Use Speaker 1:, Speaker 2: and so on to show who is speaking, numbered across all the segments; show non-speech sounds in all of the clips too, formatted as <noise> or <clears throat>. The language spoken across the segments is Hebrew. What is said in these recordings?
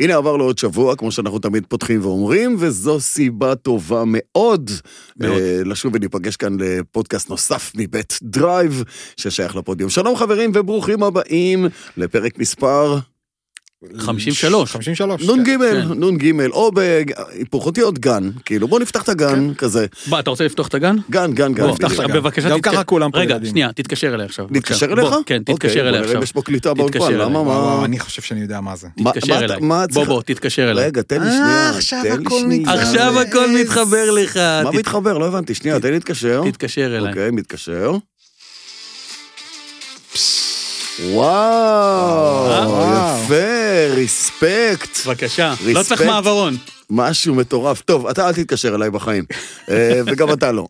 Speaker 1: הנה עבר לו עוד שבוע, כמו שאנחנו תמיד פותחים ואומרים, וזו סיבה טובה מאוד,
Speaker 2: מאוד.
Speaker 1: אה, לשוב וניפגש כאן לפודקאסט נוסף מבית דרייב, ששייך לפודיום. שלום חברים וברוכים הבאים לפרק מספר
Speaker 2: 53.
Speaker 3: 53.
Speaker 1: נ"ג,
Speaker 2: כן.
Speaker 1: נ"ג, או בהיפוך אותיות גן, כאילו בוא נפתח את הגן כזה,
Speaker 2: מה, אתה רוצה לפתוח את הגן?
Speaker 1: גן, גן, גן,
Speaker 2: כן. בוא, פתח
Speaker 1: בדיוק.
Speaker 2: את הגן. בבקשה,
Speaker 3: גם
Speaker 2: תתקשר-
Speaker 3: ככה כולם פה
Speaker 2: רגע,
Speaker 3: ילדים.
Speaker 2: שנייה, תתקשר אליי עכשיו.
Speaker 1: להתקשר
Speaker 2: בבקשה.
Speaker 1: אליך?
Speaker 2: בוא, כן,
Speaker 1: אוקיי,
Speaker 2: תתקשר אליי
Speaker 1: בוא נראה אם
Speaker 2: עכשיו.
Speaker 1: יש פה קליטה
Speaker 2: תתקשר
Speaker 1: באולפן,
Speaker 2: אליי.
Speaker 1: למה,
Speaker 3: וואו, וואו,
Speaker 1: מה,
Speaker 3: אני חושב שאני יודע מה זה.
Speaker 1: מה-
Speaker 2: תתקשר
Speaker 1: מה אתה-
Speaker 2: אליי.
Speaker 1: מה
Speaker 2: בוא,
Speaker 1: צריך-
Speaker 2: בוא, תתקשר אליי.
Speaker 1: רגע, תן לי
Speaker 3: אה,
Speaker 1: שנייה,
Speaker 3: עכשיו
Speaker 1: תן לי
Speaker 3: הכל
Speaker 1: שנייה.
Speaker 3: מתחבר.
Speaker 2: עכשיו הכל מתחבר לך.
Speaker 1: מה
Speaker 2: תת-
Speaker 1: מתחבר? לא הבנתי, שנייה, תן לי להתקשר.
Speaker 2: תתקשר אליי.
Speaker 1: אוקיי, מתקשר. וואו,
Speaker 3: וואו.
Speaker 1: יפה, ריספקט.
Speaker 2: בבקשה. לא
Speaker 1: ריספקט.
Speaker 2: צריך מעברון.
Speaker 1: משהו מטורף. טוב, אתה אל תתקשר אליי בחיים, אה, וגם אתה לא.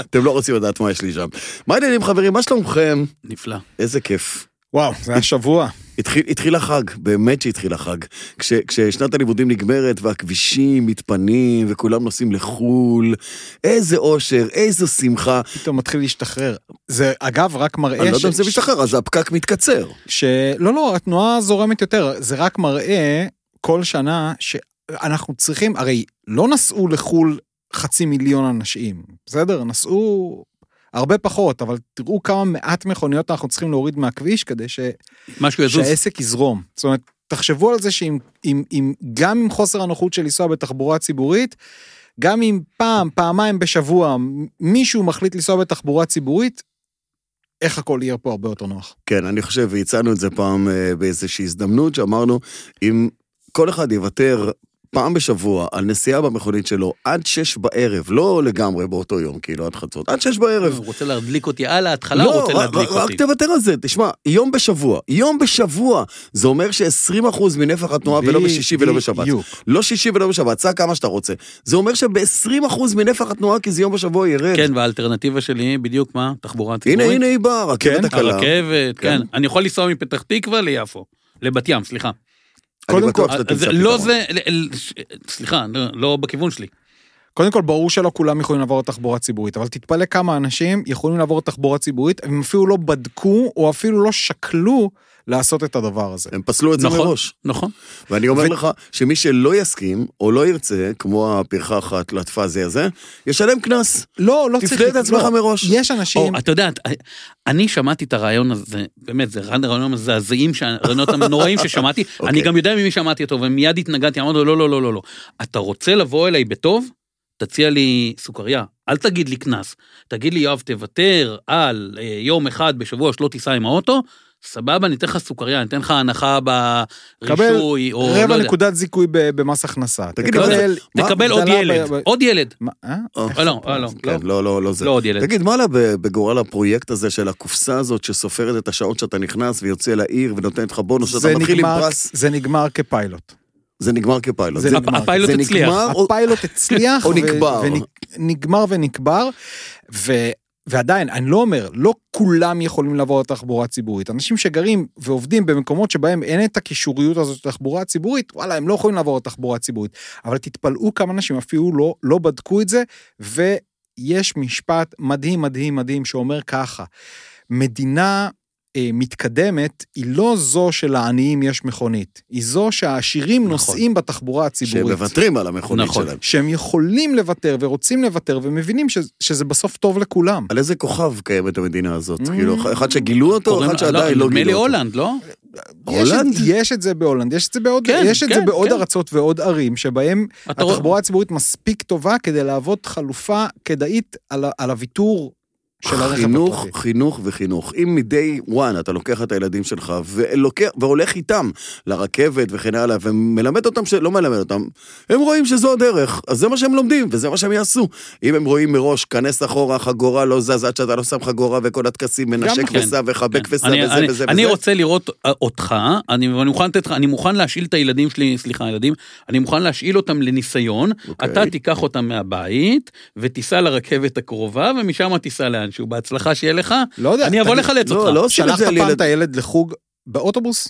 Speaker 1: אתם לא רוצים לדעת מה יש לי שם. מה העניינים חברים, מה שלומכם?
Speaker 2: נפלא.
Speaker 1: איזה כיף.
Speaker 3: וואו,
Speaker 1: <laughs>
Speaker 3: זה היה שבוע.
Speaker 1: התחיל, התחיל החג, באמת שהתחיל החג. כש, כששנת הלימודים נגמרת והכבישים מתפנים וכולם נוסעים לחו"ל, איזה אושר, איזו שמחה.
Speaker 3: פתאום מתחיל להשתחרר. זה אגב רק מראה...
Speaker 1: אני לא
Speaker 3: ש-
Speaker 1: יודע אם זה
Speaker 3: ש-
Speaker 1: משתחרר, אז הפקק מתקצר.
Speaker 3: ש... לא, לא, התנועה זורמת יותר. זה רק מראה כל שנה שאנחנו צריכים, הרי לא נסעו לחו"ל חצי מיליון אנשים, בסדר? נסעו הרבה פחות, אבל תראו כמה מעט מכוניות אנחנו צריכים להוריד מהכביש כדי ש...
Speaker 2: משהו יזוז.
Speaker 3: שהעסק יזרום. זאת אומרת, תחשבו על זה שאם אם, אם, גם עם חוסר הנוחות של לנסוע בתחבורה ציבורית, גם אם פעם, פעמיים בשבוע מישהו מחליט לנסוע בתחבורה ציבורית, איך הכל יהיה פה הרבה יותר נוח.
Speaker 1: כן, אני חושב, והצענו את זה פעם אה, באיזושהי הזדמנות, שאמרנו, אם כל אחד יוותר פעם בשבוע על נסיעה במכונית שלו עד שש בערב, לא לגמרי באותו יום, כאילו עד חצות, עד שש בערב.
Speaker 2: הוא רוצה להדליק אותי על ההתחלה, הוא לא רוצה
Speaker 1: לא, רק-
Speaker 2: להדליק
Speaker 1: רק
Speaker 2: אותי.
Speaker 1: תוותר על זה, תשמע, יום בשבוע, יום בשבוע, זה אומר ש-20% מנפח התנועה ולא בשישי ולא בשבת.
Speaker 3: בדיוק.
Speaker 1: לא שישי ולא בשבת, סע כמה שאתה רוצה. זה אומר שב-20% מנפח התנועה, כי זה יום בשבוע ירד.
Speaker 2: כן, והאלטרנטיבה שלי היא בדיוק מה? תחבורה ציבורית.
Speaker 1: הנה, הנה היא באה,
Speaker 3: כן,
Speaker 1: הרכבת הקלה.
Speaker 2: הרכבת,
Speaker 1: כן.
Speaker 2: כן. אני יכול לנסוע מפתח תקווה ליפו. לבת ים, סליחה.
Speaker 1: אני
Speaker 3: קודם
Speaker 1: בטוח
Speaker 3: כל,
Speaker 1: שאתה
Speaker 2: אז
Speaker 1: תמצא
Speaker 2: לא
Speaker 1: פתרון.
Speaker 2: זה, ל- ל- ש- סליחה, לא- לא בכיוון שלי.
Speaker 3: קודם כל, ברור שלא כולם יכולים לעבור לתחבורה ציבורית, אבל תתפלא כמה אנשים יכולים לעבור לתחבורה ציבורית, הם אפילו לא בדקו, או אפילו לא שקלו לעשות את הדבר הזה.
Speaker 1: הם פסלו את זה
Speaker 2: נכון.
Speaker 1: מראש.
Speaker 2: נכון.
Speaker 1: ואני אומר
Speaker 3: ו-
Speaker 1: לך שמי שלא יסכים או לא ירצה, כמו הפרחה אחת לתפאזי הזה, ישלם קנס.
Speaker 3: לא, לא צריך...
Speaker 1: תפנה את
Speaker 3: לא.
Speaker 1: עצמך מראש.
Speaker 3: יש אנשים...
Speaker 2: או, אתה יודע, את- אה, אני שמעתי את הרעיון הזה, באמת, זה אחד הרעיונות המזעזעים, שה-
Speaker 1: <laughs>
Speaker 2: הרעיונות הנוראים ששמעתי,
Speaker 1: אוקיי.
Speaker 2: אני גם יודע ממי שמעתי אותו, ומיד התנגדתי, אמרתי לו, לא, לא, לא, לא, לא. אתה רוצה לבוא אליי בטוב? תציע לי סוכריה, אל תגיד לי קנס. תגיד לי, יואב, תוותר על אה, יום אחד בשבוע שלא תיסע עם האוטו, סבבה, אני אתן לך סוכריה, אני אתן לך הנחה ברישוי, או לא
Speaker 3: רבע
Speaker 2: יודע.
Speaker 3: נקודת זיכוי ב- במס הכנסה.
Speaker 1: תגיד,
Speaker 3: מה-
Speaker 2: תקבל עוד
Speaker 3: הגדלה
Speaker 2: ילד,
Speaker 3: ב- ב-
Speaker 2: עוד ילד.
Speaker 3: מה? אה?
Speaker 1: אה,
Speaker 2: אה, לא, אה, לא,
Speaker 1: כן, לא, לא, לא זה.
Speaker 2: לא עוד ילד.
Speaker 1: תגיד, מה עלה ב- בגורל הפרויקט הזה של הקופסה הזאת שסופרת את השעות שאתה נכנס ויוצא לעיר ונותנת לך בונוס, שאתה
Speaker 3: זה
Speaker 1: מתחיל עם
Speaker 3: נגמר-
Speaker 1: פרס,
Speaker 3: זה נגמר כפיילוט.
Speaker 1: זה נגמר כפיילוט.
Speaker 3: זה נגמר.
Speaker 2: הפיילוט
Speaker 1: זה
Speaker 2: הצליח.
Speaker 1: נגמר או-
Speaker 3: הפיילוט הצליח.
Speaker 1: או
Speaker 3: ו-
Speaker 1: נקבר.
Speaker 3: ונק- נגמר ונקבר. ו- ועדיין, אני לא אומר, לא כולם יכולים לעבור לתחבורה ציבורית. אנשים שגרים ועובדים במקומות שבהם אין את הקישוריות הזאת לתחבורה ציבורית, וואלה, הם לא יכולים לעבור לתחבורה ציבורית. אבל תתפלאו כמה אנשים אפילו לא, לא בדקו את זה, ויש משפט מדהים, מדהים, מדהים, שאומר ככה, מדינה אה, מתקדמת היא לא זו שלעניים יש מכונית, היא זו שהעשירים
Speaker 2: נכון.
Speaker 3: נוסעים בתחבורה הציבורית.
Speaker 1: שמוותרים על המכונית
Speaker 2: נכון.
Speaker 1: שלהם.
Speaker 3: שהם יכולים לוותר ורוצים לוותר ומבינים ש, שזה בסוף טוב לכולם.
Speaker 1: על איזה כוכב קיימת המדינה הזאת?
Speaker 3: Mm.
Speaker 1: כאילו, אחד שגילו אותו,
Speaker 2: קוראים-
Speaker 1: אחד שעדיין לא
Speaker 2: נדמה לי
Speaker 1: גילו אותו.
Speaker 2: הולנד, לא?
Speaker 3: יש את,
Speaker 1: הולנד?
Speaker 3: יש את זה בהולנד, יש את זה בעוד,
Speaker 2: כן,
Speaker 3: יש את זה
Speaker 2: כן,
Speaker 3: בעוד
Speaker 2: כן.
Speaker 3: ארצות ועוד ערים שבהם
Speaker 2: אתה רואה-
Speaker 3: התחבורה הציבורית מספיק טובה כדי להוות חלופה כדאית על, ה- על הוויתור של הרכב
Speaker 1: חינוך,
Speaker 3: הפרטי.
Speaker 1: חינוך וחינוך. אם מדי וואן אתה לוקח את הילדים שלך ולוקח, והולך איתם לרכבת וכן הלאה, ומלמד אותם, של... לא מלמד אותם, הם רואים שזו הדרך, אז זה מה שהם לומדים וזה מה שהם יעשו. אם הם רואים מראש, כנס אחורה, חגורה לא זז עד שאתה לא שם חגורה וכל הטקסים, מנשק
Speaker 2: נכון.
Speaker 1: וסע וחבק
Speaker 2: כן.
Speaker 1: וסע
Speaker 2: אני-
Speaker 1: וזה
Speaker 2: אני-
Speaker 1: וזה
Speaker 2: אני
Speaker 1: וזה.
Speaker 2: רוצה לראות אה, אותך, אני אני מוכן לתת לך, אני מוכן להשאיל את הילדים שלי, סליחה, הילדים, אני מוכן להשאיל אותם לניסיון,
Speaker 1: אוקיי.
Speaker 2: אתה תיקח אותם מהבית, ותיסע לרכבת הקרובה, ומשם תיסע לאנשהו. בהצלחה שיהיה לך,
Speaker 3: לא יודע,
Speaker 2: אני אבוא
Speaker 3: תגיד,
Speaker 2: לחלץ
Speaker 1: לא,
Speaker 2: אותך.
Speaker 1: לא עושים את
Speaker 3: שלחת
Speaker 1: זה על
Speaker 3: פעם
Speaker 1: ילד.
Speaker 3: את הילד לחוג באוטובוס?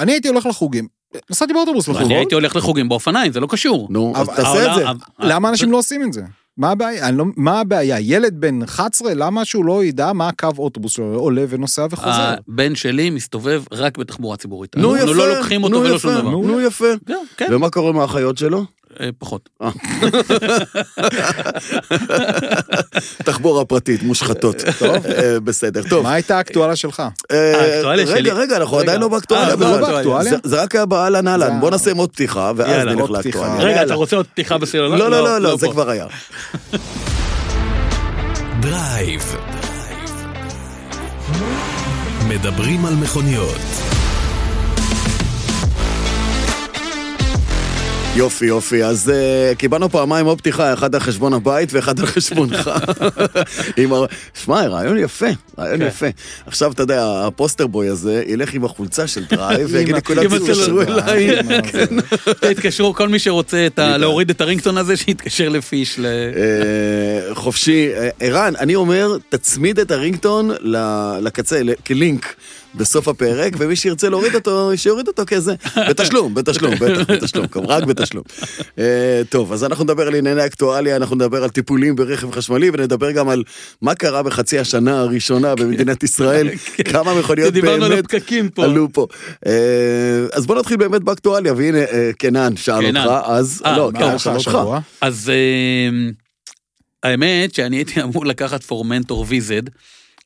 Speaker 3: אני הייתי הולך לחוגים. נסעתי באוטובוס לחוג.
Speaker 2: אני הייתי הולך לחוגים באופניים, זה לא קשור.
Speaker 1: נו, אז
Speaker 3: אבל-
Speaker 1: תעשה את אה, זה.
Speaker 2: העולם-
Speaker 3: למה אנשים לא עושים את זה? מה הבעיה? אני לא, מה הבעיה? ילד בן 11, למה שהוא לא ידע מה הקו אוטובוס שלו עולה ונוסע
Speaker 1: אה,
Speaker 3: וחוזר?
Speaker 2: הבן שלי מסתובב רק בתחבורה ציבורית.
Speaker 1: נו יפה,
Speaker 2: אנחנו לא לוקחים אותו
Speaker 1: נו
Speaker 2: ולא
Speaker 1: יפה,
Speaker 2: שום דבר.
Speaker 1: נו יפה.
Speaker 2: כן, כן,
Speaker 1: ומה קורה עם האחיות
Speaker 2: <laughs>
Speaker 1: שלו?
Speaker 2: אה, פחות.
Speaker 1: תחבורה פרטית,
Speaker 2: <laughs>
Speaker 1: מושחתות. טוב, אה, בסדר, טוב.
Speaker 3: מה הייתה האקטואלה שלך?
Speaker 1: אה,
Speaker 2: האקטואליה שלי.
Speaker 1: רגע, רגע, אנחנו
Speaker 2: רגע.
Speaker 1: עדיין לא
Speaker 2: אה,
Speaker 1: באקטואליה.
Speaker 3: לא
Speaker 1: בכלל.
Speaker 3: באקטואליה?
Speaker 1: זה- זה רק היה באהלן אהלן.
Speaker 3: זה-
Speaker 1: בוא נעשה עם עוד פתיחה, ואז
Speaker 2: יאללה,
Speaker 1: נלך
Speaker 3: עוד פתיחה.
Speaker 1: לאקטואליה.
Speaker 2: רגע,
Speaker 1: יאללה.
Speaker 2: אתה רוצה עוד פתיחה בסלולר?
Speaker 1: לא, לא, לא, לא, זה
Speaker 2: פה.
Speaker 1: כבר היה.
Speaker 4: דרייב. מדברים על מכוניות.
Speaker 1: יופי, יופי. אז אה, קיבלנו פעמיים עוד פתיחה, אחד על חשבון הבית ואחד על חשבונך. עם ה- שמע, רעיון יפה, רעיון
Speaker 2: כן.
Speaker 1: יפה. עכשיו, אתה יודע, הפוסטר בוי הזה ילך עם החולצה של דרייב ויגיד
Speaker 3: עם
Speaker 1: לי, כולם
Speaker 2: עם
Speaker 1: תתקשרו
Speaker 2: הסלולר.
Speaker 1: אליי.
Speaker 2: <laughs>
Speaker 1: כן.
Speaker 2: תתקשרו, כל מי שרוצה את ה- להוריד את הרינגטון הזה, שיתקשר לפיש. ל-
Speaker 1: אה, חופשי. אה, ערן, אני אומר, תצמיד את הרינגטון ל- לקצה, ל- כלינק בסוף הפרק, ומי שירצה להוריד אותו, שיוריד אותו כזה. בתשלום, בתשלום, בטח, בתשלום, גם רק בתשלום. אה, טוב, אז אנחנו נדבר על ענייני אקטואליה, אנחנו נדבר על טיפולים ברכב חשמלי, ונדבר גם על מה קרה בחצי השנה הראשונה במדינת
Speaker 2: <laughs>
Speaker 1: ישראל, כמה מכוניות
Speaker 2: כן. דיברנו על
Speaker 1: באמת
Speaker 2: הפקקים פה.
Speaker 1: עלו פה. אה, אז בוא נתחיל באמת באקטואליה, והנה, אה, קנן שאל
Speaker 2: קנן.
Speaker 1: אותך, אז...
Speaker 2: אה,
Speaker 1: לא,
Speaker 2: מה
Speaker 1: קנן
Speaker 3: מה
Speaker 1: שאל
Speaker 3: שלך
Speaker 1: אותך.
Speaker 3: השבוע?
Speaker 2: אז אה, האמת שאני הייתי <laughs> אמור לקחת פורמנטור ויזד,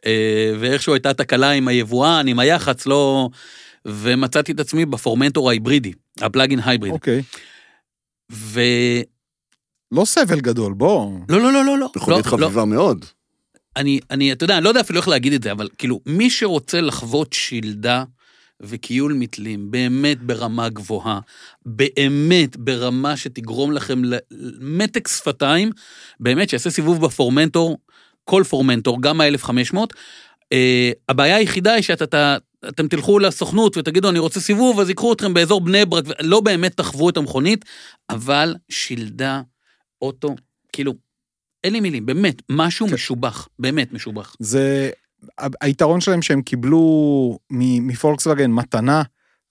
Speaker 2: אה, ואיכשהו הייתה תקלה עם היבואן, עם היח"צ, לא... ומצאתי את עצמי בפורמנטור ההיברידי, הפלאגין הייבריד.
Speaker 3: אוקיי.
Speaker 2: ו...
Speaker 3: לא סבל גדול, בוא.
Speaker 2: לא, לא, לא, לא, לא.
Speaker 1: מכונית
Speaker 2: לא, לא.
Speaker 1: חביבה מאוד.
Speaker 2: אני, אני, אתה יודע, אני לא יודע אפילו איך להגיד את זה, אבל כאילו, מי שרוצה לחוות שלדה וכיול מתלים, באמת ברמה גבוהה, באמת ברמה שתגרום לכם ל- למתק שפתיים, באמת שיעשה סיבוב בפורמנטור, כל פורמנטור, גם ה-1500. אה, הבעיה היחידה היא שאתה... אתה, אתם תלכו לסוכנות ותגידו, אני רוצה סיבוב, אז ייקחו אתכם באזור בני ברק, ו- לא באמת תחוו את המכונית, אבל שלדה, אוטו, כאילו, אין לי מילים, באמת, משהו
Speaker 3: כן.
Speaker 2: משובח, באמת משובח.
Speaker 3: זה... ה- היתרון שלהם שהם קיבלו מ- מפולקסווגן מתנה,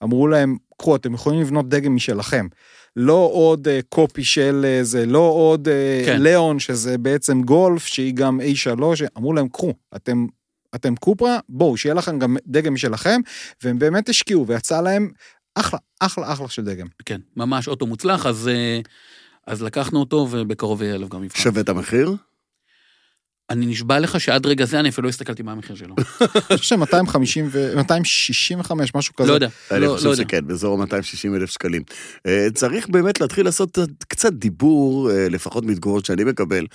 Speaker 3: אמרו להם, קחו, אתם יכולים לבנות דגם משלכם. לא עוד אה, קופי של אה, זה, לא עוד אה,
Speaker 2: כן.
Speaker 3: ליאון, שזה בעצם גולף, שהיא גם A3, אמרו להם, קחו, אתם... אתם קופרה, בואו, שיהיה לכם גם דגם משלכם, והם באמת השקיעו, ויצא להם אחלה, אחלה, אחלה של דגם.
Speaker 2: כן, ממש אוטו מוצלח, אז, אה, אז לקחנו אותו, ובקרוב יהיה עליו גם מבחן.
Speaker 1: שווה את המחיר?
Speaker 2: אני נשבע לך שעד רגע זה אני אפילו לא הסתכלתי מה המחיר
Speaker 3: <laughs>
Speaker 2: שלו.
Speaker 3: אני חושב ש-250 ו... 265, משהו כזה.
Speaker 2: לא יודע,
Speaker 1: אני
Speaker 2: לא, לא
Speaker 1: חושב
Speaker 2: יודע.
Speaker 1: שכן, באזור 260 אלף שקלים. אה, צריך באמת להתחיל לעשות קצת דיבור, אה, לפחות מתגובות שאני מקבל,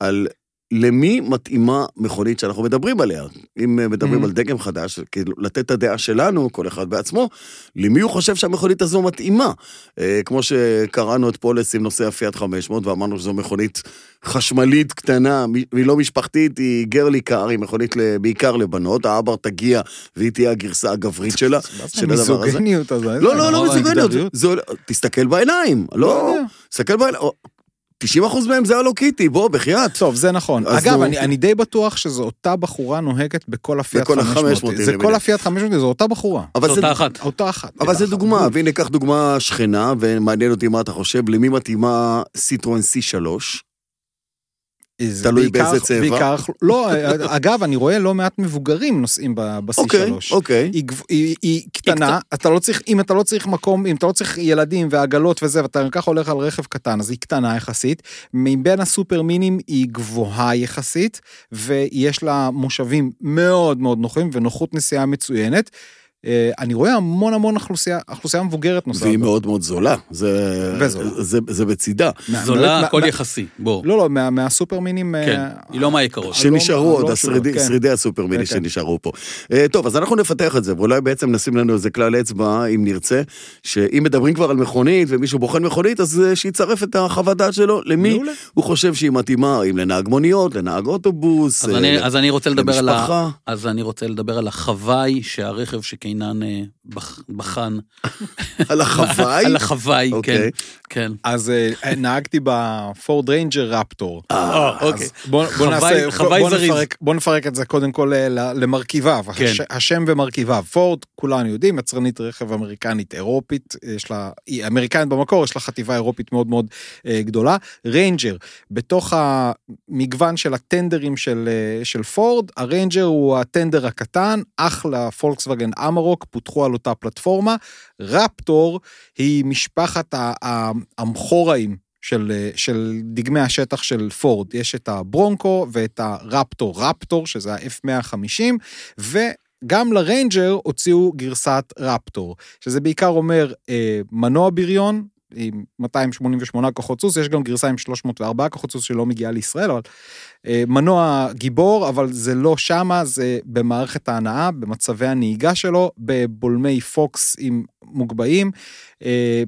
Speaker 1: על למי מתאימה מכונית שאנחנו מדברים עליה. אם אה, מדברים
Speaker 2: Mm-hmm.
Speaker 3: Mm.
Speaker 1: על דגם חדש, כאילו לתת את הדעה שלנו, כל אחד בעצמו, למי הוא חושב שהמכונית הזו מתאימה. אה, כמו שקראנו את פולס עם נושא הפיאט 500, ואמרנו שזו מכונית חשמלית קטנה, מ- היא לא משפחתית, היא גרלי קאר, היא מכונית ל- בעיקר לבנות, האבר תגיע והיא תהיה הגרסה הגברית שלה.
Speaker 3: <laughs> מה זה
Speaker 1: של הדבר הזה.
Speaker 3: מיזוגניות הזה?
Speaker 1: לא, לא, לא
Speaker 3: נורא
Speaker 1: מסוגלת.
Speaker 3: מגדריות.
Speaker 1: זה עולה- תסתכל בעיניים. לא,
Speaker 3: נכון, יודע.
Speaker 1: תסתכל בעיניים. 90% מהם זה הלו קיטי, בוא, בחייאת.
Speaker 3: טוב, זה נכון.
Speaker 1: אז
Speaker 3: אגב,
Speaker 1: נו.
Speaker 3: אני, אני די בטוח שזו אותה בחורה נוהגת בכל הפיאט
Speaker 1: בכל
Speaker 3: 500.
Speaker 1: ה-500,
Speaker 3: זה
Speaker 1: למיניהם.
Speaker 3: כל הפיאט 500, זו אותה בחורה.
Speaker 1: אבל
Speaker 2: זאת
Speaker 1: זה-
Speaker 2: אותה אחת.
Speaker 3: אותה אחת. אה,
Speaker 1: אבל זה
Speaker 3: אחת.
Speaker 1: דוגמה, והנה קח דוגמה שכנה, ומעניין אותי מה אתה חושב, למי מתאימה סיטרואן C3?
Speaker 3: זה
Speaker 1: תלוי
Speaker 3: בעיקר-
Speaker 1: באיזה צבע.
Speaker 3: בעיקר, לא, אגב, אני רואה לא מעט מבוגרים נוסעים ב- ב-C3.
Speaker 1: אוקיי, אוקיי.
Speaker 3: היא, גב- היא, היא קטנה, אתה לא צריך, אם אתה לא צריך מקום, אם אתה לא צריך ילדים ועגלות וזה, ואתה ככה הולך על רכב קטן, אז היא קטנה יחסית. מבין הסופר מינים היא גבוהה יחסית, ויש לה מושבים מאוד מאוד נוחים ונוחות נסיעה מצוינת. אה, אני רואה המון המון אוכלוסייה, אוכלוסייה מבוגרת נוסעת.
Speaker 1: והיא
Speaker 3: בה.
Speaker 1: מאוד מאוד זולה. זה-
Speaker 3: וזולה.
Speaker 1: זה- זה בצידה.
Speaker 3: מה-
Speaker 2: זולה,
Speaker 3: מה-
Speaker 2: הכל
Speaker 3: מה-
Speaker 2: יחסי, בוא.
Speaker 3: לא, לא, מה- מהסופר מינים...
Speaker 2: כן,
Speaker 3: אה,
Speaker 2: היא לא מהיקרות.
Speaker 3: ש- הלא-
Speaker 1: שנשארו עוד,
Speaker 3: הלא
Speaker 1: השרידי-
Speaker 3: שונות, כן.
Speaker 1: שרידי הסופר מיני
Speaker 3: כן, כן.
Speaker 1: שנשארו פה. אה, טוב, אז אנחנו נפתח את זה, ואולי בעצם נשים לנו איזה כלל אצבע, אם נרצה, שאם מדברים כבר על מכונית ומישהו בוחן מכונית, אז אה, שיצרף את החוות דעת שלו, למי
Speaker 3: מעולה.
Speaker 1: הוא חושב שהיא מתאימה, אם לנהג מוניות, לנהג אוטובוס,
Speaker 2: אז
Speaker 1: אה,
Speaker 2: אני- אז אני רוצה לדבר על ה...
Speaker 1: למשפחה.
Speaker 2: אז אני רוצה לדבר על החוואי שהרכב שקינן אה, בח- בחן.
Speaker 1: על החוואי?
Speaker 2: <laughs> על החוואי, כן.
Speaker 1: אוקיי.
Speaker 2: כן. <laughs>
Speaker 3: אז אה, נהגתי בפורד ריינג'ר רפטור.
Speaker 1: אה,
Speaker 2: אה, אוקיי.
Speaker 3: בוא, בוא
Speaker 2: חוואי-
Speaker 3: נעשה, בוא,
Speaker 2: חוואי
Speaker 3: בוא,
Speaker 2: זריז.
Speaker 3: נפרק, בוא נפרק את זה קודם כל אה, ל- למרכיביו,
Speaker 2: כן.
Speaker 3: הש, השם ומרכיביו. פורד, כולנו יודעים, יצרנית רכב אמריקנית אירופית, יש לה, היא אמריקנית במקור, יש לה חטיבה אירופית מאוד מאוד אה, גדולה. ריינג'ר, בתוך המגוון של הטנדרים של, אה, של פורד, הריינג'ר הוא הטנדר הקטן, אח לפולקסווגן אמרוק, פותחו על אותה פלטפורמה. רפטור היא משפחת ה- ה- המכוראים של, אה, של דגמי השטח של פורד. יש את הברונקו ואת הרפטור רפטור, שזה ה-F150, וגם לריינג'ר הוציאו גרסת רפטור, שזה בעיקר אומר אה, מנוע בריון. עם 288 כוחות סוס, יש גם גרסה עם 304 כוחות סוס שלא מגיעה לישראל, אבל אה, מנוע גיבור, אבל זה לא שמה, זה במערכת ההנאה, במצבי הנהיגה שלו, בבולמי פוקס עם מוגבהים, אה,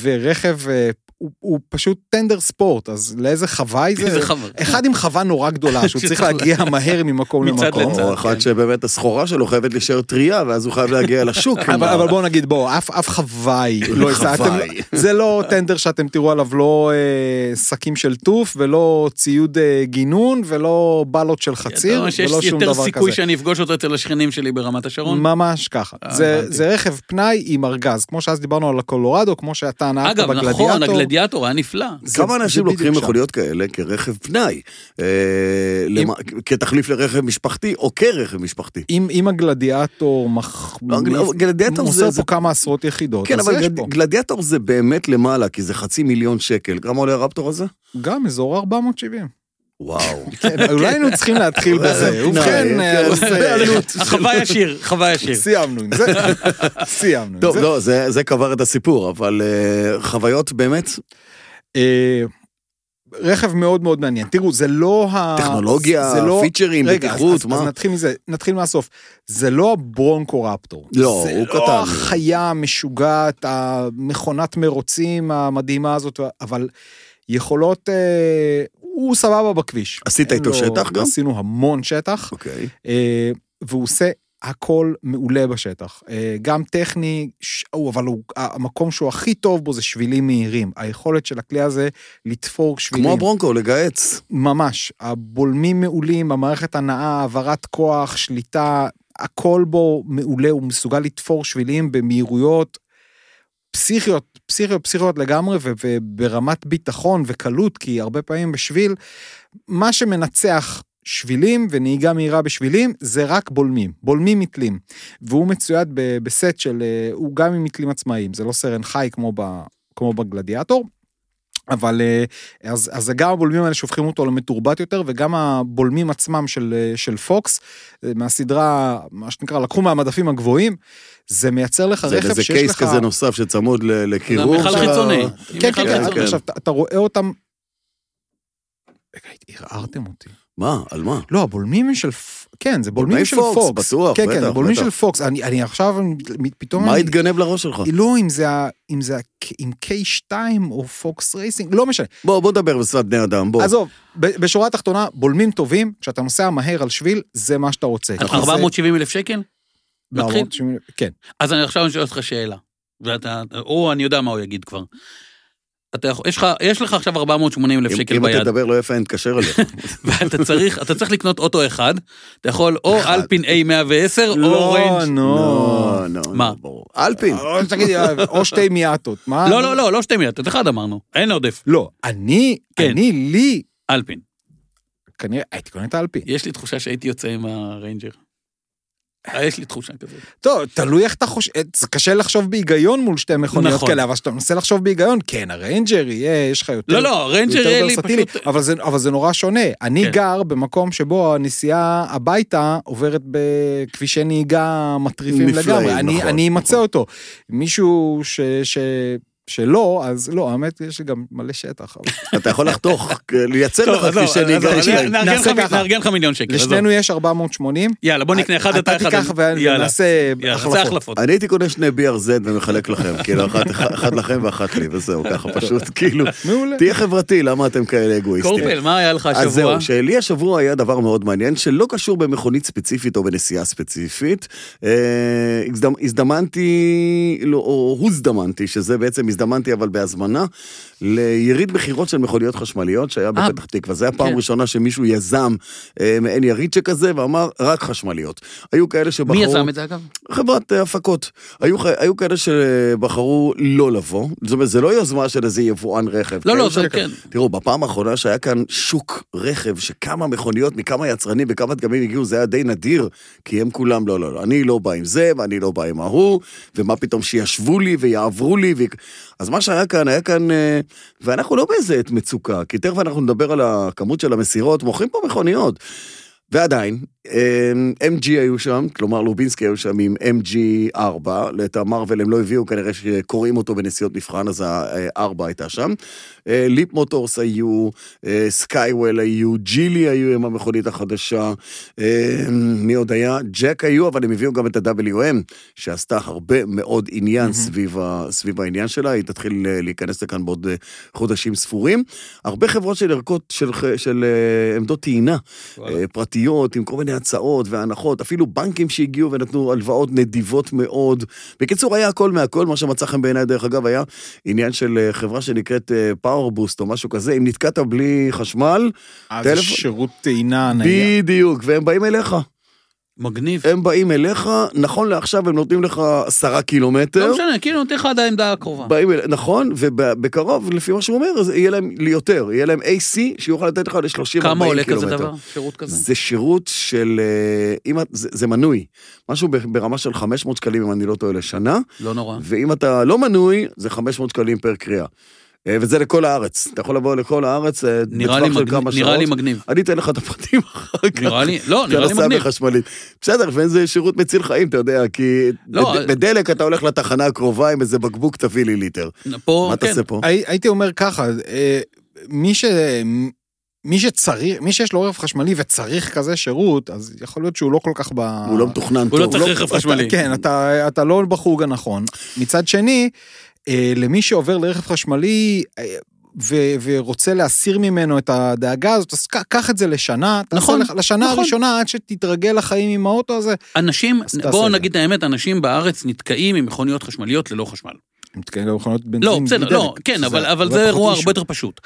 Speaker 3: ורכב, אה, הוא, הוא פשוט טנדר ספורט, אז לאיזה חוואי זה?
Speaker 2: איזה חבל.
Speaker 3: אחד עם חווה נורא גדולה, שהוא צריך
Speaker 2: שצריך
Speaker 3: להגיע מהר ממקום
Speaker 2: מצד
Speaker 3: למקום.
Speaker 2: לצד.
Speaker 1: או אחד
Speaker 2: כן.
Speaker 1: שבאמת הסחורה שלו חייבת להישאר טרייה, ואז הוא חייב להגיע לשוק.
Speaker 3: אבל, אבל בואו נגיד, בואו, אף, אף חוואי
Speaker 1: <laughs>
Speaker 3: לא הסעתם,
Speaker 1: חוואי.
Speaker 3: זה לא טנדר שאתם תראו עליו לא אה, שקים של טוף ולא ציוד אה, גינון ולא בלות של חציר
Speaker 2: כן, אתה
Speaker 3: ולא
Speaker 2: אומר שיש
Speaker 3: שום
Speaker 2: יותר
Speaker 3: דבר
Speaker 2: סיכוי
Speaker 3: כזה.
Speaker 2: שאני אפגוש אותו אצל השכנים שלי ברמת השרון.
Speaker 3: ממש ככה,
Speaker 2: אה,
Speaker 3: זה,
Speaker 2: הבנתי.
Speaker 3: זה רכב פנאי עם ארגז, כמו שאז דיברנו על הקולורדו, כמו שאתה נהגת
Speaker 2: אגב,
Speaker 3: בגלדיאטור.
Speaker 2: נכון, הגלדיאטור היה <laughs> נפלא.
Speaker 3: זה-
Speaker 1: כמה
Speaker 3: זה
Speaker 1: אנשים
Speaker 3: בדיוק
Speaker 1: לוקחים
Speaker 3: שם.
Speaker 1: מכוניות כאלה כרכב פנאי? אה, למ- כתחליף לרכב משפחתי או כרכב משפחתי?
Speaker 3: אם, אם הגלדיאטור מח...
Speaker 1: לא, הגל- גלדיאטור
Speaker 3: מוסר
Speaker 1: זה-
Speaker 3: פה
Speaker 1: זה-
Speaker 3: כמה עשרות יחידות,
Speaker 1: כן,
Speaker 3: אז
Speaker 1: אבל
Speaker 3: יש
Speaker 1: גל-
Speaker 3: פה.
Speaker 1: גלדיאטור זה באמת למעלה, כי זה חצי מיליון שקל. כמה עולה הרפטור הזה?
Speaker 3: גם אזור 470.
Speaker 1: <laughs> וואו.
Speaker 3: <laughs> כן, אולי
Speaker 1: <laughs>
Speaker 3: היינו צריכים להתחיל בזה.
Speaker 1: אה,
Speaker 3: ובכן,
Speaker 1: כן,
Speaker 3: אה, אז, אה,
Speaker 1: בעלות.
Speaker 2: חווה ישיר, חווה ישיר.
Speaker 3: סיימנו
Speaker 1: <laughs>
Speaker 3: עם זה, סיימנו עם
Speaker 1: טוב,
Speaker 3: זה.
Speaker 1: לא, זה זה קבר את הסיפור, אבל אה, חוויות באמת,
Speaker 3: אה, רכב מאוד מאוד מעניין. תראו, זה לא ה...
Speaker 1: טכנולוגיה,
Speaker 3: זה לא-
Speaker 1: פיצ'רים,
Speaker 3: רגע, אז-
Speaker 1: בטיחות,
Speaker 3: אז- אז
Speaker 1: מה?
Speaker 3: נתחיל מזה, נתחיל מהסוף. זה לא הברונקו רפטור.
Speaker 1: לא,
Speaker 3: זה
Speaker 1: הוא
Speaker 3: לא
Speaker 1: קטן.
Speaker 3: החיה המשוגעת, המכונת מרוצים המדהימה הזאת, אבל יכולות... אה, הוא סבבה בכביש.
Speaker 1: עשית
Speaker 3: אין
Speaker 1: איתו
Speaker 3: לו-
Speaker 1: שטח גם?
Speaker 3: עשינו המון שטח.
Speaker 1: אוקיי.
Speaker 3: אה, והוא עושה הכל מעולה בשטח. אה, גם טכני, ש... הוא, אבל הוא, המקום שהוא הכי טוב בו זה שבילים מהירים. היכולת של הכלי הזה לתפור שבילים.
Speaker 1: כמו הברונקו, לגהץ.
Speaker 3: ממש. הבולמים מעולים, המערכת הנאה, העברת כוח, שליטה, הכל בו מעולה, הוא מסוגל לתפור שבילים במהירויות פסיכיות, פסיכיות, פסיכיות לגמרי, ו- וברמת ביטחון וקלות, כי הרבה פעמים בשביל, מה שמנצח שבילים ונהיגה מהירה בשבילים, זה רק בולמים, בולמים מתלים. והוא מצויד ב- בסט של, אה, הוא גם עם מתלים עצמאיים, זה לא סרן חי כמו, ב- כמו בגלדיאטור. אבל אה, אז, אז זה גם הבולמים האלה שהופכים אותו למתורבת יותר, וגם הבולמים עצמם של, אה, של פוקס, אה, מהסדרה, מה שנקרא, לקחו מהמדפים הגבוהים, זה מייצר לך
Speaker 1: זה
Speaker 3: רכב שיש לך...
Speaker 1: איזה קייס כזה נוסף שצמוד ל-
Speaker 2: זה
Speaker 1: לקירור.
Speaker 2: המכל
Speaker 1: של ה-
Speaker 2: חיצוני.
Speaker 3: כן,
Speaker 2: מיכל
Speaker 3: כן, כן,
Speaker 1: חיצוני.
Speaker 3: עכשיו אתה- אתה רואה אותם... רגע, ערערתם אותי.
Speaker 1: מה? על מה?
Speaker 3: לא, הבולמים הם של... פ- כן, זה בולמים
Speaker 1: בולמי
Speaker 3: של
Speaker 1: פוקס,
Speaker 3: פוקס.
Speaker 1: בטוח,
Speaker 3: כן, כן,
Speaker 1: בטח,
Speaker 3: זה בולמים
Speaker 1: בטח.
Speaker 3: של פוקס. אני אני עכשיו, אני- פתאום...
Speaker 1: מה
Speaker 3: אני-
Speaker 1: התגנב לראש שלך?
Speaker 3: לא, אם זה ה- אם זה ה- עם K2 או פוקס רייסינג, לא משנה.
Speaker 1: בוא, בוא נדבר בשפת בני אדם, בוא.
Speaker 3: עזוב, ב- בשורה התחתונה, בולמים טובים, כשאתה נוסע מהר על שביל, זה מה שאתה רוצה.
Speaker 2: עד 470 אלף שקל?
Speaker 3: זה-
Speaker 2: נתחיל?
Speaker 3: 470, כן.
Speaker 2: אז אני עכשיו אני שואל אותך שאלה. ואתה, או אני יודע מה הוא יגיד כבר. אתה יכול, יש לך, יש לך עכשיו 480 אלף
Speaker 1: אם
Speaker 2: שקל
Speaker 1: אם אתה
Speaker 2: ביד,
Speaker 1: תדבר לא יפה, אני אתקשר אליך.
Speaker 2: <laughs> ואתה צריך, אתה צריך לקנות אוטו אחד, אתה יכול או אלפין A110 או
Speaker 3: לא, אה,
Speaker 2: ריינג'.
Speaker 3: <laughs> נו.
Speaker 1: לא, לא,
Speaker 2: מה?
Speaker 1: לא, ברור. אלפין.
Speaker 3: או, תגידי, או שתי מיאטות, מה?
Speaker 2: לא, לא, לא, לא שתי מיליאטות, אחד אמרנו, אין עודף,
Speaker 3: לא, אני,
Speaker 2: כן.
Speaker 3: אני, לי,
Speaker 2: אלפין.
Speaker 3: כנראה, הייתי קונה את האלפי.
Speaker 2: יש לי תחושה שהייתי יוצא עם הריינג'ר. אה, יש לי תחושה כזאת.
Speaker 3: טוב, תלוי איך אתה חושב, זה קשה לחשוב בהיגיון מול שתי מכוניות
Speaker 2: נכון.
Speaker 3: כאלה, אבל כשאתה מנסה לחשוב בהיגיון, כן, הריינג'ר יהיה, יש לך יותר...
Speaker 2: לא, לא, הריינג'ר
Speaker 3: יותר
Speaker 2: יהיה לי
Speaker 3: ורסטילי,
Speaker 2: פשוט...
Speaker 3: אבל זה, אבל זה נורא שונה. אני
Speaker 2: כן.
Speaker 3: גר במקום שבו הנסיעה הביתה עוברת בכבישי נהיגה מטריפים
Speaker 1: נפלאים,
Speaker 3: לגמרי. אני,
Speaker 1: נכון,
Speaker 3: אני אמצא
Speaker 1: נכון.
Speaker 3: אותו. מישהו ש... ש... שלא, אז לא, האמת, יש לי גם מלא שטח.
Speaker 2: <laughs>
Speaker 3: אבל-
Speaker 2: כן,
Speaker 1: אתה יכול לחתוך, כן, לייצר
Speaker 2: טוב,
Speaker 1: לך כפי
Speaker 2: עזוב,
Speaker 1: שאני
Speaker 2: עזוב,
Speaker 1: אגרש להם.
Speaker 2: נארגן לך-
Speaker 3: נעשה ככה.
Speaker 2: נארגן לך מיליון שקל, עזוב.
Speaker 3: לשנינו יש 480.
Speaker 2: יאללה, בוא נקנה אחד, אתה אחד.
Speaker 3: אתה תיקח
Speaker 2: אני. יאללה,
Speaker 3: ונעשה
Speaker 2: יאללה, זה
Speaker 3: החלפות.
Speaker 2: החלפות.
Speaker 1: אני הייתי קונה שני BRZ ומחלק לכם, <laughs> כאילו, אחת- אחת לכם ואחת לי, וזהו,
Speaker 3: <laughs>
Speaker 1: ככה פשוט, כאילו,
Speaker 3: מעולה.
Speaker 1: תהיה חברתי, למה אתם כאלה אגואיסטים?
Speaker 2: קורפל, מה היה לך השבוע?
Speaker 1: אז אה, זהו, שלי השבוע היה דבר מאוד מעניין, שלא קשור במכונית ספציפית או בנסיעה ספציפית. אה, הזדמ, הזדמנתי, לא, או הוזדמנתי, שזה בעצם הזדמנתי אבל בהזמנה, ליריד מכירות של מכוניות חשמליות שהיה
Speaker 2: אה,
Speaker 1: בפתח תקווה. זו הייתה פעם
Speaker 2: כן.
Speaker 1: ראשונה שמישהו יזם אה, מעין יריד שכזה ואמר, רק חשמליות. היו כאלה שבחרו...
Speaker 2: מי יזם את זה אגב?
Speaker 1: חברת אה, הפקות. היו, ח- היו כאלה שבחרו לא לבוא, זאת אומרת, זה לא יוזמה של איזה יבואן רכב.
Speaker 2: לא,
Speaker 1: כאלה
Speaker 2: לא, זה
Speaker 1: של-
Speaker 2: כן.
Speaker 1: תראו, בפעם האחרונה שהיה כאן שוק רכב, שכמה מכוניות מכמה יצרנים וכמה דגמים הגיעו, זה היה די נדיר, כי הם כולם, לא, לא, לא, אני לא בא עם זה, ואני לא בא עם ההוא, ומה פתאום שישבו לי ויעברו לי. ו... אז מה שהיה כאן, היה כאן... אה, ואנחנו לא באיזה עת מצוקה, כי תכף אנחנו נדבר על הכמות של המסירות, מוכרים פה מכוניות. ועדיין, אמ, MG היו שם, כלומר לובינסקי היו שם עם MG4, את המרוויל הם לא הביאו, כנראה שקוראים אותו בנסיעות מבחן, אז ה-4 הייתה שם. אה, ליפ מוטורס היו, אה, סקייוול היו, ג'ילי היו עם המכונית החדשה, אה, מי עוד היה? ג'ק היו, אבל הם הביאו גם את ה-WM, שעשתה הרבה מאוד עניין סביב, ה- סביב העניין שלה, היא תתחיל אה, להיכנס לכאן בעוד אה, חודשים ספורים. הרבה חברות של ערכות, של, ח- של אה, עמדות טעינה. אה, פרטיות, עם כל מיני הצעות והנחות, אפילו בנקים שהגיעו ונתנו הלוואות נדיבות מאוד. בקיצור, היה הכל מהכל, מה שמצא חן בעיניי, דרך אגב, היה עניין של אה, חברה שנקראת פאורבוסט או משהו כזה, אם נתקעת בלי חשמל,
Speaker 3: אז
Speaker 1: טלפון.
Speaker 3: יש שירות טעינה נייד.
Speaker 1: בדיוק, והם באים אליך.
Speaker 2: מגניב.
Speaker 1: הם באים אליך, נכון לעכשיו הם נותנים לך עשרה
Speaker 2: לא
Speaker 1: קילומטר.
Speaker 2: משנה, כאילו נותן לך עד העמדה הקרובה.
Speaker 1: באים אל... נכון, ובקרוב, לפי מה שהוא אומר, אז יהיה להם ליותר, יהיה להם AC שיוכל לתת לך ל-30-40 קילומטר.
Speaker 2: כמה עולה כזה דבר? שירות כזה?
Speaker 1: זה שירות של... אה, אם את, זה, זה מנוי, משהו ב- ברמה של 500 שקלים, אם אני לא טועה, לשנה,
Speaker 2: לא נורא.
Speaker 1: ואם אתה לא מנוי, זה 500 שקלים פר קריאה. אה, וזה לכל הארץ, אתה יכול לבוא לכל הארץ אה,
Speaker 2: נראה
Speaker 1: בטווח
Speaker 2: לי
Speaker 1: של
Speaker 2: מגניב-
Speaker 1: כמה שעות. כן,
Speaker 2: נראה לי מגניב.
Speaker 1: אני אתן לך את הפרטים <laughs> אחר כך.
Speaker 2: נראה לי, לא, נראה לי
Speaker 1: תנסה
Speaker 2: מגניב.
Speaker 1: בחשמלית. בסדר, לפעמים זה שירות מציל חיים, אתה יודע, כי
Speaker 2: לא,
Speaker 1: בד-
Speaker 2: אה-
Speaker 1: בדלק אתה הולך לתחנה הקרובה עם איזה בקבוק, תביא לי ליטר.
Speaker 2: פה,
Speaker 1: מה
Speaker 2: כן.
Speaker 1: תעשה פה?
Speaker 3: הי- הייתי אומר ככה, אה, מי ש... מי שצריך, מי שיש לו רכב חשמלי וצריך כזה שירות, אז יכול להיות שהוא לא כל כך ב...
Speaker 1: הוא לא מתוכנן
Speaker 2: הוא לא
Speaker 1: טוב.
Speaker 2: צריך רכב חשמלי.
Speaker 3: אתה, כן, אתה, אתה לא בחוג הנכון. מצד שני, אה, למי שעובר לרכב חשמלי אה, ו, ורוצה להסיר ממנו את הדאגה הזאת, אז ק- קח את זה לשנה,
Speaker 2: נכון,
Speaker 3: תעשה לך- לשנה
Speaker 2: נכון.
Speaker 3: הראשונה עד שתתרגל לחיים עם האוטו הזה.
Speaker 2: אנשים,
Speaker 3: אז תעשה
Speaker 2: בואו
Speaker 3: את זה.
Speaker 2: נגיד את האמת, אנשים בארץ נתקעים עם מכוניות חשמליות ללא חשמל.
Speaker 3: הם מתקנים למכונות בנזין.
Speaker 2: לא, בסדר,
Speaker 3: בלי דלק,
Speaker 2: לא, כן,
Speaker 3: שזה
Speaker 2: אבל, אבל
Speaker 3: הרבה
Speaker 2: זה
Speaker 3: פחות
Speaker 2: אירוע
Speaker 3: אישיו.
Speaker 2: הרבה יותר פשוט.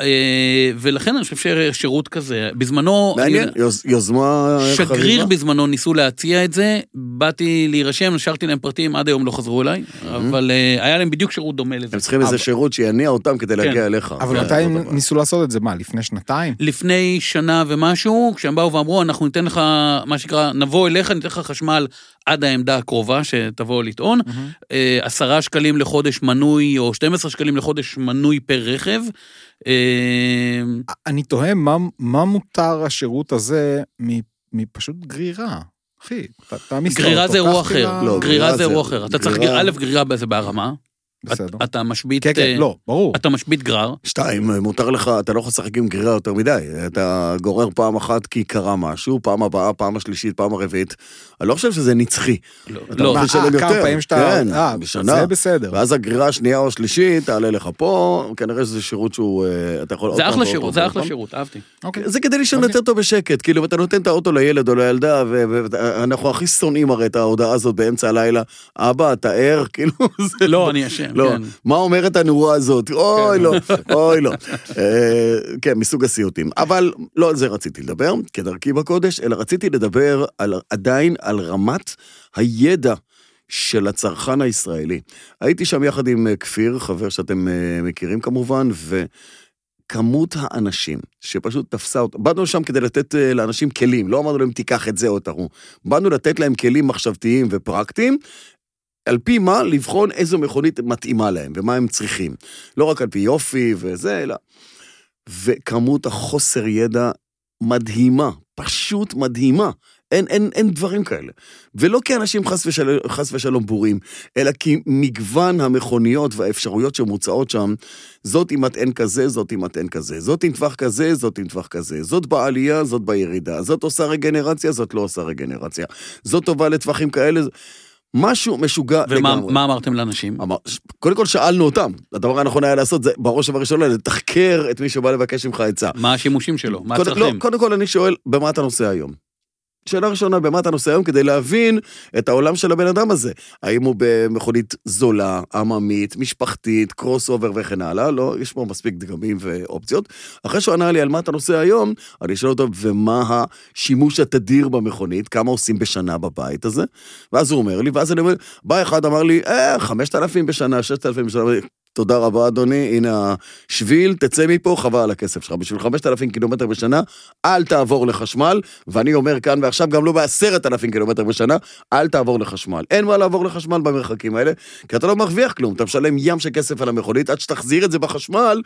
Speaker 2: אה, ולכן אני חושב ששירות כזה, בזמנו...
Speaker 1: מעניין,
Speaker 2: אני-
Speaker 1: יוז- יוזמה חביבה.
Speaker 2: שגריר בזמנו ניסו להציע את זה, באתי להירשם, השארתי להם פרטים, עד היום לא חזרו אליי, אבל אה, היה להם בדיוק שירות דומה לזה.
Speaker 1: הם צריכים איזה
Speaker 3: אבל-
Speaker 1: שירות שיניע אותם כדי
Speaker 2: כן.
Speaker 1: להגיע אליך.
Speaker 3: אבל
Speaker 1: זה
Speaker 3: מתי
Speaker 1: אותו דבר.
Speaker 3: הם ניסו לעשות את זה? מה, לפני שנתיים?
Speaker 2: לפני שנה ומשהו, כשהם באו ואמרו, אנחנו ניתן לך, מה שנקרא, נבוא אליך, ניתן לך חשמל עד העמדה הקרובה, שתבוא לטעון. אה, עשרה שקלים לחודש מנוי, או 12 שקלים לחודש מנוי פר רכב. אה,
Speaker 3: אני תוהה מה, מה מותר השירות הזה מ- מפשוט גרירה. אחי, ת- תעמיס
Speaker 2: גרירה
Speaker 3: לאוטו,
Speaker 2: זה
Speaker 3: קח
Speaker 2: אירוע
Speaker 3: גרירה-
Speaker 2: אחר,
Speaker 1: לא,
Speaker 2: גרירה
Speaker 1: גרירה
Speaker 2: זה
Speaker 1: זה-
Speaker 2: אירוע אחר. אתה צריך,
Speaker 1: גרירה-
Speaker 2: א', גרירה זה בהרמה.
Speaker 3: בסדר.
Speaker 2: אתה- אתה משבית...
Speaker 3: כן, כן,
Speaker 2: אה,
Speaker 3: לא, ברור.
Speaker 2: אתה משבית גרר.
Speaker 1: שתיים, מותר לך, אתה לא יכול לשחק עם גרירה יותר מדי. אתה גורר פעם אחת כי קרה משהו, פעם הבאה, פעם השלישית, פעם הרביעית. אני לא חושב שזה נצחי.
Speaker 2: לא,
Speaker 1: אתה
Speaker 2: לא,
Speaker 1: יכול
Speaker 3: מה,
Speaker 1: לשלם
Speaker 3: אה, כמה
Speaker 1: יותר.
Speaker 3: פעמים שאתה...
Speaker 1: כן,
Speaker 3: אה,
Speaker 1: בשנה.
Speaker 3: זה בסדר.
Speaker 1: ואז הגרירה השנייה או השלישית תעלה לך פה, כנראה שזה שירות שהוא, אה, אתה יכול... עוד
Speaker 2: זה
Speaker 1: פעם
Speaker 2: אחלה
Speaker 1: ועוד פעם
Speaker 2: שירות, זה
Speaker 1: ועוד
Speaker 2: אחלה
Speaker 1: פעם.
Speaker 2: שירות, אהבתי.
Speaker 3: אוקיי.
Speaker 1: זה כדי לישון
Speaker 3: אוקיי.
Speaker 1: יותר טוב בשקט, כאילו, אתה נותן את האוטו לילד או לילדה, ואנחנו הכי שונאים הרי את ההודעה הזאת באמצע הלילה, אבא, אתה ער, <laughs> כאילו, <laughs> זה...
Speaker 2: לא, אני אשם,
Speaker 1: לא,
Speaker 2: כן.
Speaker 1: מה אומרת הנורה הזאת? אוי
Speaker 2: כן.
Speaker 1: לא, אוי לא. אה, כן, מסוג הסיוטים. אבל לא על זה רציתי לדבר, כדרכי בקודש, אלא רציתי לדבר על, עדיין על רמת הידע. של הצרכן הישראלי. הייתי שם יחד עם אה, כפיר, חבר שאתם אה, מכירים כמובן, וכמות האנשים שפשוט תפסה אותם, באנו שם כדי לתת אה, לאנשים כלים, לא אמרנו להם תיקח את זה או את ההוא, באנו לתת להם כלים מחשבתיים ופרקטיים, על פי מה לבחון איזו מכונית מתאימה להם ומה הם צריכים. לא רק על פי יופי וזה, אלא... וכמות החוסר ידע מדהימה, פשוט מדהימה. אין, אין, אין דברים כאלה. ולא כי אנשים חס ושלום, חס ושלום בורים, אלא כי מגוון המכוניות והאפשרויות שמוצעות שם, זאת עם מטען כזה, זאת עם מטען כזה, זאת עם טווח כזה, זאת עם טווח כזה, זאת בעלייה, זאת בירידה, זאת עושה רגנרציה, זאת לא עושה רגנרציה, זאת טובה לטווחים כאלה, משהו משוגע
Speaker 2: ומה
Speaker 1: לגמרי.
Speaker 2: מה אמרתם לאנשים?
Speaker 1: אמר, ש- קודם כל שאלנו אותם, הדבר הנכון היה לעשות זה בראש ובראשונה לתחקר את מי שבא לבקש ממך עצה.
Speaker 2: מה השימושים שלו? מה
Speaker 1: קודם, לא,
Speaker 2: הצרכים?
Speaker 1: קודם כל אני שואל, במה אתה נוסע היום? שאלה ראשונה, במה אתה נוסע היום? כדי להבין את העולם של הבן אדם הזה. האם הוא במכונית זולה, עממית, משפחתית, קרוס אובר וכן הלאה? לא, יש פה מספיק דגמים ואופציות. אחרי שהוא ענה לי על מה אתה נוסע היום, אני שואל אותו, ומה השימוש התדיר במכונית? כמה עושים בשנה בבית הזה? ואז הוא אומר לי, ואז אני אומר, בא אחד, אמר לי, אה, 5,000 בשנה, 6,000 בשנה. תודה רבה, אדוני, הנה השביל, תצא מפה, חבל על הכסף שלך. בשביל 5,000 קילומטר בשנה, אל תעבור לחשמל, ואני אומר כאן ועכשיו, גם לא ב-10,000 קילומטר בשנה, אל תעבור לחשמל. אין מה לעבור לחשמל במרחקים האלה, כי אתה לא מרוויח כלום, אתה משלם ים של כסף על המכונית, עד שתחזיר את זה בחשמל,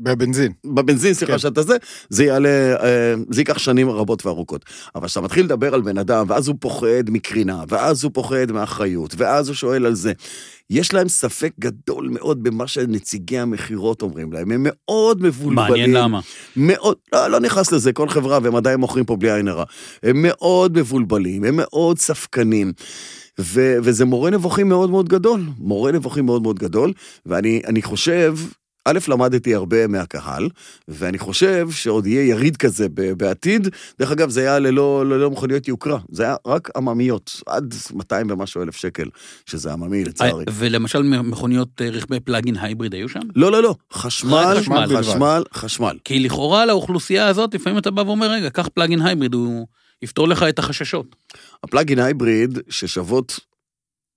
Speaker 3: בבנזין.
Speaker 1: בבנזין, סליחה,
Speaker 3: כן.
Speaker 1: שאתה זה, זה יעלה, אה, זה ייקח שנים רבות וארוכות. אבל כשאתה מתחיל לדבר על בן אדם, ואז הוא פוחד מקרינה, ואז הוא פוחד מאחריות, ואז הוא שואל על זה. יש להם ספק גדול מאוד במה שנציגי המכירות אומרים להם, הם מאוד מבולבלים.
Speaker 2: מעניין למה.
Speaker 1: מאוד, לא, לא נכנס לזה, כל חברה, והם עדיין מוכרים פה בלי עין הרע. הם מאוד מבולבלים, הם מאוד ספקנים. ו, וזה מורה נבוכים מאוד מאוד גדול, מורה נבוכים מאוד מאוד גדול, ואני אני חושב, א', למדתי הרבה מהקהל, ואני חושב שעוד יהיה יריד כזה ב- בעתיד. דרך אגב, זה היה ללא, ללא מכוניות יוקרה, זה היה רק עממיות, עד 200 ומשהו אלף שקל, שזה עממי לצערי.
Speaker 2: אה, ולמשל מכוניות אה, רכבי פלאגין הייבריד היו שם?
Speaker 1: לא, לא, לא, חשמל,
Speaker 2: רק
Speaker 1: חשמל,
Speaker 2: חשמל
Speaker 3: בלבד.
Speaker 1: חשמל, חשמל.
Speaker 2: כי לכאורה לאוכלוסייה הזאת, לפעמים אתה בא ואומר, רגע, קח פלאגין הייבריד, הוא יפתור לך את החששות.
Speaker 1: הפלאגין הייבריד ששוות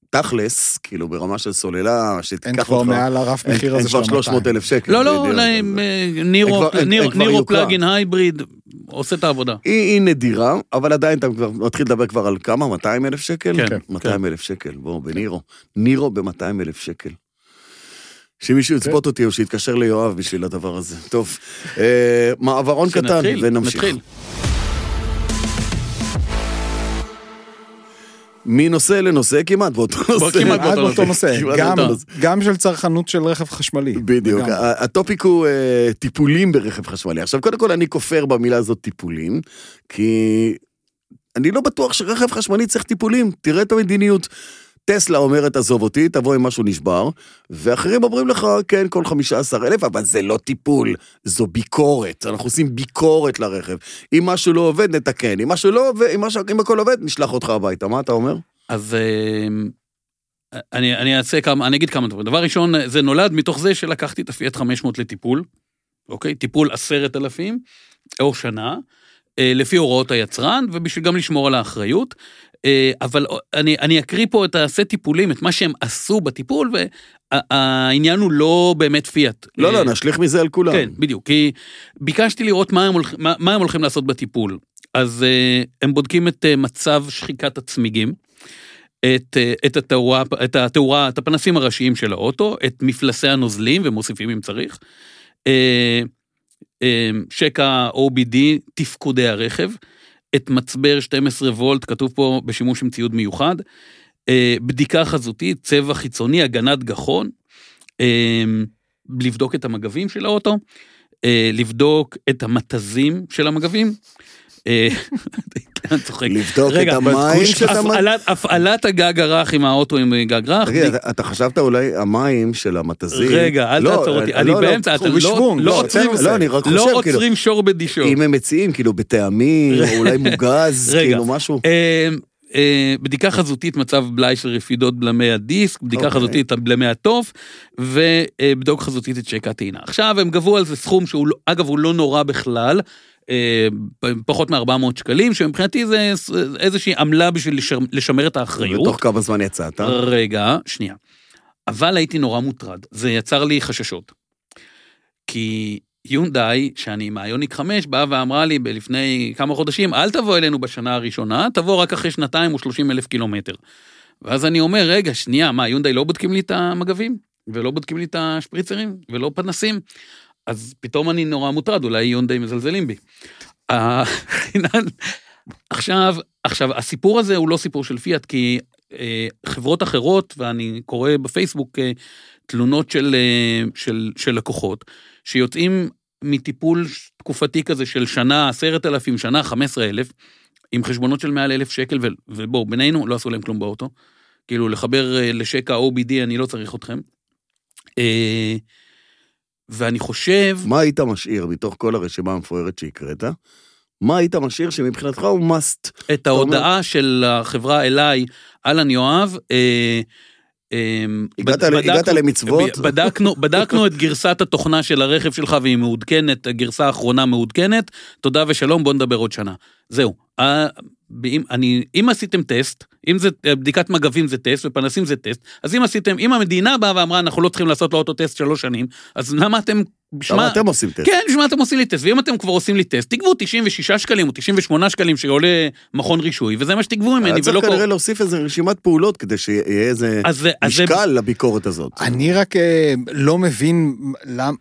Speaker 1: תכלס, כאילו ברמה של סוללה, שתיקח
Speaker 3: אין
Speaker 1: אותך...
Speaker 3: כבר מעל הרף
Speaker 1: אין-
Speaker 3: מחיר הזה
Speaker 1: אין כבר
Speaker 3: של
Speaker 1: 300 אלף שקל.
Speaker 2: לא, לא,
Speaker 1: כן, בדיוק.
Speaker 2: אולי, אה, נירו-
Speaker 1: כבר- הם-
Speaker 2: נירו-
Speaker 1: הם כבר
Speaker 2: נירו
Speaker 1: יוקרה.
Speaker 2: פלאגין הייבריד עושה את העבודה.
Speaker 1: היא, היא נדירה, אבל עדיין אתה כבר מתחיל לדבר כבר על כמה? 200 אלף שקל?
Speaker 2: כן,
Speaker 1: 200 אלף שקל, בואו, בנירו. נירו ב-200 אלף שקל. שמישהו
Speaker 3: כן.
Speaker 1: יצפוט אותי או שיתקשר ליואב בשביל הדבר הזה. טוב, אה, מעברון קטן,
Speaker 2: שנתחיל,
Speaker 1: ונמשיך.
Speaker 2: נתחיל.
Speaker 1: מנושא לנושא כמעט באותו נושא.
Speaker 2: כמעט
Speaker 3: עד באותו נושא,
Speaker 1: כמעט
Speaker 3: גם-
Speaker 1: באותו נושא.
Speaker 3: גם של צרכנות של רכב חשמלי.
Speaker 1: בדיוק,
Speaker 3: לגמרי.
Speaker 1: ה- הטופיק הוא אה, טיפולים ברכב חשמלי. עכשיו, קודם כל, אני כופר במילה הזאת טיפולים, כי אני לא בטוח שרכב חשמלי צריך טיפולים, תראה את המדיניות. טסלה אומרת, עזוב אותי, תבוא עם משהו נשבר, ואחרים אומרים לך, כן, כל 15 אלף, אבל זה לא טיפול, זו ביקורת. אנחנו עושים ביקורת לרכב. אם משהו לא עובד, נתקן. אם משהו לא עובד, אם, משהו, אם הכל עובד, נשלח אותך הביתה. מה אתה אומר?
Speaker 2: אז אה, אני, אני אעשה כמה, אני אגיד כמה דברים. דבר ראשון, אה, זה נולד מתוך זה שלקחתי את הפיאט 500 לטיפול, אוקיי? טיפול 10,000 או שנה, אה, לפי הוראות היצרן, ובשביל גם לשמור על האחריות. אה, אבל אני, אני אקריא פה את העשה טיפולים, את מה שהם עשו בטיפול, והעניין הוא לא באמת פיאט.
Speaker 1: לא,
Speaker 2: אה,
Speaker 1: לא, נשליך מזה על כולם.
Speaker 2: כן, בדיוק. כי ביקשתי לראות מה הם, הולכ... מה, מה הם הולכים לעשות בטיפול. אז uh, הם בודקים את uh, מצב שחיקת הצמיגים, את, uh, את, התאורה, את התאורה, את הפנסים הראשיים של האוטו, את מפלסי הנוזלים, ומוסיפים אם צריך, uh, um, שקע OBD, תפקודי הרכב, את מצבר 12 וולט, כתוב פה בשימוש עם ציוד מיוחד, uh, בדיקה חזותית, צבע חיצוני, הגנת גחון. אמ, לבדוק את המגבים של האוטו, אה, לבדוק את המתזים של המגבים. אה, <laughs> אני צוחק.
Speaker 1: לבדוק את
Speaker 2: רגע,
Speaker 1: המים
Speaker 2: בדקוש-
Speaker 1: שאתה...
Speaker 2: הפעלת- הפעלת הגג הרך עם האוטו עם גג רך.
Speaker 1: תגיד, אתה- אתה חשבת אולי המים של המתזים...
Speaker 2: רגע, אל
Speaker 1: לא,
Speaker 2: תעצור אותי,
Speaker 1: לא,
Speaker 2: אני
Speaker 1: לא,
Speaker 2: באמצע, אתם
Speaker 1: הוא
Speaker 2: לא-
Speaker 1: בשוונג,
Speaker 2: לא
Speaker 1: לא,
Speaker 2: עוצרים-
Speaker 1: בסדר, לא, אני רק
Speaker 2: לא
Speaker 1: חושב, כאילו,
Speaker 2: עוצרים שור בדישו.
Speaker 1: אם הם מציעים, כאילו, בטעמים, או
Speaker 2: <laughs>
Speaker 1: אולי מוגז,
Speaker 2: רגע.
Speaker 1: כאילו, משהו.
Speaker 2: אה, אה, בדיקה חזותית מצב בלאי של רפידות בלמי הדיסק, בדיקה
Speaker 1: אוקיי.
Speaker 2: חזותית בלמי התוף, ובדוק חזותית את שקע טעינה. עכשיו הם גבו על זה סכום שהוא, לא- אגב, הוא לא נורא בכלל, אה, פ- פחות מ-400 שקלים, שמבחינתי זה ס- איזושהי עמלה בשביל לשמר- לשמר את האחריות.
Speaker 1: ותוך כמה זמן יצאת?
Speaker 2: אה. רגע, שנייה. אבל הייתי נורא מוטרד, זה יצר לי חששות. כי יונדאי, שאני עם היוניק 5, באה ואמרה לי ב- לפני כמה חודשים, אל תבוא אלינו בשנה הראשונה, תבוא רק אחרי שנתיים או 30 אלף קילומטר. ואז אני אומר, רגע, שנייה, מה, יונדאי לא בודקים לי את המגבים? ולא בודקים לי את השפריצרים? ולא פנסים? אז פתאום אני נורא מוטרד, אולי יונדאי מזלזלים בי. ה- <laughs> עכשיו, עכשיו, הסיפור הזה הוא לא סיפור של פיאט, כי אה, חברות אחרות, ואני קורא בפייסבוק אה, תלונות של, אה, של, של לקוחות, שיוצאים מטיפול ש- תקופתי כזה של שנה, עשרת אלפים, שנה, חמש עשרה אלף, עם חשבונות של מעל אלף שקל, ו- ובואו, בינינו, לא עשו להם כלום באוטו. כאילו, לחבר אה, לשקע OBD, אני לא צריך אתכם. אה, ואני חושב...
Speaker 1: מה היית משאיר מתוך כל הרשימה המפוארת שהקראת? מה היית משאיר שמבחינתך הוא must?
Speaker 2: את ההודעה של החברה אליי, אהלן יואב, אה, אה,
Speaker 1: הגעת
Speaker 2: בד-
Speaker 1: ל-
Speaker 2: בדקנו-
Speaker 1: הגעת למצוות?
Speaker 2: בדקנו, בדקנו את גרסת התוכנה של הרכב שלך והיא מעודכנת, הגרסה האחרונה מעודכנת, תודה ושלום, בוא נדבר עוד שנה. זהו. אה, אם, אני, אם עשיתם טסט, אם זה אה, בדיקת מגבים זה טסט ופנסים זה טסט, אז אם עשיתם, אם המדינה באה ואמרה אנחנו לא צריכים לעשות לאוטו טסט שלוש שנים, אז למה אתם,
Speaker 1: למה
Speaker 2: בשמה,
Speaker 1: אתם עושים טסט?
Speaker 2: כן, בשביל מה אתם עושים לי טסט? ואם אתם כבר עושים לי טסט, תגבו 96 שקלים או 98 שקלים שעולה מכון רישוי, וזה מה שתגבו ממני,
Speaker 1: היה צריך
Speaker 2: ולא
Speaker 1: כנראה לא-
Speaker 2: קורה.
Speaker 1: להוסיף איזה רשימת פעולות כדי שיהיה איזה
Speaker 2: אז זה... אז זה-
Speaker 1: משקל לביקורת הזאת.
Speaker 3: אני רק אה, לא מבין למ-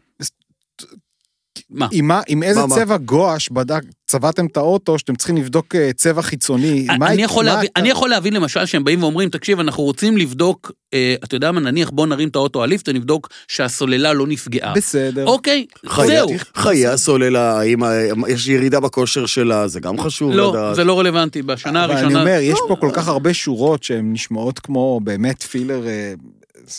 Speaker 2: מה?
Speaker 3: עם מה- עם איזה
Speaker 1: מה, מה?
Speaker 3: צבע גואש בדק, צבעתם את האוטו שאתם צריכים לבדוק אה, צבע חיצוני. מה-
Speaker 2: אני יכול
Speaker 3: מה
Speaker 2: להבין-
Speaker 3: אתה-
Speaker 2: אני יכול להבין למשל שהם באים ואומרים, תקשיב, אנחנו רוצים לבדוק, אה, אתה יודע מה, נניח בוא נרים את האוטו הליפט ונבדוק שהסוללה לא נפגעה.
Speaker 3: בסדר.
Speaker 2: אוקיי,
Speaker 1: חיי-
Speaker 2: זהו.
Speaker 1: חיי הסוללה, האם ה- יש ירידה בכושר שלה, זה גם חשוב
Speaker 2: לא,
Speaker 1: לדעת.
Speaker 2: זה לא רלוונטי, בשנה
Speaker 3: אבל
Speaker 2: הראשונה...
Speaker 3: אני אומר, יש
Speaker 1: לא.
Speaker 3: פה כל כך הרבה שורות שהן נשמעות כמו באמת פילר, אה,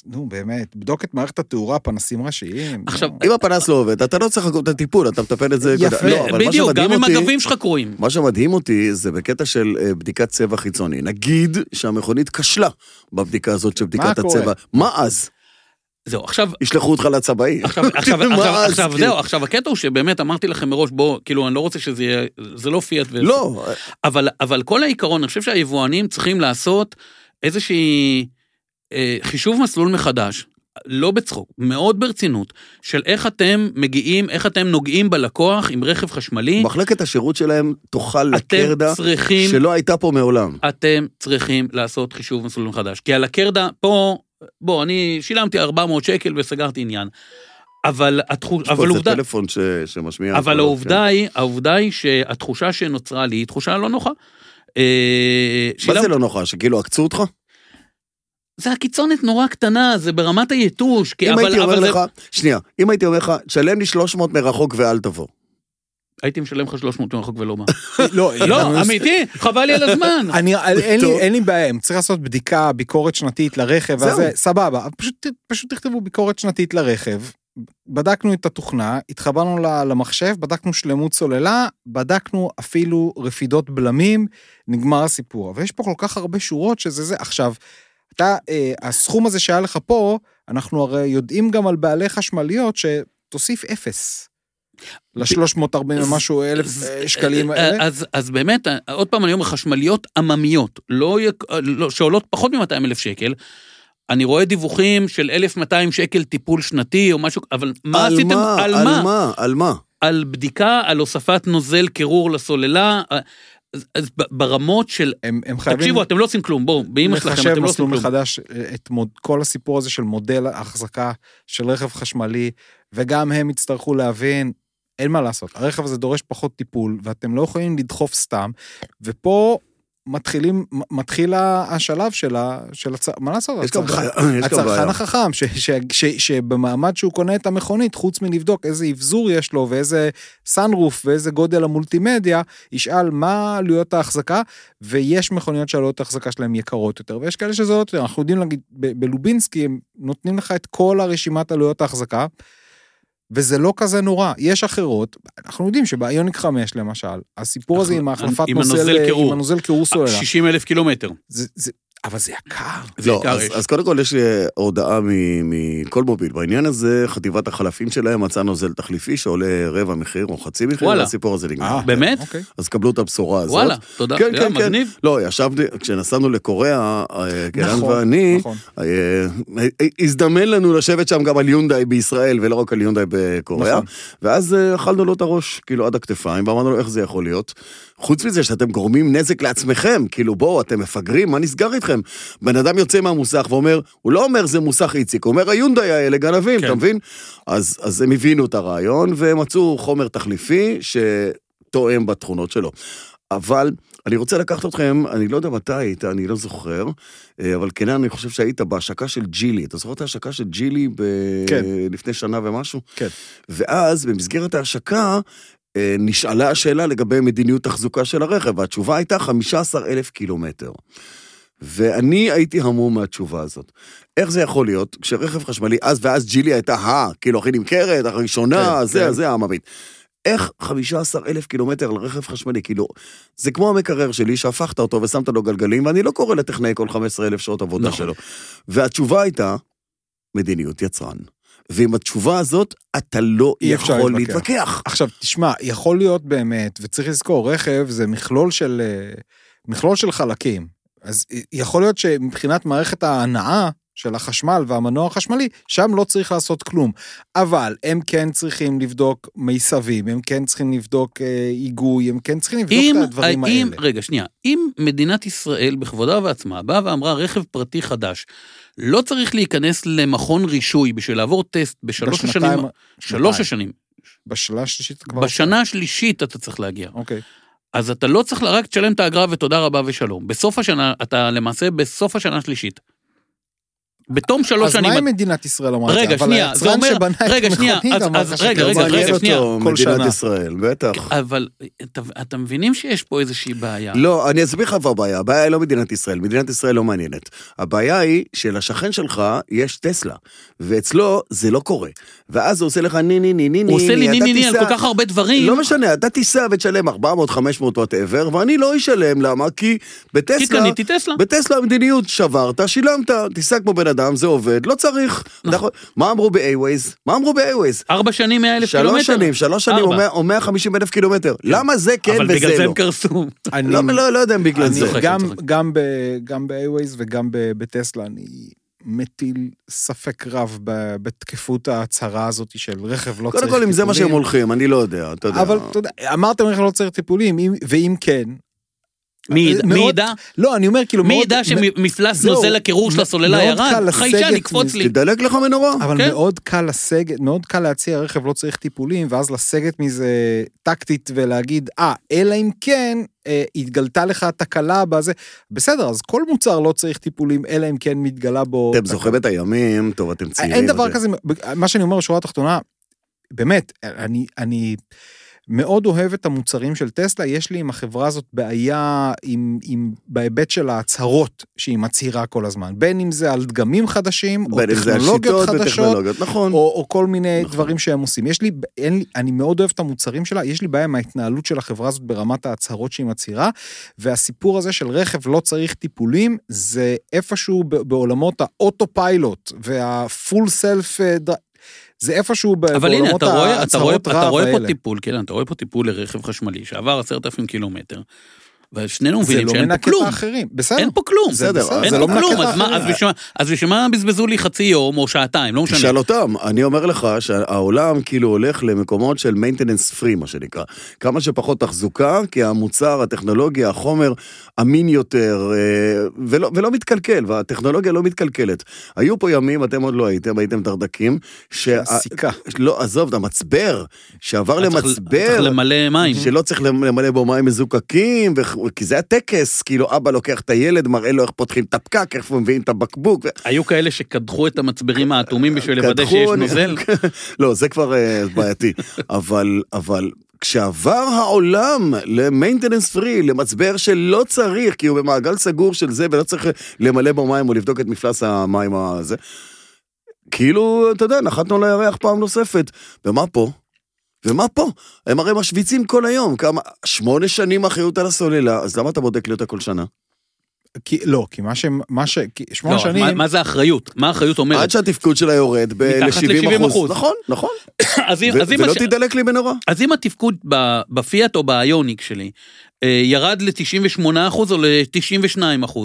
Speaker 3: נו באמת, בדוק את מערכת התאורה, פנסים ראשיים.
Speaker 2: עכשיו,
Speaker 1: אם הפנס לא עובד, אתה לא צריך לחכות את הטיפול, אתה מטפל את זה.
Speaker 3: יפה.
Speaker 1: לא, אבל מה
Speaker 2: בדיוק, גם
Speaker 1: שמדהים
Speaker 2: אם
Speaker 1: אותי-
Speaker 2: הגבים שלך קרועים.
Speaker 1: מה שמדהים אותי זה בקטע של אה, בדיקת צבע חיצוני. נגיד שהמכונית כשלה בבדיקה הזאת של בדיקת
Speaker 3: קורה?
Speaker 1: הצבע, מה אז?
Speaker 2: זהו, עכשיו,
Speaker 1: ישלחו אותך לצבעי?
Speaker 2: עכשיו,
Speaker 1: <laughs>
Speaker 2: עכשיו,
Speaker 1: מה
Speaker 2: עכשיו,
Speaker 1: אז,
Speaker 2: עכשיו,
Speaker 1: כאילו?
Speaker 2: זהו, עכשיו, הקטע הוא שבאמת אמרתי לכם מראש, בוא, כאילו, אני לא רוצה שזה יהיה, זה לא פיאט. ו-
Speaker 1: לא,
Speaker 2: אבל, אבל כל העיקרון, אני חושב שהיבואנים צריכים לעשות איזושהי אה, חישוב מסלול מחדש, לא בצחוק, מאוד ברצינות, של איך אתם מגיעים, איך אתם נוגעים בלקוח עם רכב חשמלי,
Speaker 1: מחלקת השירות שלהם תאכל
Speaker 2: אתם
Speaker 1: לקרדה
Speaker 2: צריכים...
Speaker 1: שלא הייתה פה מעולם.
Speaker 2: אתם צריכים לעשות חישוב מסלול מחדש. כי על הקרדה, פה, בוא, אני שילמתי 400 שקל וסגרתי עניין. אבל התחוש...
Speaker 1: יש פה
Speaker 2: אבל
Speaker 1: איזה
Speaker 2: עובדה...
Speaker 1: טלפון ש- שמשמיע. כן.
Speaker 2: אבל
Speaker 1: הקולות,
Speaker 2: העובדה היא, העובדה היא שהתחושה שנוצרה לי היא תחושה לא נוחה. אה,
Speaker 1: כן. מה
Speaker 2: שילמת-
Speaker 1: זה לא נוחה? שכאילו עקצו אותך?
Speaker 2: זה הקיצונת נורא קטנה, זה ברמת היתוש. כי-
Speaker 1: אם
Speaker 2: אבל-
Speaker 1: הייתי אומר
Speaker 2: אבל זה-
Speaker 1: לך, שנייה, אם הייתי אומר לך, תשלם לי 300 מרחוק ואל תבוא.
Speaker 2: הייתי משלם לך 300 מרחוק
Speaker 1: <laughs>
Speaker 2: ולא מה.
Speaker 3: לא,
Speaker 2: לא, אמיתי, חבל לי על הזמן.
Speaker 3: אני, אין,
Speaker 1: טוב.
Speaker 3: לי, אין לי בעיה, אם צריך לעשות בדיקה, ביקורת שנתית לרכב,
Speaker 1: זהו.
Speaker 3: אז סבבה, אבל פשוט, פשוט תכתבו ביקורת שנתית לרכב, בדקנו את התוכנה, התחברנו ל- למחשב, בדקנו שלמות סוללה, בדקנו אפילו רפידות בלמים, נגמר הסיפור. אבל יש פה כל כך הרבה שורות שזה זה. עכשיו, אתה, אה, הסכום הזה שהיה לך פה, אנחנו הרי יודעים גם על בעלי חשמליות שתוסיף אפס. ל-340 ומשהו אלף
Speaker 2: אז-
Speaker 3: אה, שקלים
Speaker 2: אה,
Speaker 3: האלה.
Speaker 2: אז, אז באמת, אה, עוד פעם אני אומר, חשמליות עממיות, לא, יק- אה, לא, שעולות פחות מ-200 אלף שקל. אני רואה דיווחים של 1,200 שקל טיפול שנתי או משהו, אבל מה
Speaker 1: על
Speaker 2: עשיתם?
Speaker 1: מה? על מה? על מה?
Speaker 2: על בדיקה, על הוספת נוזל קירור לסוללה, אה, אז, אז ב- ברמות של...
Speaker 3: הם הם חייבים...
Speaker 2: תקשיבו, אתם לא עושים כלום, בואו, באמא שלכם
Speaker 3: לחשב
Speaker 2: אתם לא
Speaker 3: מסלול
Speaker 2: עושים כלום.
Speaker 3: מחדש אה, את מוד, כל הסיפור הזה של מודל ההחזקה של רכב חשמלי, וגם הם יצטרכו להבין, אין מה לעשות, הרכב הזה דורש פחות טיפול, ואתם לא יכולים לדחוף סתם, ופה מתחילים, מ- מתחיל ה- השלב של ה... של הצ... מה לעשות?
Speaker 1: יש גם
Speaker 3: הצרכן-
Speaker 1: בעיה. יש גם
Speaker 3: הצרכן
Speaker 1: בעיה.
Speaker 3: החכם, ש, ש, ש, שבמעמד שהוא קונה את המכונית, חוץ מלבדוק איזה אבזור יש לו ואיזה סאנרוף ואיזה גודל המולטימדיה, ישאל מה עלויות ההחזקה, ויש מכוניות שעלויות ההחזקה שלהן יקרות יותר, ויש כאלה שזולות יותר. אנחנו יודעים להגיד, ב- בלובינסקי הם נותנים לך את כל הרשימת עלויות ההחזקה, וזה לא כזה נורא, יש אחרות, אנחנו יודעים שביוניק 5 למשל, הסיפור הזה
Speaker 2: אנחנו-
Speaker 3: עם ההחלפת
Speaker 2: עם הנוזל
Speaker 3: נוזל,
Speaker 2: קירור.
Speaker 3: עם הנוזל קירור סוללה,
Speaker 2: 60 אה, אלף קילומטר.
Speaker 3: זה- זה- אבל זה יקר.
Speaker 2: זה
Speaker 1: לא,
Speaker 2: יקר
Speaker 1: אז,
Speaker 2: אש.
Speaker 1: אז קודם כל יש לי הודעה מ- מכל מוביל. בעניין הזה, חטיבת החלפים שלהם מצאה נוזל תחליפי שעולה רבע מחיר או חצי מחיר,
Speaker 2: וואלה.
Speaker 1: והסיפור הזה נגמר.
Speaker 3: אה,
Speaker 2: באמת?
Speaker 3: אוקיי.
Speaker 1: אז קבלו את הבשורה הזאת.
Speaker 2: וואלה, תודה,
Speaker 1: כן,
Speaker 2: זה
Speaker 1: כן, כן.
Speaker 2: מגניב.
Speaker 1: לא, ישבתי, כשנסענו לקוריאה, אה, גלעד
Speaker 3: נכון,
Speaker 1: ואני,
Speaker 3: נכון.
Speaker 1: אה, אה, הזדמן לנו לשבת שם גם על יונדאי בישראל, ולא רק על יונדאי בקוריאה.
Speaker 3: נכון.
Speaker 1: ואז אה, אכלנו לו את הראש, כאילו, עד הכתפיים, ואמרנו לו, איך זה יכול להיות? חוץ מזה שאתם גורמים נזק לעצמכם, כאילו, בואו, אתם מפגרים, מה נסגר איתכם? בן אדם יוצא מהמוסך ואומר, הוא לא אומר זה מוסך איציק, הוא אומר היונדאי האלה גנבים,
Speaker 2: כן.
Speaker 1: אתה מבין? אז, אז הם הבינו את הרעיון, והם מצאו חומר תחליפי שתואם בתכונות שלו. אבל אני רוצה לקחת אתכם, אני לא יודע מתי היית, אני לא זוכר, אה, אבל כן, אני חושב שהיית בהשקה של ג'ילי. אתה זוכר את ההשקה של ג'ילי ב...
Speaker 3: כן.
Speaker 1: לפני שנה ומשהו?
Speaker 3: כן.
Speaker 1: ואז, במסגרת ההשקה, אה, נשאלה השאלה לגבי מדיניות תחזוקה של הרכב, והתשובה הייתה 15 אלף קילומטר. ואני הייתי המום מהתשובה הזאת. איך זה יכול להיות? כשרכב חשמלי, אז ואז ג'ילי הייתה ה... כאילו, הכי נמכרת, הראשונה,
Speaker 3: כן,
Speaker 1: זה,
Speaker 3: כן.
Speaker 1: זה העממית. איך 15 אלף קילומטר לרכב חשמלי? כאילו, זה כמו המקרר שלי שהפכת אותו ושמת לו גלגלים, ואני לא קורא לטכנאי כל 15 אלף שעות עבודה
Speaker 2: נכון.
Speaker 1: שלו. והתשובה הייתה, מדיניות יצרן. ועם התשובה הזאת, אתה לא
Speaker 3: אי אפשר
Speaker 1: יכול
Speaker 3: להתווכח.
Speaker 1: להתווכח.
Speaker 3: עכשיו, תשמע, יכול להיות באמת, וצריך לזכור, רכב זה מכלול של, אה, מכלול של חלקים. אז י- יכול להיות שמבחינת מערכת ההנעה של החשמל והמנוע החשמלי, שם לא צריך לעשות כלום. אבל הם כן צריכים לבדוק מיסבים, הם כן צריכים לבדוק אה, היגוי, הם כן צריכים לבדוק
Speaker 2: אם,
Speaker 3: את הדברים
Speaker 2: האם,
Speaker 3: האלה.
Speaker 2: רגע, שנייה. אם מדינת ישראל בכבודה ובעצמה באה ואמרה רכב פרטי חדש, לא צריך להיכנס למכון רישוי בשביל לעבור טסט בשלוש השנים,
Speaker 3: בשנתיים-
Speaker 2: שלוש
Speaker 3: שנתיים.
Speaker 2: השנים,
Speaker 3: בשנה השלישית כבר...
Speaker 2: בשנה השלישית אתה צריך להגיע.
Speaker 3: אוקיי.
Speaker 2: אז אתה לא צריך רק תשלם את האגרה ותודה רבה ושלום. בסוף השנה, אתה למעשה בסוף השנה השלישית. בתום שלוש
Speaker 3: אז
Speaker 2: שנים...
Speaker 3: מה
Speaker 2: את-
Speaker 3: אם מדינת ישראל אמרה את זה?
Speaker 2: רגע,
Speaker 3: אבל
Speaker 2: שנייה, זה
Speaker 3: היצרן
Speaker 2: אומר-
Speaker 3: שבנה את
Speaker 2: רגע, שנייה,
Speaker 3: המכונית
Speaker 2: אז-
Speaker 3: אמר
Speaker 2: אז
Speaker 3: לך
Speaker 2: רגע,
Speaker 1: לא
Speaker 3: שזה
Speaker 2: רגע,
Speaker 1: מעניין
Speaker 2: רגע, שנייה.
Speaker 1: אותו
Speaker 3: כל
Speaker 1: מדינת
Speaker 3: שנה.
Speaker 1: ישראל, בטח.
Speaker 2: אבל אתה, אתה מבינים שיש פה איזושהי בעיה.
Speaker 1: לא, אני אסביר לך איפה הבעיה. הבעיה היא לא מדינת ישראל, מדינת ישראל לא מעניינת. הבעיה היא שלשכן שלך יש טסלה, ואצלו זה לא קורה. ואז הוא עושה לך ני ני ני ני ני,
Speaker 2: הוא עושה לי
Speaker 1: אתה
Speaker 2: ני ני ני על
Speaker 1: תיסע-
Speaker 2: כל כך הרבה דברים.
Speaker 1: לא משנה, אתה תיסע ותשלם 400, 500, וואטאבר, ואני לא אשלם, למה? כי בטסלה...
Speaker 2: כי קניתי טסלה.
Speaker 1: בטסלה המדיניות שברת, שילמת, תיסע כמו בן אדם, זה עובד, לא צריך. נכון. מה אמרו ב-Awaze? מה אמרו ב-Aways?
Speaker 2: ארבע שנים, מאה אלף קילומטר.
Speaker 1: שלוש שנים, שלוש שנים
Speaker 2: ארבע.
Speaker 1: או מאה- או 150 אלף קילומטר. למה זה כן
Speaker 2: אבל בגלל
Speaker 1: וזה
Speaker 2: זה
Speaker 1: לא?
Speaker 2: הם קרסו.
Speaker 3: אני-
Speaker 1: לא, לא לא יודע אם בגלל
Speaker 3: אני
Speaker 1: זה.
Speaker 2: צוחק,
Speaker 3: גם,
Speaker 2: אני צוחק.
Speaker 3: גם, ב, גם ב-Aways וגם ב- בטסלה, אני מטיל ספק רב ב- בתקפות ההצהרה הזאת של רכב לא צריך
Speaker 1: קודם כל, אם זה מה שהם
Speaker 3: טיפולים.
Speaker 1: הולכים, אני לא יודע, אתה יודע.
Speaker 3: אבל אתה יודע, אמרתם רכב לא צריך טיפולים, אם- ואם כן...
Speaker 2: מי ידע- מי
Speaker 3: מאוד-
Speaker 2: ידע?
Speaker 3: לא, אני אומר, כאילו...
Speaker 2: מי
Speaker 3: מאוד-
Speaker 2: ידע שמפלס
Speaker 3: זהו,
Speaker 2: נוזל הקירור של
Speaker 3: מ-
Speaker 2: הסוללה
Speaker 3: מאוד
Speaker 2: ירד?
Speaker 3: קל
Speaker 2: חיישן
Speaker 3: לסגת
Speaker 2: יקפוץ
Speaker 3: מזה.
Speaker 2: לי.
Speaker 1: תדלק לך מנורה.
Speaker 3: אבל
Speaker 2: כן.
Speaker 3: מאוד קל לסגת, מאוד קל להציע רכב לא צריך טיפולים, ואז לסגת מזה טקטית ולהגיד, אה, אלא אם כן אה, התגלתה לך תקלה בזה. בסדר, אז כל מוצר לא צריך טיפולים, אלא אם כן מתגלה בו...
Speaker 1: אתם
Speaker 3: תק-
Speaker 1: זוכרים את הימים, טוב, אתם צעירים.
Speaker 3: אה, אין דבר
Speaker 1: אבל-
Speaker 3: כזה, מה שאני אומר בשורה התחתונה, באמת, אני, אני מאוד אוהב את המוצרים של טסלה, יש לי עם החברה הזאת בעיה עם, עם, בהיבט של ההצהרות שהיא מצהירה כל הזמן, בין אם זה על דגמים חדשים, או
Speaker 1: בין אם זה
Speaker 3: טכנולוגיות
Speaker 1: השיטות
Speaker 3: חדשות,
Speaker 1: וטכנולוגיות, נכון.
Speaker 3: או, או כל מיני
Speaker 1: נכון.
Speaker 3: נכון. דברים שהם עושים. יש לי, אין לי, אני מאוד אוהב את המוצרים שלה, יש לי בעיה עם ההתנהלות של החברה הזאת ברמת ההצהרות שהיא מצהירה, והסיפור הזה של רכב לא צריך טיפולים, זה איפשהו ב- בעולמות האוטו פיילוט והפול סלף, אה, זה איפשהו ב-
Speaker 2: אבל הנה,
Speaker 3: בעולמות
Speaker 2: אתה רואה, אתה רואה,
Speaker 3: ההצהרות
Speaker 2: אתה
Speaker 3: רב
Speaker 2: רואה פה
Speaker 3: האלה.
Speaker 2: טיפול, כן, אתה רואה פה טיפול לרכב חשמלי שעבר עשרת אלפים קילומטר, ושנינו
Speaker 3: זה
Speaker 2: מבינים
Speaker 3: לא
Speaker 2: שאין פה
Speaker 3: מנקה
Speaker 2: כלום.
Speaker 3: את האחרים, בסדר.
Speaker 2: אין פה כלום.
Speaker 1: זה בסדר,
Speaker 2: אין
Speaker 1: זה
Speaker 2: פה
Speaker 1: לא מנקה
Speaker 2: כלום,
Speaker 1: את
Speaker 2: אז מה- אז
Speaker 1: האחרים.
Speaker 2: בשביל מה- אז בשביל מה בזבזו לי חצי יום או שעתיים, לא משנה.
Speaker 1: תשאל אותם, אני אומר לך שהעולם כאילו הולך למקומות של maintenance free, מה שנקרא. כמה שפחות תחזוקה, כי המוצר, הטכנולוגיה, החומר אמין יותר, אה, ולא, ולא מתקלקל, והטכנולוגיה לא מתקלקלת. היו פה ימים, אתם עוד לא הייתם, הייתם דרדקים, שה...
Speaker 3: סיכה.
Speaker 1: לא, עזוב, המצבר, שעבר
Speaker 2: אתה צריך- אתה
Speaker 1: לא למצבר,
Speaker 2: צריך למלא מים.
Speaker 1: שלא צריך למלא בו מים מזוקקים, וכ- כי זה הטקס, כאילו אבא לוקח את הילד, מראה לו איך פותחים את הפקק, איך מביאים את הבקבוק. ו-
Speaker 2: היו כאלה שקדחו את המצברים האטומים בשביל לוודא
Speaker 1: קדחו,
Speaker 2: שיש
Speaker 1: אני-
Speaker 2: נוזל.
Speaker 1: <laughs> לא, זה כבר אה, בעייתי. אבל, אבל כשעבר העולם למיינטננס פרי, למצבר שלא צריך, כי הוא במעגל סגור של זה, ולא צריך למלא בו מים או לבדוק את מפלס המים הזה, כאילו, אתה יודע, נחתנו לירח פעם נוספת. ומה פה? ומה פה? הם הרי משוויצים כל היום, כמה, שמונה שנים אחריות על הסוללה, אז למה אתה בודק לי אותה כל שנה?
Speaker 3: כי- לא, כי מה שהם, מה ש... כי
Speaker 2: לא,
Speaker 3: שמונה
Speaker 2: אז
Speaker 3: שנים...
Speaker 2: מה- מה זה האחריות? מה האחריות
Speaker 1: עד
Speaker 2: אומרת?
Speaker 1: שהתפקוד שלה יורד ב-
Speaker 2: מתחת
Speaker 1: ל-70
Speaker 2: ל-70%.
Speaker 1: אחוז. נכון, נכון.
Speaker 2: <clears throat> אז אם-
Speaker 1: ו-
Speaker 2: אז אם
Speaker 1: ולא
Speaker 2: הש-
Speaker 1: תידלק לי בנורא.
Speaker 2: אז אם התפקוד ב- בפיאט או באיוניק שלי אה, ירד ל-98% או ל-92%,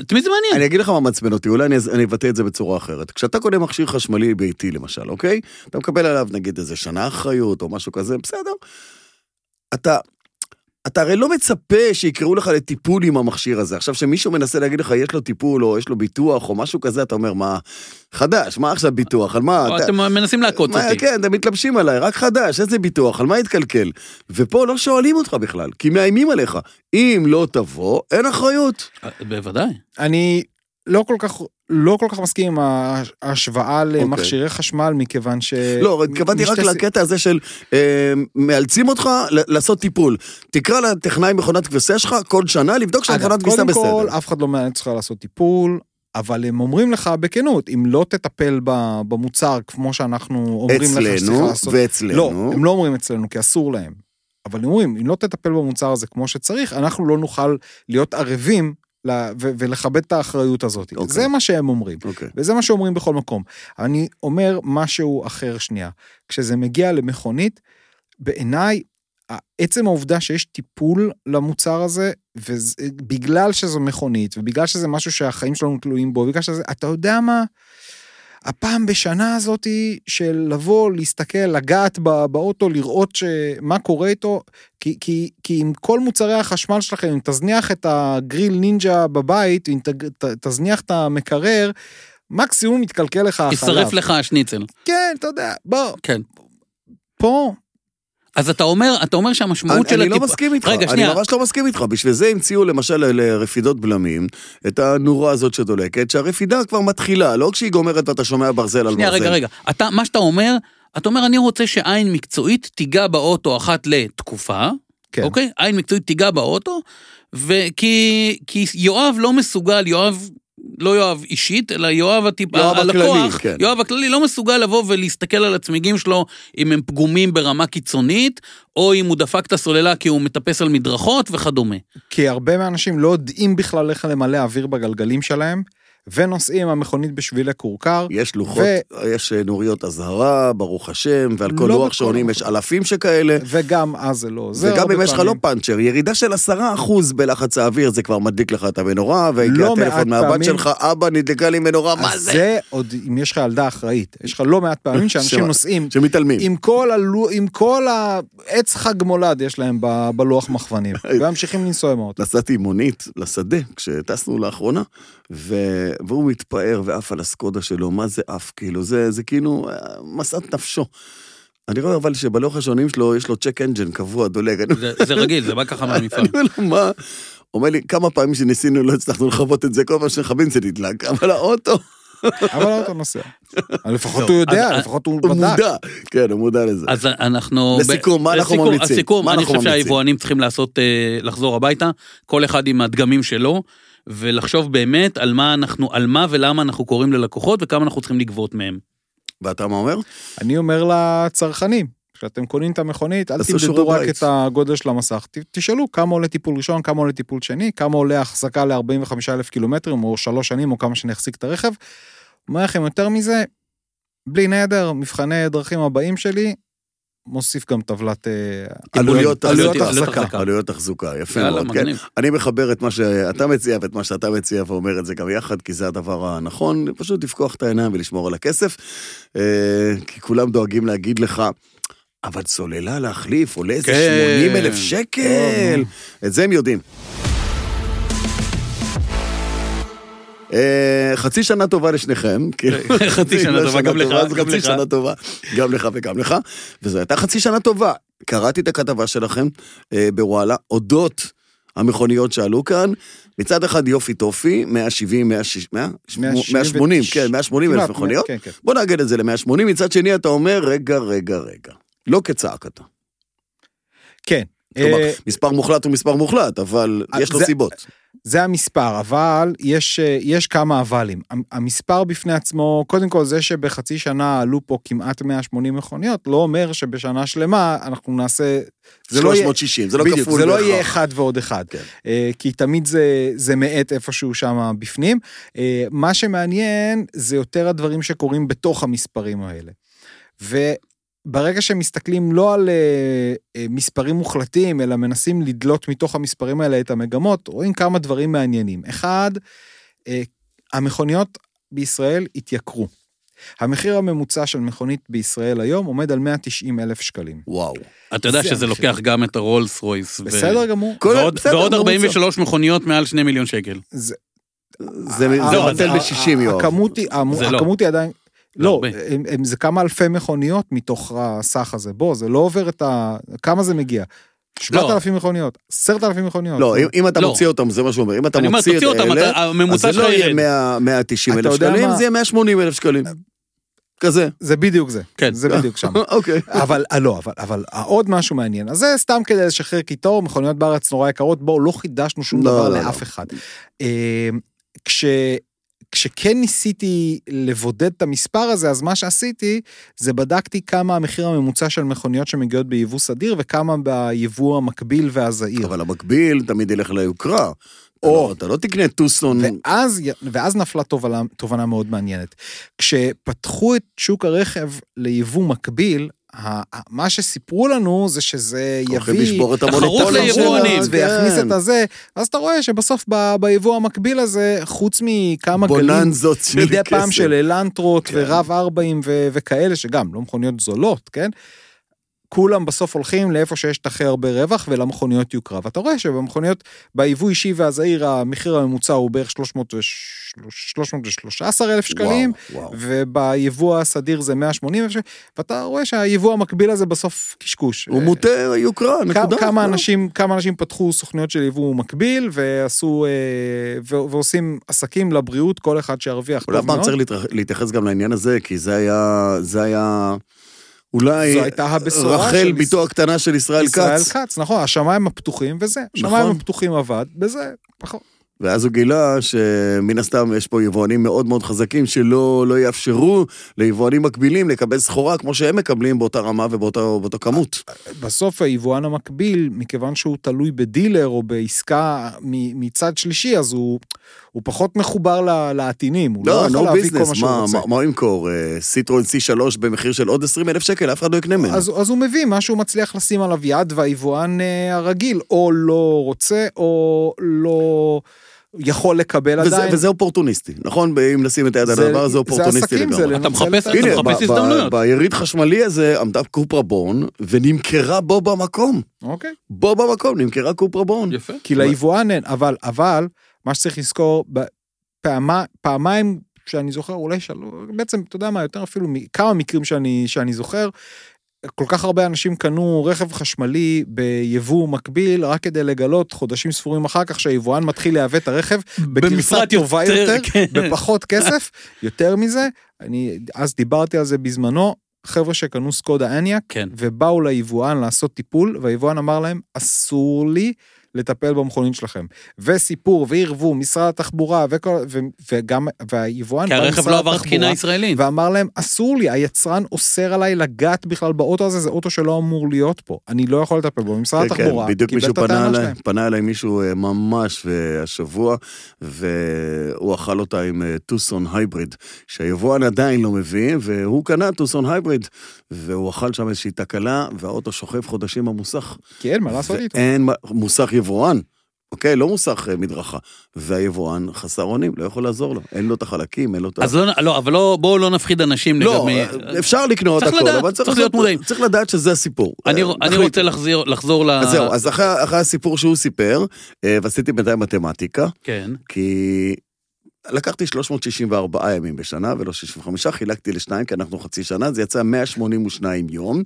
Speaker 2: את מי זה מעניין?
Speaker 1: אני אגיד לך מה מעצבן אותי, אולי אני, אני אבטא את זה בצורה אחרת. כשאתה קונה מכשיר חשמלי ביתי למשל, אוקיי? אתה מקבל עליו נגיד איזה שנה אחריות או משהו כזה, בסדר. אתה, אתה הרי לא מצפה שיקראו לך לטיפול עם המכשיר הזה. עכשיו, כשמישהו מנסה להגיד לך, יש לו טיפול, או יש לו ביטוח, או משהו כזה, אתה אומר, מה, חדש, מה עכשיו ביטוח? על מה?
Speaker 2: או
Speaker 1: אתה-
Speaker 2: אתם מנסים לעקוץ
Speaker 1: מה-
Speaker 2: אותי.
Speaker 1: כן, אתם מתלבשים עליי, רק חדש, איזה ביטוח, על מה התקלקל? ופה לא שואלים אותך בכלל, כי מאיימים עליך. אם לא תבוא, אין אחריות.
Speaker 2: אה, בוודאי.
Speaker 3: אני לא כל כך, לא כל כך מסכים עם ההשוואה
Speaker 2: אוקיי.
Speaker 3: למכשירי חשמל, מכיוון ש...
Speaker 1: לא, התכוונתי רק
Speaker 3: אה, משתי ס-
Speaker 1: לקטע הזה של אה, מאלצים אותך ל- לעשות טיפול. תקרא לטכנאי מכונת כביסה שלך כל שנה, לבדוק
Speaker 3: אגב,
Speaker 1: שהמכונת כביסה
Speaker 3: קודם
Speaker 1: בסדר.
Speaker 3: כל, אף אחד לא מאלץ אותך לעשות טיפול, אבל הם אומרים לך בכנות, אם לא תטפל ב- במוצר כמו שאנחנו אומרים לך שצריך
Speaker 1: אצלנו
Speaker 3: לעשות...
Speaker 1: ואצלנו.
Speaker 3: לא, הם לא אומרים אצלנו, כי אסור להם. אבל הם אומרים, אם לא תטפל במוצר הזה כמו שצריך, אנחנו לא נוכל להיות ערבים ל- ו- ולכבד את האחריות הזאת.
Speaker 1: אוקיי.
Speaker 3: זה מה שהם אומרים.
Speaker 1: אוקיי.
Speaker 3: וזה מה שאומרים בכל מקום. אני אומר משהו אחר שנייה. כשזה מגיע למכונית, בעיניי, ה- עצם העובדה שיש טיפול למוצר הזה, ובגלל שזו מכונית, ובגלל שזה משהו שהחיים שלנו תלויים בו, בגלל שזה, אתה יודע מה? הפעם בשנה הזאתי של לבוא, להסתכל, לגעת ב- באוטו, לראות ש... מה קורה איתו, כי, כי, כי עם כל מוצרי החשמל שלכם, אם תזניח את הגריל נינג'ה בבית, אם ת, ת, תזניח את המקרר, מקסימום יתקלקל לך
Speaker 1: אה,
Speaker 3: החלב.
Speaker 2: יישרף לך השניצל.
Speaker 3: כן, אתה יודע, בוא,
Speaker 2: כן.
Speaker 3: פה,
Speaker 2: אז אתה אומר, אתה אומר שהמשמעות
Speaker 1: אני,
Speaker 2: של
Speaker 1: אני לא
Speaker 2: הטיפ...
Speaker 1: מסכים איתך,
Speaker 2: רגע,
Speaker 1: אני
Speaker 2: שנייה.
Speaker 1: ממש לא מסכים איתך. בשביל זה המציאו למשל לרפידות בלמים, את הנורה הזאת שדולקת, שהרפידה כבר מתחילה, לא כשהיא גומרת ואתה שומע ברזל על
Speaker 2: שנייה,
Speaker 1: ברזל.
Speaker 2: רגע, רגע. אתה, מה שאתה אומר, אתה אומר, אני רוצה שעין מקצועית תיגע באוטו אחת לתקופה,
Speaker 3: כן.
Speaker 2: אוקיי? עין מקצועית תיגע באוטו, וכי כי יואב לא מסוגל, יואב, לא יואב אישית, אלא יואב הטיפ...
Speaker 1: יואב
Speaker 2: הלקוח,
Speaker 1: הכללי, כן.
Speaker 2: יואב הכללי לא מסוגל לבוא ולהסתכל על הצמיגים שלו אם הם פגומים ברמה קיצונית, או אם הוא דפק את הסוללה כי הוא מטפס על מדרכות וכדומה.
Speaker 3: כי הרבה מהאנשים לא יודעים בכלל איך למלא אוויר בגלגלים שלהם, ונוסעים עם המכונית בשבילי כורכר.
Speaker 1: יש לוחות, ו... יש אה, נוריות אזהרה, ברוך השם, ועל כל
Speaker 3: לא
Speaker 1: לוח
Speaker 3: בכל
Speaker 1: שעונים
Speaker 3: לוחות.
Speaker 1: יש אלפים שכאלה.
Speaker 3: וגם אז זה לא עוזר.
Speaker 1: וגם
Speaker 3: הרבה
Speaker 1: אם יש לך
Speaker 3: פעמים.
Speaker 1: לא פאנצ'ר, ירידה של עשרה אחוז בלחץ האוויר, זה כבר מדליק לך את המנורה, והגיע
Speaker 3: לא מעט
Speaker 1: הטלפון
Speaker 3: פעמים-
Speaker 1: מהבת שלך, אבא, נדלקה לי מנורה, מה
Speaker 3: אז
Speaker 1: זה?
Speaker 3: זה עוד אם יש לך ילדה אחראית. יש לך לא מעט
Speaker 1: <laughs>
Speaker 3: פעמים שאנשים
Speaker 1: שמה-
Speaker 3: נוסעים
Speaker 1: שמתעלמים.
Speaker 3: עם כל, הלו... עם כל העץ חג מולד יש להם ב...
Speaker 1: <laughs>
Speaker 3: בלוח מכוונים, וממשיכים לנסוע עם האוטו.
Speaker 1: נסעתי עם מונית לשדה, כשטסנו לאחרונה, ו... והוא מתפאר ועף על הסקודה שלו, מה זה עף, כאילו, זה, זה כאילו אה, משאת נפשו. אני רואה אבל שבלוח השעונים שלו, יש לו צ'ק אנג'ן קבוע, דולג, אני
Speaker 2: זה, זה רגיל, זה בא ככה
Speaker 3: נכון.
Speaker 2: מהמפעל.
Speaker 1: אומר לו, מה? אומר לי, כמה פעמים שניסינו לא הצלחנו לכבות את זה, כל פעם שנכבים זה נדלק, אבל האוטו,
Speaker 3: אבל
Speaker 1: <laughs>
Speaker 3: האוטו נוסע. לפחות
Speaker 2: לא,
Speaker 3: הוא יודע,
Speaker 2: אז-
Speaker 3: לפחות הוא
Speaker 1: הוא
Speaker 3: בדק.
Speaker 1: מודע. כן, הוא מודע לזה.
Speaker 2: אז אנחנו...
Speaker 1: לסיכום, מה אנחנו
Speaker 2: לסיכום,
Speaker 1: ממליצים?
Speaker 2: הסיכום,
Speaker 1: מה
Speaker 2: אני
Speaker 1: אנחנו
Speaker 2: חושב
Speaker 1: ממליצים?
Speaker 2: שהיבואנים צריכים לעשות, אה, לחזור הביתה, כל אחד עם הדגמים שלו, ולחשוב באמת על מה אנחנו, על מה ולמה אנחנו קוראים ללקוחות, וכמה אנחנו צריכים לגבות מהם.
Speaker 1: ואתה מה אומר?
Speaker 3: אני אומר לצרכנים, כשאתם קונים את המכונית, אל
Speaker 1: תעשו
Speaker 3: תמדדו
Speaker 1: שיעורי
Speaker 3: רק
Speaker 1: בית.
Speaker 3: את הגודל של המסך, ת- תשאלו כמה עולה טיפול ראשון, כמה עולה טיפול שני, כמה עולה החזקה ל-45,000 קילומטרים, או שלוש שנים, או כמה שאני אחזיק את הרכב. אומר לכם יותר מזה, בלי נדר, מבחני דרכים הבאים שלי, מוסיף גם טבלת... אה,
Speaker 1: עלויות
Speaker 3: עלויות
Speaker 1: עלויות
Speaker 3: החזקה.
Speaker 1: עלויות תחזוקה, יפה
Speaker 2: יאללה,
Speaker 1: מאוד, כן.
Speaker 2: מגניב.
Speaker 1: אני מחבר את מה שאתה מציע ואת מה שאתה מציע ואומר את זה גם יחד, כי זה הדבר הנכון, פשוט לפקוח את העיניים ולשמור על הכסף, אה, כי כולם דואגים להגיד לך, אבל סוללה להחליף עולה איזה
Speaker 2: כן.
Speaker 1: 80 אלף שקל, את זה הם יודעים. אה, חצי שנה טובה
Speaker 2: <laughs>
Speaker 1: לשניכם, כאילו,
Speaker 2: חצי שנה טובה גם לך,
Speaker 1: אז
Speaker 2: גם
Speaker 1: חצי
Speaker 2: לך.
Speaker 1: שנה טובה, גם לך וגם לך, וזו הייתה חצי שנה טובה. קראתי את הכתבה שלכם אה, בוואלה, אודות המכוניות שעלו כאן. מצד אחד יופי טופי, 170, 160, 180, כן, 180 אלף
Speaker 3: כמעט,
Speaker 1: מכוניות.
Speaker 3: כן, כן.
Speaker 1: בוא נאגד את זה ל-180, מצד שני אתה אומר, רגע, רגע, רגע. לא כצעקתה.
Speaker 3: כן.
Speaker 1: כלומר,
Speaker 3: אה,
Speaker 1: מספר מוחלט הוא מספר מוחלט, אבל
Speaker 3: אה,
Speaker 1: יש לו
Speaker 3: זה-
Speaker 1: סיבות.
Speaker 3: זה המספר, אבל יש, אה, יש כמה אבלים. המ- המספר בפני עצמו, קודם כל זה שבחצי שנה עלו פה כמעט 180 מכוניות, לא אומר שבשנה שלמה אנחנו נעשה... זה לא יהיה-
Speaker 1: 360, זה לא
Speaker 3: בדיוק,
Speaker 1: כפול
Speaker 3: זה לא
Speaker 1: בהכרח.
Speaker 3: יהיה אחד ועוד אחד.
Speaker 1: כן.
Speaker 3: אה, כי תמיד זה, זה מאט איפשהו שם בפנים. אה, מה שמעניין זה יותר הדברים שקורים בתוך המספרים האלה. וברגע שמסתכלים לא על אה, אה, מספרים מוחלטים, אלא מנסים לדלות מתוך המספרים האלה את המגמות, רואים כמה דברים מעניינים. אחד, אה, המכוניות בישראל התייקרו. המחיר הממוצע של מכונית בישראל היום עומד על 190 אלף שקלים.
Speaker 1: וואו.
Speaker 2: אתה יודע
Speaker 3: זה
Speaker 2: שזה
Speaker 3: המחיר.
Speaker 2: לוקח גם את הרולס רויס. ו-
Speaker 3: בסדר גמור.
Speaker 1: כל-
Speaker 2: ועוד-
Speaker 1: בסדר,
Speaker 2: ועוד
Speaker 1: ממוצע.
Speaker 2: 43 מכוניות מעל 2 מיליון שקל.
Speaker 3: זה
Speaker 1: זה זה
Speaker 2: לא,
Speaker 1: בטל
Speaker 2: זה-
Speaker 1: ב-60 יום.
Speaker 3: אה, הכמות היא, המ-
Speaker 2: זה לא.
Speaker 3: הכמות היא עדיין...
Speaker 2: לא
Speaker 3: לא,
Speaker 2: הרבה.
Speaker 3: הם, הם, זה כמה אלפי מכוניות מתוך הסך הזה. בוא, זה לא עובר את ה... כמה זה מגיע? 7,000 מכוניות, 10,000 מכוניות.
Speaker 1: לא, אם- אם אתה
Speaker 2: לא.
Speaker 1: מוציא אותם, זה מה שהוא אומר. אם אתה
Speaker 2: אני אומר,
Speaker 1: מוציא את
Speaker 2: תוציא אותם,
Speaker 1: אלה,
Speaker 2: אתה-
Speaker 1: אז
Speaker 2: הממוצע
Speaker 1: זה
Speaker 2: שלך
Speaker 1: לא יהיה
Speaker 2: ירד.
Speaker 1: 100 190 אלף
Speaker 3: אתה יודע
Speaker 1: שקלים,
Speaker 3: מה?
Speaker 1: זה יהיה 180 אלף שקלים. כזה.
Speaker 3: זה בדיוק זה.
Speaker 2: כן.
Speaker 3: זה בדיוק שם.
Speaker 1: <laughs> אוקיי.
Speaker 3: אבל אה, לא, אבל, אבל אה, עוד משהו מעניין. אז זה סתם כדי לשחרר קיטור, מכוניות בארץ נורא יקרות, בואו, לא חידשנו שום
Speaker 1: לא,
Speaker 3: דבר
Speaker 1: לא,
Speaker 3: לאף אחד. אה, כש... כשכן ניסיתי לבודד את המספר הזה, אז מה שעשיתי, זה בדקתי כמה המחיר הממוצע של מכוניות שמגיעות ביבוא סדיר, וכמה ביבוא המקביל והזעיר.
Speaker 1: אבל המקביל תמיד ילך ליוקרה.
Speaker 3: או.
Speaker 1: או. אתה לא תקנה טוסון.
Speaker 3: ואז, ואז נפלה תובנה, תובנה מאוד מעניינת. כשפתחו את שוק הרכב ליבוא מקביל, ה- ה- מה שסיפרו לנו זה שזה
Speaker 1: הולכים
Speaker 3: יביא...
Speaker 1: לשבור את
Speaker 2: תחרות
Speaker 1: המונופול.
Speaker 3: של
Speaker 2: ליבואנים.
Speaker 3: הארץ
Speaker 1: כן.
Speaker 3: ויכניס את הזה, אז אתה רואה שבסוף ב- ביבוא המקביל הזה, חוץ מכמה גלים
Speaker 1: בוננזות של כסף.
Speaker 3: <laughs> מדי פעם של אלנטרות
Speaker 1: כן.
Speaker 3: ורב 40 ו- וכאלה, שגם לא מכוניות זולות, כן? כולם בסוף הולכים לאיפה שיש את הכי הרבה רווח ולמכוניות יוקרה. ואתה רואה שבמכוניות, ביבוא אישי והזעיר, המחיר הממוצע הוא בערך 313 אלף שקלים,
Speaker 1: וואו, וואו.
Speaker 3: וביבוא הסדיר זה 180 אלף שקלים, ואתה רואה שהיבוא המקביל הזה בסוף קשקוש.
Speaker 1: הוא
Speaker 3: אה,
Speaker 1: מוטה יוקרה, נקודה.
Speaker 3: כמה, כמה,
Speaker 1: לא.
Speaker 3: אנשים, כמה אנשים פתחו סוכניות של יבוא מקביל ועשו, אה, ו- ועושים עסקים לבריאות, כל אחד שירוויח
Speaker 1: אולי
Speaker 3: טוב מאוד.
Speaker 1: פעם צריך להתרח- להתייחס גם לעניין הזה, כי זה היה... זה היה... אולי
Speaker 3: זו הייתה הבשורה של
Speaker 1: רחל,
Speaker 3: יש-
Speaker 1: בתו הקטנה של ישראל
Speaker 3: ישראל
Speaker 1: כץ.
Speaker 3: כץ, נכון, השמיים הפתוחים וזה. השמיים
Speaker 1: נכון.
Speaker 3: הפתוחים עבד, נכון. בזה, פחות.
Speaker 1: ואז הוא גילה שמן הסתם יש פה יבואנים מאוד מאוד חזקים שלא לא יאפשרו ליבואנים מקבילים לקבל סחורה כמו שהם מקבלים באותה רמה ובאותה באותה כמות.
Speaker 3: בסוף היבואן המקביל, מכיוון שהוא תלוי בדילר או בעסקה מ- מצד שלישי, אז הוא, הוא פחות מחובר ל- לעטינים, הוא לא,
Speaker 1: לא,
Speaker 3: יכול
Speaker 1: נו
Speaker 3: להביא כל
Speaker 1: ביזנס,
Speaker 3: מה שהוא רוצה.
Speaker 1: מה הוא ימכור? אה, סיטרון C3 במחיר של עוד 20 אלף שקל, אף אחד לא יקנה ממנו.
Speaker 3: אז, אז הוא מביא מה שהוא מצליח לשים עליו יד, והיבואן אה, הרגיל או לא רוצה או לא יכול לקבל
Speaker 1: וזה-
Speaker 3: עדיין.
Speaker 1: וזה אופורטוניסטי, נכון? אם נשים את היד על
Speaker 3: זה-
Speaker 1: הדבר הזה,
Speaker 3: זה
Speaker 1: אופורטוניסטי
Speaker 3: עסקים, זה
Speaker 1: לגמרי.
Speaker 3: לנצל
Speaker 2: אתה מחפש-
Speaker 3: את
Speaker 2: אתה
Speaker 3: ה-
Speaker 1: הנה,
Speaker 2: מחפש
Speaker 1: ב- ב-
Speaker 2: הזדמנויות.
Speaker 1: ביריד חשמלי הזה עמדה קופרה בון ונמכרה בו במקום.
Speaker 3: אוקיי.
Speaker 1: בו במקום נמכרה קופרה בון.
Speaker 2: יפה.
Speaker 3: כי ליבואן אין, אבל, אבל, מה שצריך לזכור, ב- פעמה, פעמיים שאני זוכר, אולי שלוש, בעצם, אתה יודע מה, יותר אפילו מכמה מקרים שאני, שאני זוכר, כל כך הרבה אנשים קנו רכב חשמלי ביבוא מקביל, רק כדי לגלות חודשים ספורים אחר כך שהיבואן מתחיל לייבא את הרכב בגרסה
Speaker 2: במפרט
Speaker 3: טובה
Speaker 2: יותר,
Speaker 3: יותר,
Speaker 2: כן.
Speaker 3: בפחות כסף. יותר מזה, אני אז דיברתי על זה בזמנו, חבר'ה שקנו סקודה אניאק,
Speaker 2: כן.
Speaker 3: ובאו ליבואן לעשות טיפול, והיבואן אמר להם, אסור לי לטפל במכונית שלכם. וסיפור, ועירבו, משרד התחבורה, וכל, ו, וגם, והיבואן...
Speaker 2: כי
Speaker 3: בא
Speaker 2: הרכב
Speaker 3: למשרד
Speaker 2: לא עבר
Speaker 3: התחבורה,
Speaker 2: תקינה ישראלית.
Speaker 3: ואמר להם, אסור לי, היצרן אוסר עליי לגעת בכלל באוטו הזה, זה אוטו שלא אמור להיות פה. אני לא יכול לטפל בו. משרד
Speaker 1: כן, כן,
Speaker 3: התחבורה,
Speaker 1: בדיוק
Speaker 3: קיבל
Speaker 1: מישהו
Speaker 3: את הטענה
Speaker 1: פנה אליי,
Speaker 3: שלהם.
Speaker 1: פנה אליי מישהו אה, ממש אה, השבוע, והוא אכל אותה עם אה, טוסון הייבריד, שהיבואן עדיין לא מביא, והוא קנה טוסון הייבריד, והוא אכל שם איזושהי תקלה, והאוטו שוכב חודשים במוסך.
Speaker 3: כי אין כן, מה לעשות איתו.
Speaker 1: ואין מה- מוסך יבואן. אוקיי, לא מוסך אה, מדרכה. והיבואן חסר אונים, לא יכול לעזור לו. אין לו את החלקים, אין לו את ה...
Speaker 2: אז לא, לא, אבל לא, בואו לא נפחיד אנשים
Speaker 1: לא,
Speaker 2: לגבי...
Speaker 1: אפשר לקנות
Speaker 2: צריך
Speaker 1: הכל,
Speaker 2: לדעת,
Speaker 1: אבל
Speaker 2: צריך להיות מודעים.
Speaker 1: צריך לדעת שזה הסיפור.
Speaker 2: אני,
Speaker 1: אה,
Speaker 2: אני
Speaker 1: תחליטו.
Speaker 2: רוצה לחזיר, לחזור ל...
Speaker 1: אז זהו, אז אחרי, אחרי הסיפור שהוא סיפר, אה, ועשיתי בינתיים מתמטיקה,
Speaker 2: כן.
Speaker 1: כי לקחתי 364 ימים בשנה ולא 65, חילקתי לשניים, כי אנחנו חצי שנה, זה יצא 182 יום,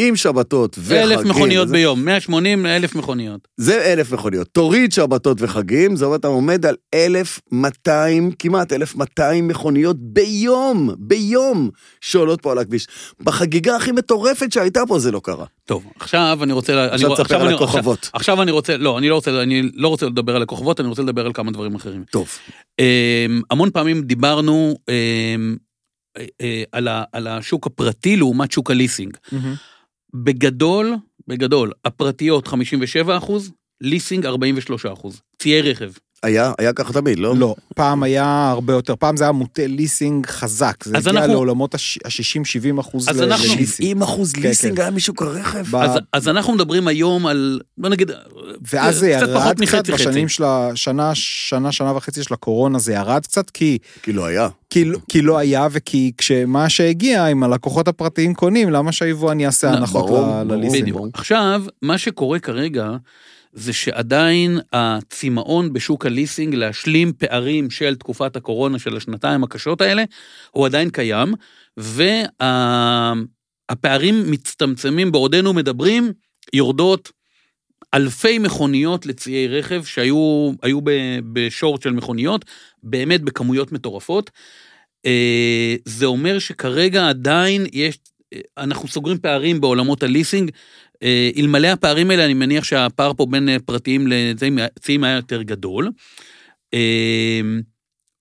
Speaker 1: עם שבתות וחגים.
Speaker 2: אלף מכוניות
Speaker 1: וזה-
Speaker 2: ביום, 180 אלף מכוניות.
Speaker 1: זה אלף מכוניות. תוריד שבתות וחגים, זה אומר, אתה עומד על 1,200, כמעט 1,200 מכוניות ביום, ביום, שעולות פה על הכביש. בחגיגה הכי מטורפת שהייתה פה זה לא קרה.
Speaker 2: טוב, עכשיו אני רוצה... ל- אני
Speaker 1: עכשיו
Speaker 2: רוצ-
Speaker 1: תספר על
Speaker 2: אני-
Speaker 1: הכוכבות.
Speaker 2: עכשיו- עכשיו אני רוצה... לא, אני לא רוצה, אני לא רוצה לדבר על הכוכבות, אני רוצה לדבר על כמה דברים אחרים.
Speaker 1: טוב.
Speaker 2: אמ, המון פעמים דיברנו אמ, אה, אה, על ה- על השוק הפרטי לעומת שוק הליסינג.
Speaker 3: מהמם.
Speaker 2: בגדול, בגדול, הפרטיות 57 אחוז, ליסינג 43 אחוז. ציי רכב.
Speaker 1: היה, היה ככה תמיד, לא?
Speaker 3: לא, פעם היה הרבה יותר, פעם זה היה מוטה ליסינג חזק, זה
Speaker 2: אז
Speaker 3: הגיע
Speaker 2: אנחנו-
Speaker 3: לעולמות ה-60-70 אחוז
Speaker 2: אז אנחנו-
Speaker 1: 70 אחוז
Speaker 3: כן,
Speaker 1: ליסינג
Speaker 3: כן.
Speaker 1: היה מישהו כרכב.
Speaker 3: ב-
Speaker 2: אז, אז אנחנו מדברים היום על, בוא נגיד,
Speaker 3: ואז זה
Speaker 2: קצת
Speaker 3: ירד
Speaker 2: פחות
Speaker 3: קצת
Speaker 2: מחצי חצי.
Speaker 3: בשנים של השנה, שנה, שנה וחצי של הקורונה, זה ירד קצת, כי,
Speaker 1: כי לא היה.
Speaker 3: כי, כי לא היה וכי כשמה שהגיע, אם הלקוחות הפרטיים קונים, למה שהיבואן יעשה
Speaker 2: לא,
Speaker 3: הנחות
Speaker 1: ברור, ברור.
Speaker 3: ל- לליסינג?
Speaker 1: בדיוק.
Speaker 2: עכשיו, מה שקורה כרגע, זה שעדיין הצמאון בשוק הליסינג להשלים פערים של תקופת הקורונה של השנתיים הקשות האלה, הוא עדיין קיים, והפערים מצטמצמים בעודנו מדברים, יורדות אלפי מכוניות לציי רכב שהיו היו ב, בשורט של מכוניות, באמת בכמויות מטורפות. אה, זה אומר שכרגע עדיין יש, אה, אנחנו סוגרים פערים בעולמות הליסינג. אה, אלמלא הפערים האלה, אני מניח שהפער פה בין אה, פרטיים לציים היה יותר גדול. אה,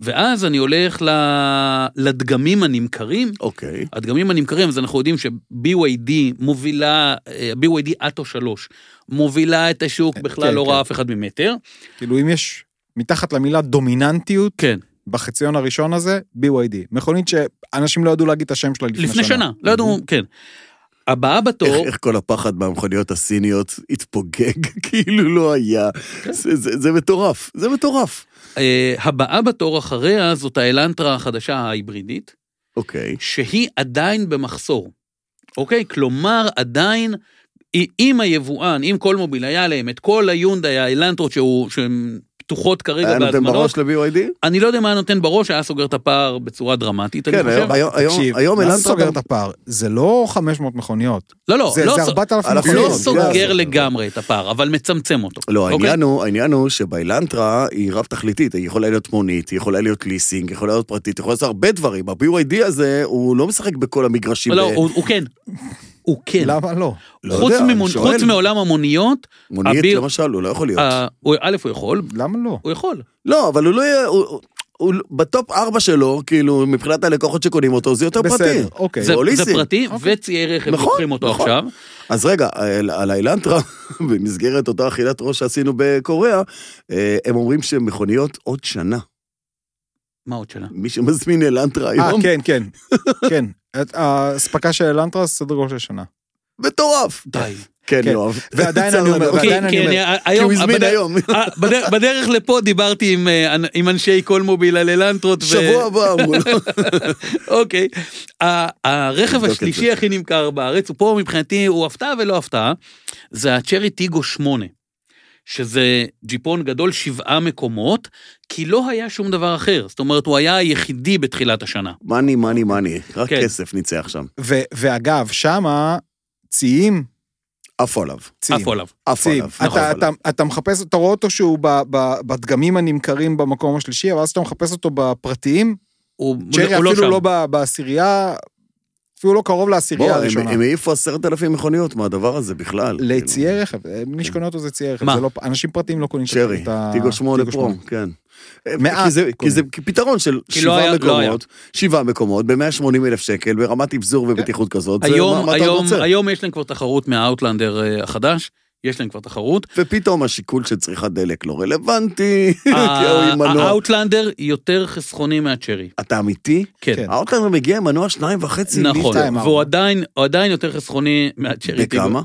Speaker 2: ואז אני הולך ל- לדגמים הנמכרים.
Speaker 1: אוקיי.
Speaker 2: הדגמים הנמכרים, אז אנחנו יודעים ש-BYD מובילה, אה, BYD אטו 3, מובילה את השוק, בכלל
Speaker 3: כן,
Speaker 2: לא
Speaker 3: כן.
Speaker 2: ראה אף אחד ממטר.
Speaker 3: כאילו אם יש מתחת למילה דומיננטיות,
Speaker 2: כן.
Speaker 3: בחציון הראשון הזה, BYD. מכונית שאנשים לא ידעו להגיד את השם שלה לפני,
Speaker 2: לפני שנה, לא ידעו, כן. הבאה
Speaker 1: איך,
Speaker 2: בתור,
Speaker 1: איך כל הפחד מהמכוניות הסיניות התפוגג, <laughs> כאילו לא היה.
Speaker 2: כן.
Speaker 1: זה, זה, זה מטורף, זה מטורף.
Speaker 2: אה, הבאה בתור אחריה זאת האלנטרה החדשה ההיברידית,
Speaker 1: אוקיי.
Speaker 2: שהיא עדיין במחסור, אוקיי? כלומר, עדיין, אי- אם היבואן, אם כל מוביל היה להם את כל היונדאי, האלנטרות שהוא- שהן פתוחות
Speaker 1: היה
Speaker 2: כרגע
Speaker 1: נותן
Speaker 2: בהזמנות,
Speaker 1: בראש ל-BYD?
Speaker 2: אני לא יודע מה היה נותן בראש, היה סוגר את הפער בצורה דרמטית, אני
Speaker 1: כן,
Speaker 2: חושב.
Speaker 1: היום, היום, היום,
Speaker 3: תקשיב,
Speaker 1: היום
Speaker 3: מה
Speaker 1: אלנטרה...
Speaker 3: סוגר את הפער? זה לא 500 מכוניות.
Speaker 2: לא, לא,
Speaker 3: זה
Speaker 2: לא
Speaker 3: זה
Speaker 2: סוג-
Speaker 3: 4,000
Speaker 1: אנחנו
Speaker 2: לא
Speaker 1: מכוניות,
Speaker 2: סוגר
Speaker 1: גז.
Speaker 2: לגמרי את הפער, אבל מצמצם אותו.
Speaker 1: לא,
Speaker 2: אוקיי?
Speaker 1: העניין הוא, העניין הוא שבאלנטרה היא רב תכליתית, היא יכולה להיות מונית, היא יכולה להיות ליסינג, היא יכולה להיות פרטית, היא יכולה לעשות הרבה דברים. ה-BYD הזה, הוא לא משחק בכל המגרשים.
Speaker 2: לא,
Speaker 1: ב-
Speaker 2: הוא הוא כן. הוא כן.
Speaker 3: למה לא?
Speaker 1: לא
Speaker 2: חוץ
Speaker 1: יודע, אני
Speaker 2: ממונ-
Speaker 1: שואל.
Speaker 2: חוץ מעולם המוניות,
Speaker 1: מונית,
Speaker 2: הביר-
Speaker 1: למשל, הוא לא יכול להיות.
Speaker 2: אה, הוא- א', הוא יכול,
Speaker 3: למה לא?
Speaker 2: הוא יכול.
Speaker 1: לא, אבל הוא לא יהיה... הוא- הוא- הוא לא- בטופ 4 שלו, כאילו, מבחינת הלקוחות שקונים אותו, זה יותר פרטי.
Speaker 3: בסדר, אוקיי.
Speaker 2: זה
Speaker 1: או
Speaker 2: זה
Speaker 1: ליסינג.
Speaker 2: פרטי, וציי רכב
Speaker 1: נכון,
Speaker 2: לוקחים אותו
Speaker 1: נכון.
Speaker 2: עכשיו.
Speaker 1: אז רגע, על- על האילנטרה, <laughs> במסגרת אותה אכילת ראש שעשינו בקוריאה, אה, הם אומרים שמכוניות עוד שנה.
Speaker 2: מה עוד שלה?
Speaker 1: מי שמזמין אילנטרה
Speaker 3: אה,
Speaker 1: היום,
Speaker 3: כן, <laughs> כן, כן. את- האספקה של אלנטרה זה סדר גודל של שנה.
Speaker 1: מטורף.
Speaker 2: די.
Speaker 1: כן,
Speaker 3: כן.
Speaker 1: יואב.
Speaker 3: ועדיין
Speaker 1: צר
Speaker 3: אני אומר,
Speaker 1: לנו.
Speaker 3: ועדיין-
Speaker 2: כי-
Speaker 3: אני
Speaker 2: כי אוקיי, כן,
Speaker 3: אומר,
Speaker 2: אני- ה-
Speaker 1: כי הוא
Speaker 2: היום-
Speaker 1: הזמין
Speaker 2: בדרך-
Speaker 3: <laughs>
Speaker 1: היום.
Speaker 2: אה, בדרך- בדרך לפה דיברתי עם, אה, אנ- עם אנשי קולמוביל על אלנטרות. ו-
Speaker 1: שבוע הבא אמרו
Speaker 3: <laughs>
Speaker 1: לו.
Speaker 2: אוקיי. ה- הרכב
Speaker 1: נבדוק את
Speaker 2: השלישי
Speaker 1: זה.
Speaker 2: הכי נמכר בארץ, הוא פה מבחינתי, הוא הפתעה ולא הפתעה, זה הצ'רי טיגו 8, שזה ג'יפון גדול שבעה מקומות, כי לא היה שום דבר אחר. זאת אומרת, הוא היה היחידי בתחילת השנה.
Speaker 1: מאני, מאני, מאני. רק
Speaker 2: כן.
Speaker 1: כסף ניצח שם.
Speaker 3: ו- ואגב, שמה ציים,
Speaker 1: עפו עליו.
Speaker 3: ציים.
Speaker 2: עפו עליו.
Speaker 1: עפו
Speaker 3: ציים.
Speaker 1: עליו.
Speaker 3: אתה-
Speaker 1: נכון.
Speaker 3: אתה- אתה מחפש, אתה רואה אותו שהוא ב- ב- בדגמים הנמכרים במקום השלישי, אבל אז אתה מחפש אותו בפרטיים,
Speaker 2: הוא,
Speaker 3: צ'רי
Speaker 2: הוא
Speaker 3: אפילו לא
Speaker 2: שם.
Speaker 3: ב- בעשירייה, אפילו לא קרוב לעשירייה
Speaker 1: בוא, הם-
Speaker 3: הראשונה.
Speaker 1: הם העיפו עשרת אלפים מכוניות מהדבר הזה בכלל.
Speaker 3: לציי רכב, אה, מי שקונה אותו זה ציי רכב,
Speaker 2: מה?
Speaker 3: זה לא- אנשים פרטיים לא קונים את
Speaker 1: שרי,
Speaker 3: ה-
Speaker 1: כן. טיגו שמונה פרו,
Speaker 3: שמונה.
Speaker 1: כן.
Speaker 3: מעט
Speaker 1: כי זה- כי
Speaker 3: קונים.
Speaker 1: זה פתרון של
Speaker 2: כי לא היה-
Speaker 1: שבעה
Speaker 2: לא
Speaker 1: מקומות, שבעה מקומות, ב-180 אלף שקל, ברמת אבזור ובטיחות כזאת, זה מה
Speaker 2: היום,
Speaker 1: מה אתה עוד
Speaker 2: היום,
Speaker 1: רוצה.
Speaker 2: היום יש להם כבר תחרות מהאוטלנדר אה, החדש, יש להם כבר תחרות.
Speaker 1: ופתאום השיקול של צריכת דלק לא רלוונטי, <laughs> כי הוא עם
Speaker 2: אה, ה-
Speaker 1: מנוע.
Speaker 2: האוטלנדר יותר חסכוני מהצ'רי.
Speaker 1: אתה אמיתי?
Speaker 2: כן.
Speaker 3: כן.
Speaker 1: האוטלנדר מגיע עם מנוע שניים וחצי
Speaker 2: נכון,
Speaker 1: ליטר.
Speaker 3: שתיים, ארבע.
Speaker 2: והוא עדיין, הוא עדיין יותר חסכוני מהצ'רי טיגו.
Speaker 1: בכמה?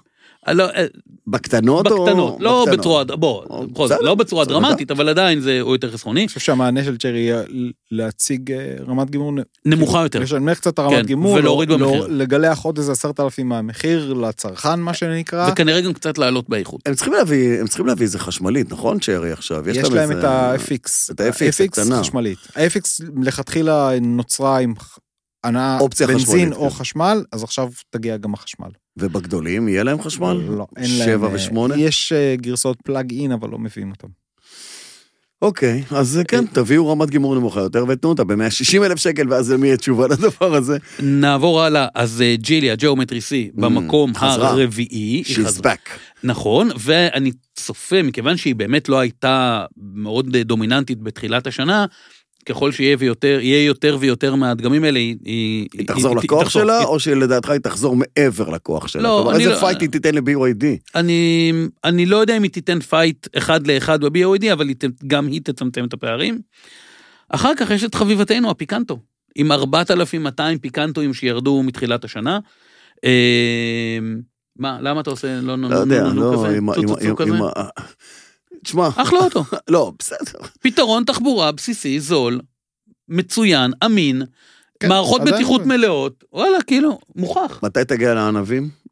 Speaker 2: אה, לא, אה,
Speaker 1: בקטנות או...
Speaker 2: בקטנות, לא
Speaker 1: בקטנות.
Speaker 2: בצורה, בוא,
Speaker 1: או,
Speaker 2: בכל זאת,
Speaker 1: בסדר,
Speaker 2: לא בצורה
Speaker 1: בסדר.
Speaker 2: דרמטית, אבל עדיין זה הוא יותר חסכוני,
Speaker 3: אני חושב שהמענה של צ'רי יהיה להציג אה, רמת גימור, נ-
Speaker 2: נמוכה יותר.
Speaker 3: לשנמך קצת את
Speaker 2: כן,
Speaker 3: הרמת גימור,
Speaker 2: ולהוריד
Speaker 3: לא-
Speaker 2: במחיר.
Speaker 3: לא- לגלח עוד איזה עשרת אלפים מהמחיר לצרכן, מה שנקרא.
Speaker 2: וכנראה גם קצת לעלות באיכות.
Speaker 1: הם צריכים להביא, הם צריכים להביא איזה חשמלית, נכון, צ'רי עכשיו?
Speaker 3: יש להם את
Speaker 1: איזה-
Speaker 3: ה-FX,
Speaker 1: את ה-FX הקטנה.
Speaker 3: חשמלית. ה-FX מלכתחילה נוצרה עם ח- הנעה,
Speaker 1: אופציה
Speaker 3: בנזין
Speaker 1: חשמלית,
Speaker 3: או
Speaker 1: כן.
Speaker 3: חשמל, אז עכשיו תגיע גם החשמל.
Speaker 1: ובגדולים יהיה להם חשמל?
Speaker 3: לא, אין להם...
Speaker 1: שבע
Speaker 3: אה,
Speaker 1: ושמונה?
Speaker 3: יש אה, גרסאות פלאג אין, אבל לא מביאים אותם.
Speaker 1: אוקיי, אז כן,
Speaker 3: אה,
Speaker 1: תביאו רמת גימור נמוכה יותר ותנו אותה ב-160 אלף שקל, ואז למי יהיה תשובה לדבר הזה?
Speaker 2: נעבור הלאה, אז אה, ג'יליה, ג'אומטרי סי, במקום
Speaker 1: Mm, חזרה.
Speaker 2: הרביעי. היא
Speaker 1: She's
Speaker 2: חזרה.
Speaker 1: back.
Speaker 2: נכון, ואני צופה, מכיוון שהיא באמת לא הייתה מאוד אה, דומיננטית בתחילת השנה, ככל שיהיה ויותר, יהיה יותר ויותר מהדגמים האלה, היא... היא
Speaker 1: היא תחזור לכוח
Speaker 2: תחזור.
Speaker 1: שלה,
Speaker 2: היא-
Speaker 1: או שלדעתך היא תחזור מעבר לכוח שלה?
Speaker 2: לא,
Speaker 1: כלומר,
Speaker 2: אני
Speaker 1: איזה
Speaker 2: לא-
Speaker 1: פייט היא תיתן ל-BYD?
Speaker 2: אני, אני לא יודע אם היא תיתן פייט אחד לאחד ב-BOD, אבל היא, ת- גם היא תצמצם את הפערים. אחר כך יש את חביבתנו, הפיקנטו, עם 4,200 פיקנטואים שירדו מתחילת השנה. אה, מה, למה אתה עושה לא נו
Speaker 1: לא
Speaker 2: נו
Speaker 1: יודע,
Speaker 2: נו נו
Speaker 1: לא,
Speaker 2: כזה?
Speaker 1: עם ה- עם ה-
Speaker 2: צוצוצו
Speaker 1: עם
Speaker 2: כזה?
Speaker 1: ה... תשמע,
Speaker 2: אחלה אוטו.
Speaker 1: לא, בסדר.
Speaker 2: פתרון תחבורה בסיסי, זול, מצוין, אמין,
Speaker 3: כן,
Speaker 2: מערכות
Speaker 3: עדיין
Speaker 2: בטיחות
Speaker 3: זה.
Speaker 2: מלאות, וואלה, כאילו, מוכח.
Speaker 1: מתי תגיע לענבים?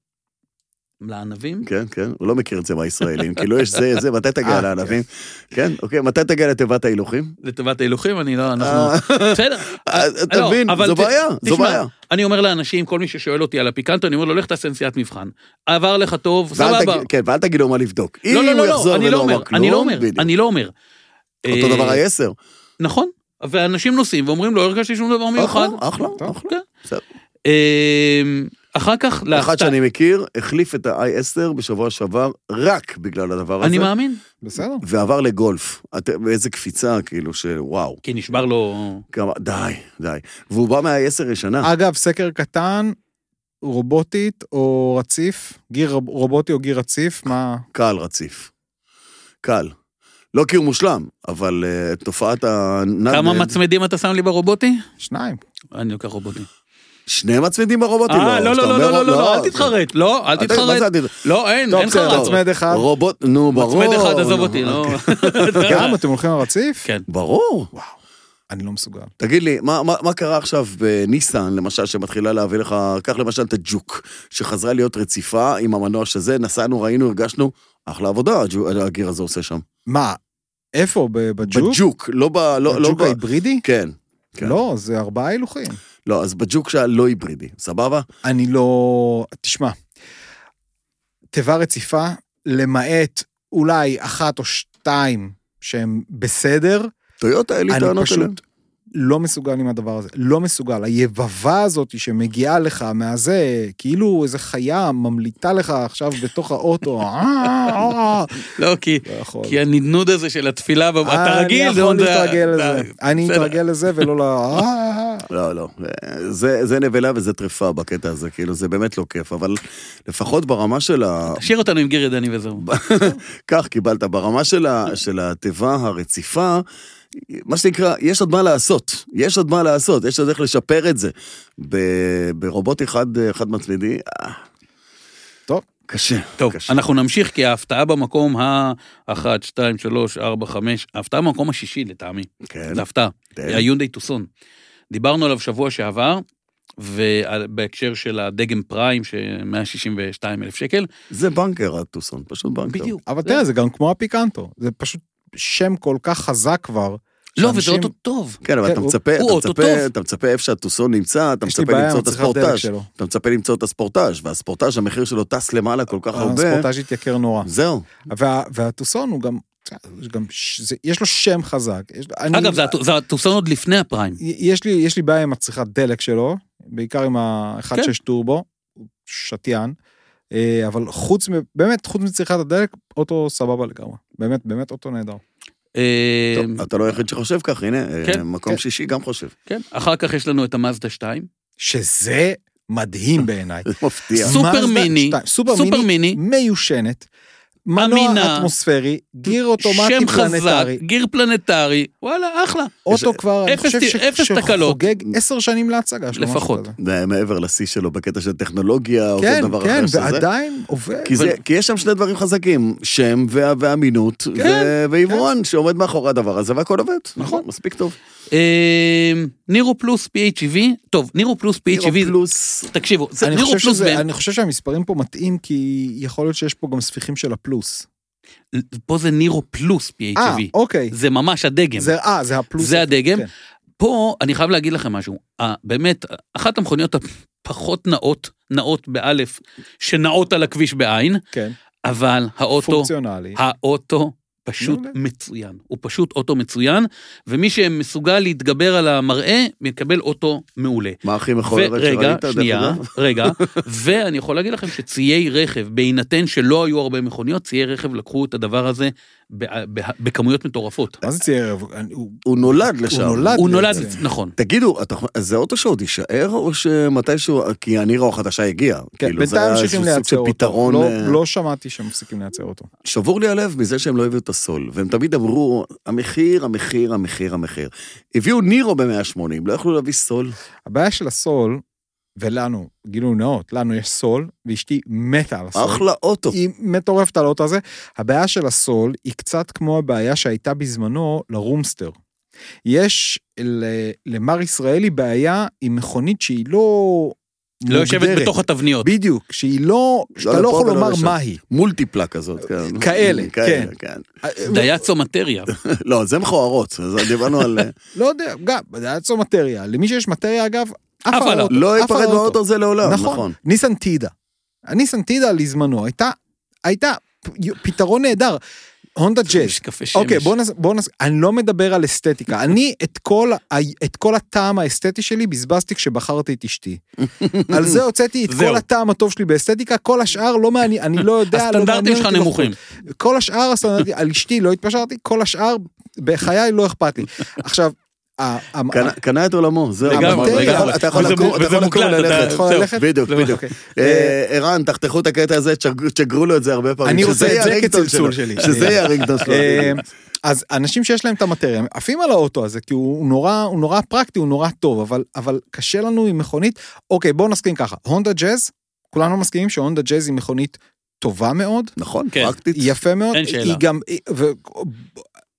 Speaker 2: לענבים?
Speaker 1: כן, כן, הוא לא מכיר את זה מהישראלים. כאילו, יש זה, זה, מתי תגיע
Speaker 3: אה,
Speaker 1: לענבים? כן, אוקיי, מתי תגיע לתיבת ההילוכים?
Speaker 2: לטובת ההילוכים, אני לא, אנחנו...
Speaker 1: אה,
Speaker 2: בסדר.
Speaker 1: אה,
Speaker 2: לא,
Speaker 1: תבין,
Speaker 2: אבל
Speaker 1: זו
Speaker 2: ת-
Speaker 1: בעיה, זו
Speaker 2: תשמע,
Speaker 1: בעיה.
Speaker 2: אני אומר לאנשים, כל מי ששואל אותי על הפיקנטו, אני אומר לו, לך תעשה נסיעת מבחן. עבר לך טוב,
Speaker 1: ואל
Speaker 2: סבבה.
Speaker 1: תגיד- כן, ואל תגיד לו מה לבדוק. אם
Speaker 2: לא, לא,
Speaker 1: הוא
Speaker 2: לא,
Speaker 1: יחזור
Speaker 2: לא, אני
Speaker 1: ולא
Speaker 2: לא אומר,
Speaker 1: אמר כלום,
Speaker 2: אני לא אומר,
Speaker 1: בדיוק.
Speaker 2: אני לא אומר.
Speaker 1: אותו
Speaker 2: אה,
Speaker 1: דבר ה-10.
Speaker 2: נכון, ואנשים נוסעים ואומרים, לא הרגשתי שום דבר מיוחד.
Speaker 1: אחלה,
Speaker 3: טוב.
Speaker 1: אחלה.
Speaker 2: כן.
Speaker 1: בסדר.
Speaker 2: אה, אחר כך,
Speaker 1: אחד
Speaker 2: להפתעה-
Speaker 1: שאני מכיר, החליף את ה-i10 בשבוע שעבר רק בגלל הדבר הזה,
Speaker 2: אני מאמין,
Speaker 3: בסדר.
Speaker 1: ועבר לגולף. אתם- איזה קפיצה, כאילו, שוואו.
Speaker 2: כי נשבר לו...
Speaker 1: כמה, די, די. והוא בא מה-i10 ישנה.
Speaker 3: אגב, סקר קטן, רובוטית או רציף? גיר רוב- רובוטי או גיר רציף? מה?
Speaker 1: קל רציף. קל. לא כי הוא מושלם, אבל אה, תופעת ה...
Speaker 2: כמה
Speaker 1: נד-
Speaker 2: מצמדים אתה שם לי ברובוטי?
Speaker 3: שניים.
Speaker 2: אני לוקח רובוטי.
Speaker 1: שני מצמידים ברובוטים?
Speaker 2: אה, לא,
Speaker 1: כשאתה
Speaker 2: לא, לא,
Speaker 1: אומר, אה,
Speaker 2: לא, לא, לא, אל תתחרט, לא, אל
Speaker 1: אתה- מה זה
Speaker 2: תתחרט.
Speaker 1: אל תתחרט?
Speaker 2: לא, אין,
Speaker 1: טוב,
Speaker 2: אין
Speaker 1: בסדר,
Speaker 2: חרט.
Speaker 3: מצמד אחד.
Speaker 1: רובוט, נו, ברור.
Speaker 2: מצמד אחד, עזוב
Speaker 1: נו,
Speaker 2: אותי, לא...
Speaker 3: אוקיי.
Speaker 2: <laughs>
Speaker 3: גם אתם הולכים על רציף?
Speaker 2: כן.
Speaker 1: ברור.
Speaker 3: אני לא מסוגל.
Speaker 1: תגיד לי, מה, מה, מה קרה עכשיו בניסן, למשל, שמתחילה להביא לך, קח למשל את הג'וק, שחזרה להיות רציפה עם המנוע שזה, נסענו, ראינו, הרגשנו, אחלה עבודה הג'ו- הגיר הזה עושה שם.
Speaker 3: מה? איפה? ב- בג'וק?
Speaker 1: בג'וק, לא ב... לא, לא
Speaker 3: בג'וק
Speaker 1: ב...
Speaker 3: ההיברידי?
Speaker 1: כן, כן.
Speaker 3: לא, זה ארבעה הילוכים.
Speaker 1: לא, אז בג'וק שהיה לא היברידי, סבבה?
Speaker 3: אני לא... תשמע, תיבה רציפה, למעט אולי אחת או שתיים שהם בסדר,
Speaker 1: טויוטה, אין לי
Speaker 3: אני
Speaker 1: טענות
Speaker 3: פשוט-
Speaker 1: אליהם.
Speaker 3: לא מסוגל עם הדבר הזה. לא מסוגל. היבבה הזאת שמגיעה לך מהזה, כאילו איזה חיה ממליטה לך עכשיו בתוך האוטו, <laughs> אה, אה, אה,
Speaker 2: לא, כי...
Speaker 3: לא יכול.
Speaker 2: כי הנדנוד הזה של התפילה, בב- אתה רגיל, נכון,
Speaker 3: אני
Speaker 2: זה
Speaker 3: יכול
Speaker 2: עוד-
Speaker 3: להתרגל
Speaker 2: אתה-
Speaker 3: לזה. אני
Speaker 2: בסדר.
Speaker 3: אתרגל לזה ולא
Speaker 2: <laughs>
Speaker 3: ל... אה, אה, אה.
Speaker 1: לא, לא. זה, זה נבלה וזה טרפה בקטע הזה, כאילו, זה באמת לא כיף, אבל לפחות ברמה של ה...
Speaker 2: תשאיר אותנו עם גירי דני וזהו.
Speaker 1: כך קיבלת, ברמה של, ה, של התיבה הרציפה, מה שנקרא, יש עוד מה לעשות. יש עוד מה לעשות, יש עוד איך לשפר את זה. ב, ברובוט אחד, אחד מצמידי, אה,
Speaker 3: טוב.
Speaker 1: קשה.
Speaker 2: טוב,
Speaker 1: קשה.
Speaker 2: אנחנו נמשיך, כי ההפתעה במקום ה-1, 2, 3, 4, 5, ההפתעה במקום השישי לטעמי,
Speaker 1: כן,
Speaker 2: זו הפתעה,
Speaker 1: כן.
Speaker 2: אה, היונדאי טוסון. דיברנו עליו שבוע שעבר, ובהקשר של הדגם פריים, ש-162 אלף שקל,
Speaker 1: זה בנקר הטוסון, פשוט בנקר.
Speaker 2: בדיוק.
Speaker 3: אבל
Speaker 2: זה-
Speaker 3: תראה, זה גם כמו הפיקנטו. זה פשוט שם כל כך חזק כבר.
Speaker 2: לא, וזה
Speaker 3: שאנשים-
Speaker 2: אוטו טוב.
Speaker 1: כן, אבל
Speaker 3: כן,
Speaker 1: אתה
Speaker 3: הוא-
Speaker 1: מצפה,
Speaker 2: הוא
Speaker 1: אתה
Speaker 2: אוטו
Speaker 1: מצפה,
Speaker 2: טוב.
Speaker 1: אתה מצפה איפה שהטוסון נמצא, אתה
Speaker 3: יש לי
Speaker 1: מצפה
Speaker 3: בעיה עם
Speaker 1: למצוא את
Speaker 3: הצריכת דלק
Speaker 1: הספורטאז'.
Speaker 3: שלו.
Speaker 1: אתה מצפה למצוא את הספורטאז', והספורטאז', המחיר שלו טס למעלה כל כך הרבה.
Speaker 3: הספורטאז' התייקר נורא.
Speaker 1: זהו.
Speaker 3: וה- והטוסון הוא גם... יש גם ש- זה- יש לו שם חזק. יש- אני-
Speaker 2: אגב, זה הטו- זה הטוסון עוד לפני הפריים.
Speaker 3: יש לי, יש לי בעיה עם הצריכת דלק שלו, בעיקר עם ה-1.6
Speaker 2: כן.
Speaker 3: כן. טורבו, הוא שתיין, אה, אבל חוץ, מ- באמת, חוץ מצריכת הדלק, אוטו סבבה לגמרי. באמת, באמת אוטו נהדר.
Speaker 2: אה,
Speaker 1: טוב, אתה לא היחיד שחושב כך, הנה, אה,
Speaker 2: כן,
Speaker 1: מקום
Speaker 3: כן.
Speaker 1: שישי גם חושב. <laughs>
Speaker 2: כן, אחר כך יש לנו את המאזדה 2,
Speaker 3: שזה מדהים בעיניי.
Speaker 1: <laughs> זה מפתיע.
Speaker 2: סופר
Speaker 3: מזדה
Speaker 2: מיני,
Speaker 3: שתיים, סופר,
Speaker 2: סופר מיני,
Speaker 3: מיני, מיושנת, מנוע
Speaker 2: אמינה,
Speaker 3: אטמוספרי, גיר אוטומטי
Speaker 2: שם חזק,
Speaker 3: פלנטרי,
Speaker 2: גיר פלנטרי, וואלה, אחלה.
Speaker 3: אוטו כבר, אני
Speaker 2: אפס
Speaker 3: חושב
Speaker 2: ת-
Speaker 3: ש-
Speaker 2: אפס תקלות.
Speaker 3: שחוגג עשר שנים להצגה שלו. משהו
Speaker 2: לפחות.
Speaker 3: כזה.
Speaker 1: זה מעבר לשיא שלו בקטע של טכנולוגיה, או
Speaker 3: כן,
Speaker 1: כל לא, דבר
Speaker 3: כן,
Speaker 1: אחר שזה.
Speaker 3: ועדיין עובד.
Speaker 1: כי, זה, כי יש שם שני דברים חזקים, שם וה, ואמינות,
Speaker 2: כן,
Speaker 1: ו- ויבואן שעומד מאחורי הדבר הזה, והכל עובד.
Speaker 2: נכון.
Speaker 1: מספיק טוב.
Speaker 2: אה, נירו פלוס PHEV, טוב, נירו פלוס
Speaker 1: הירו
Speaker 2: PHEV,
Speaker 1: פלוס,
Speaker 2: תקשיבו, זה
Speaker 3: אני
Speaker 2: נירו
Speaker 3: חושב,
Speaker 2: פלוס,
Speaker 3: שזה,
Speaker 2: ב-
Speaker 3: אני חושב שהמספרים פה מטעים, כי יכול להיות שיש פה גם ספיחים של הפלוס.
Speaker 2: פה זה נירו פלוס
Speaker 3: אה,
Speaker 2: PHEV,
Speaker 3: אוקיי.
Speaker 2: זה ממש הדגם.
Speaker 3: זה, אה, זה הפלוס.
Speaker 2: זה הדגם.
Speaker 3: כן.
Speaker 2: פה אני חייב להגיד לכם משהו, אה, באמת, אחת המכוניות הפחות נאות, נאות באלף, שנעות על הכביש בעין,
Speaker 3: כן,
Speaker 2: אבל האוטו,
Speaker 3: פונקציונלי.
Speaker 2: האוטו פשוט
Speaker 3: מעולה.
Speaker 2: מצוין, הוא פשוט אוטו מצוין, ומי שמסוגל להתגבר על המראה, מקבל אוטו מעולה.
Speaker 1: מה הכי מכוערת
Speaker 2: ורגע,
Speaker 1: שראית? דרך
Speaker 2: שנייה,
Speaker 1: אגב? <laughs>
Speaker 2: רגע, ואני יכול להגיד לכם שציי רכב, בהינתן שלא היו הרבה מכוניות, ציי רכב לקחו את הדבר הזה ב- ב- בכמויות מטורפות.
Speaker 1: אה,
Speaker 3: מה זה צייר? הוא- הוא-
Speaker 1: הוא נולד לשם.
Speaker 3: הוא נולד.
Speaker 2: הוא נולד,
Speaker 3: לזה.
Speaker 2: נכון.
Speaker 1: תגידו, אתה, אז זה אוטו שעוד יישאר, או שמתישהו, כי הנירה החדשה הגיעה.
Speaker 3: כן,
Speaker 1: כאילו, זה
Speaker 3: בינתיים
Speaker 1: היה
Speaker 3: ממשיכים
Speaker 1: איזשהו סוג
Speaker 3: לייצר
Speaker 1: של
Speaker 3: אותו.
Speaker 1: פתרון,
Speaker 3: לא-
Speaker 1: אה,
Speaker 3: לא שמעתי שמפסיקים לייצר אותו.
Speaker 1: שבור לי הלב מזה שהם לא הביאו את הסול, והם תמיד אמרו, המחיר, המחיר, המחיר, המחיר. הביאו נירו ב-180, לא יכלו להביא סול.
Speaker 3: הבעיה של הסול, ולנו, גילוי נאות, לנו יש סול, ואשתי מתה על הסול.
Speaker 1: אחלה אוטו.
Speaker 3: היא מטורפת על האוטו הזה. הבעיה של הסול היא קצת כמו הבעיה שהייתה בזמנו לרומסטר. יש ל- למר ישראלי בעיה עם מכונית שהיא לא...
Speaker 2: לא יושבת
Speaker 3: מוגדרת.
Speaker 2: בתוך התבניות.
Speaker 3: בדיוק, שהיא לא... שאתה
Speaker 1: לפה
Speaker 3: לא יכול
Speaker 1: ולא
Speaker 3: לומר
Speaker 1: לשם.
Speaker 3: מה היא.
Speaker 1: מולטיפלה כזאת, כן.
Speaker 3: כאלה,
Speaker 1: כאלה, כן.
Speaker 2: דייצו מטריה.
Speaker 1: לא, זה מכוערות, אז דיברנו על...
Speaker 3: לא יודע, גם, זה היה צור מטריה. למי שיש מטריה, אגב, עף
Speaker 2: עף
Speaker 3: על
Speaker 2: עליו.
Speaker 3: האוטו.
Speaker 1: לא
Speaker 3: עף על
Speaker 1: ייפרד
Speaker 3: האוטו.
Speaker 1: מהאוטו הזה
Speaker 2: לא,
Speaker 1: לעולם, נכון.
Speaker 3: ניסן טידה. הניסן טידה לזמנו הייתה, הייתה פ- פתרון נהדר. הונדה ג'אז.
Speaker 2: יש קפה שמש.
Speaker 3: אוקיי, בוא נס... בוא נס... אני לא מדבר על אסתטיקה. אני את כל, ה- את כל הטעם האסתטי שלי בזבזתי כשבחרתי
Speaker 2: <laughs>
Speaker 3: את אשתי. על זה הוצאתי את
Speaker 2: זהו.
Speaker 3: כל הטעם הטוב שלי באסתטיקה, כל השאר לא מעניין, אני לא יודע, לא
Speaker 2: הסטנדרטים
Speaker 3: מעניין
Speaker 2: שלך
Speaker 3: אותי לא
Speaker 2: נמוכים.
Speaker 3: אכפת. כל השאר הסטנדרטים, על אשתי לא התפשרתי, כל השאר בחיי לא אכפת לי. עכשיו, ה- ה-
Speaker 1: קנה- קנה את עולמו, זהו.
Speaker 2: לגמרי,
Speaker 1: אתה יכול-
Speaker 3: לגמרי.
Speaker 1: אתה יכול
Speaker 2: וזה
Speaker 1: לקום
Speaker 2: מוק-
Speaker 1: אתה יכול
Speaker 2: וזה
Speaker 1: לקום
Speaker 2: מוקלט,
Speaker 1: וללכת.
Speaker 2: אתה-
Speaker 3: יכול
Speaker 2: זהו.
Speaker 3: ללכת?
Speaker 1: בדיוק,
Speaker 2: זה
Speaker 1: בדיוק.
Speaker 3: אוקיי.
Speaker 1: אה, ערן, תחתכו את הקטע הזה, תשגרו- תשגרו לו את זה הרבה פעמים.
Speaker 3: אני
Speaker 1: שזה
Speaker 3: רוצה את
Speaker 1: יהיה
Speaker 3: זה
Speaker 1: הרינגטון
Speaker 3: כצלצול
Speaker 1: שלו.
Speaker 3: שלי.
Speaker 1: שזה יהיה הרינגטון שלו.
Speaker 3: אה, אז אנשים שיש להם את המטריה, הם עפים על האוטו הזה, כי הוא הוא נורא, הוא נורא פרקטי, הוא נורא טוב, אבל, אבל קשה לנו עם מכונית. אוקיי, בואו נסכים ככה, הונדה ג'אז, כולנו מסכימים שהונדה ג'אז היא מכונית טובה מאוד,
Speaker 1: נכון,
Speaker 2: כן.
Speaker 1: פרקטית.
Speaker 3: היא יפה מאוד,
Speaker 2: אין שאלה.
Speaker 3: היא גם, היא- ו...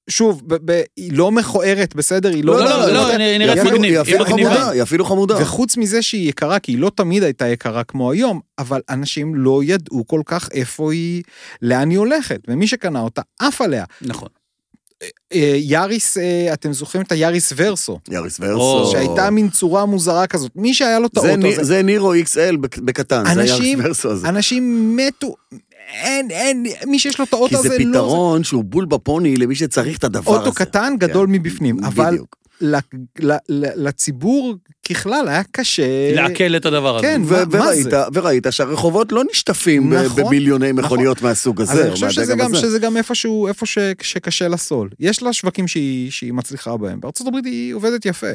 Speaker 3: שוב, ב, ב, היא לא מכוערת, בסדר? היא לא...
Speaker 2: לא, לא,
Speaker 3: זה
Speaker 2: לא,
Speaker 3: מטריה.
Speaker 2: אני- אני
Speaker 1: היא
Speaker 2: נראית
Speaker 1: אפילו-
Speaker 2: מגניב.
Speaker 1: היא אפילו
Speaker 2: מגניבה.
Speaker 1: חמודה, היא אה, אפילו חמודה.
Speaker 3: וחוץ מזה שהיא יקרה, כי היא לא תמיד הייתה יקרה כמו היום, אבל אנשים לא ידעו כל כך איפה היא, לאן היא הולכת, ומי שקנה אותה עף עליה.
Speaker 2: נכון.
Speaker 3: אה, יאריס, אה, אתם זוכרים את היאריס ורסו,
Speaker 1: יאריס
Speaker 2: או.
Speaker 1: ורסו.
Speaker 3: שהייתה מין צורה מוזרה כזאת. מי שהיה לו את
Speaker 1: זה
Speaker 3: האוטו
Speaker 1: ניר-
Speaker 3: הזה,
Speaker 1: זה נירו XL בק- בקטן, זה
Speaker 3: אנשים-
Speaker 1: יאריס ורסו הזה.
Speaker 3: אנשים מתו, אין, אין, מי שיש לו את
Speaker 1: כי
Speaker 3: האוטו הזה,
Speaker 1: זה
Speaker 3: לא...
Speaker 1: פתרון שהוא בול בפוני למי שצריך את הדבר הזה.
Speaker 3: אוטו קטן, גדול
Speaker 1: כן,
Speaker 3: מבפנים, אבל
Speaker 1: בדיוק.
Speaker 3: ל- ל- ל- לציבור ככלל היה קשה...
Speaker 2: לעכל את הדבר הזה.
Speaker 3: אה, כן,
Speaker 1: ו-
Speaker 3: מה- מה
Speaker 1: וראית,
Speaker 3: זה?
Speaker 1: וראית שהרחובות לא נשטפים ב-
Speaker 3: נכון,
Speaker 1: במיליוני
Speaker 3: נכון.
Speaker 1: מכוניות מהסוג הזה.
Speaker 3: אז אני
Speaker 1: או
Speaker 3: חושב שזה
Speaker 1: מהדגם
Speaker 3: גם,
Speaker 1: הזה.
Speaker 3: שזה גם איפשהו, איפה ש, שקשה לסול. יש לה שווקים שהיא, שהיא מצליחה בהם. בארצות הברית היא עובדת יפה.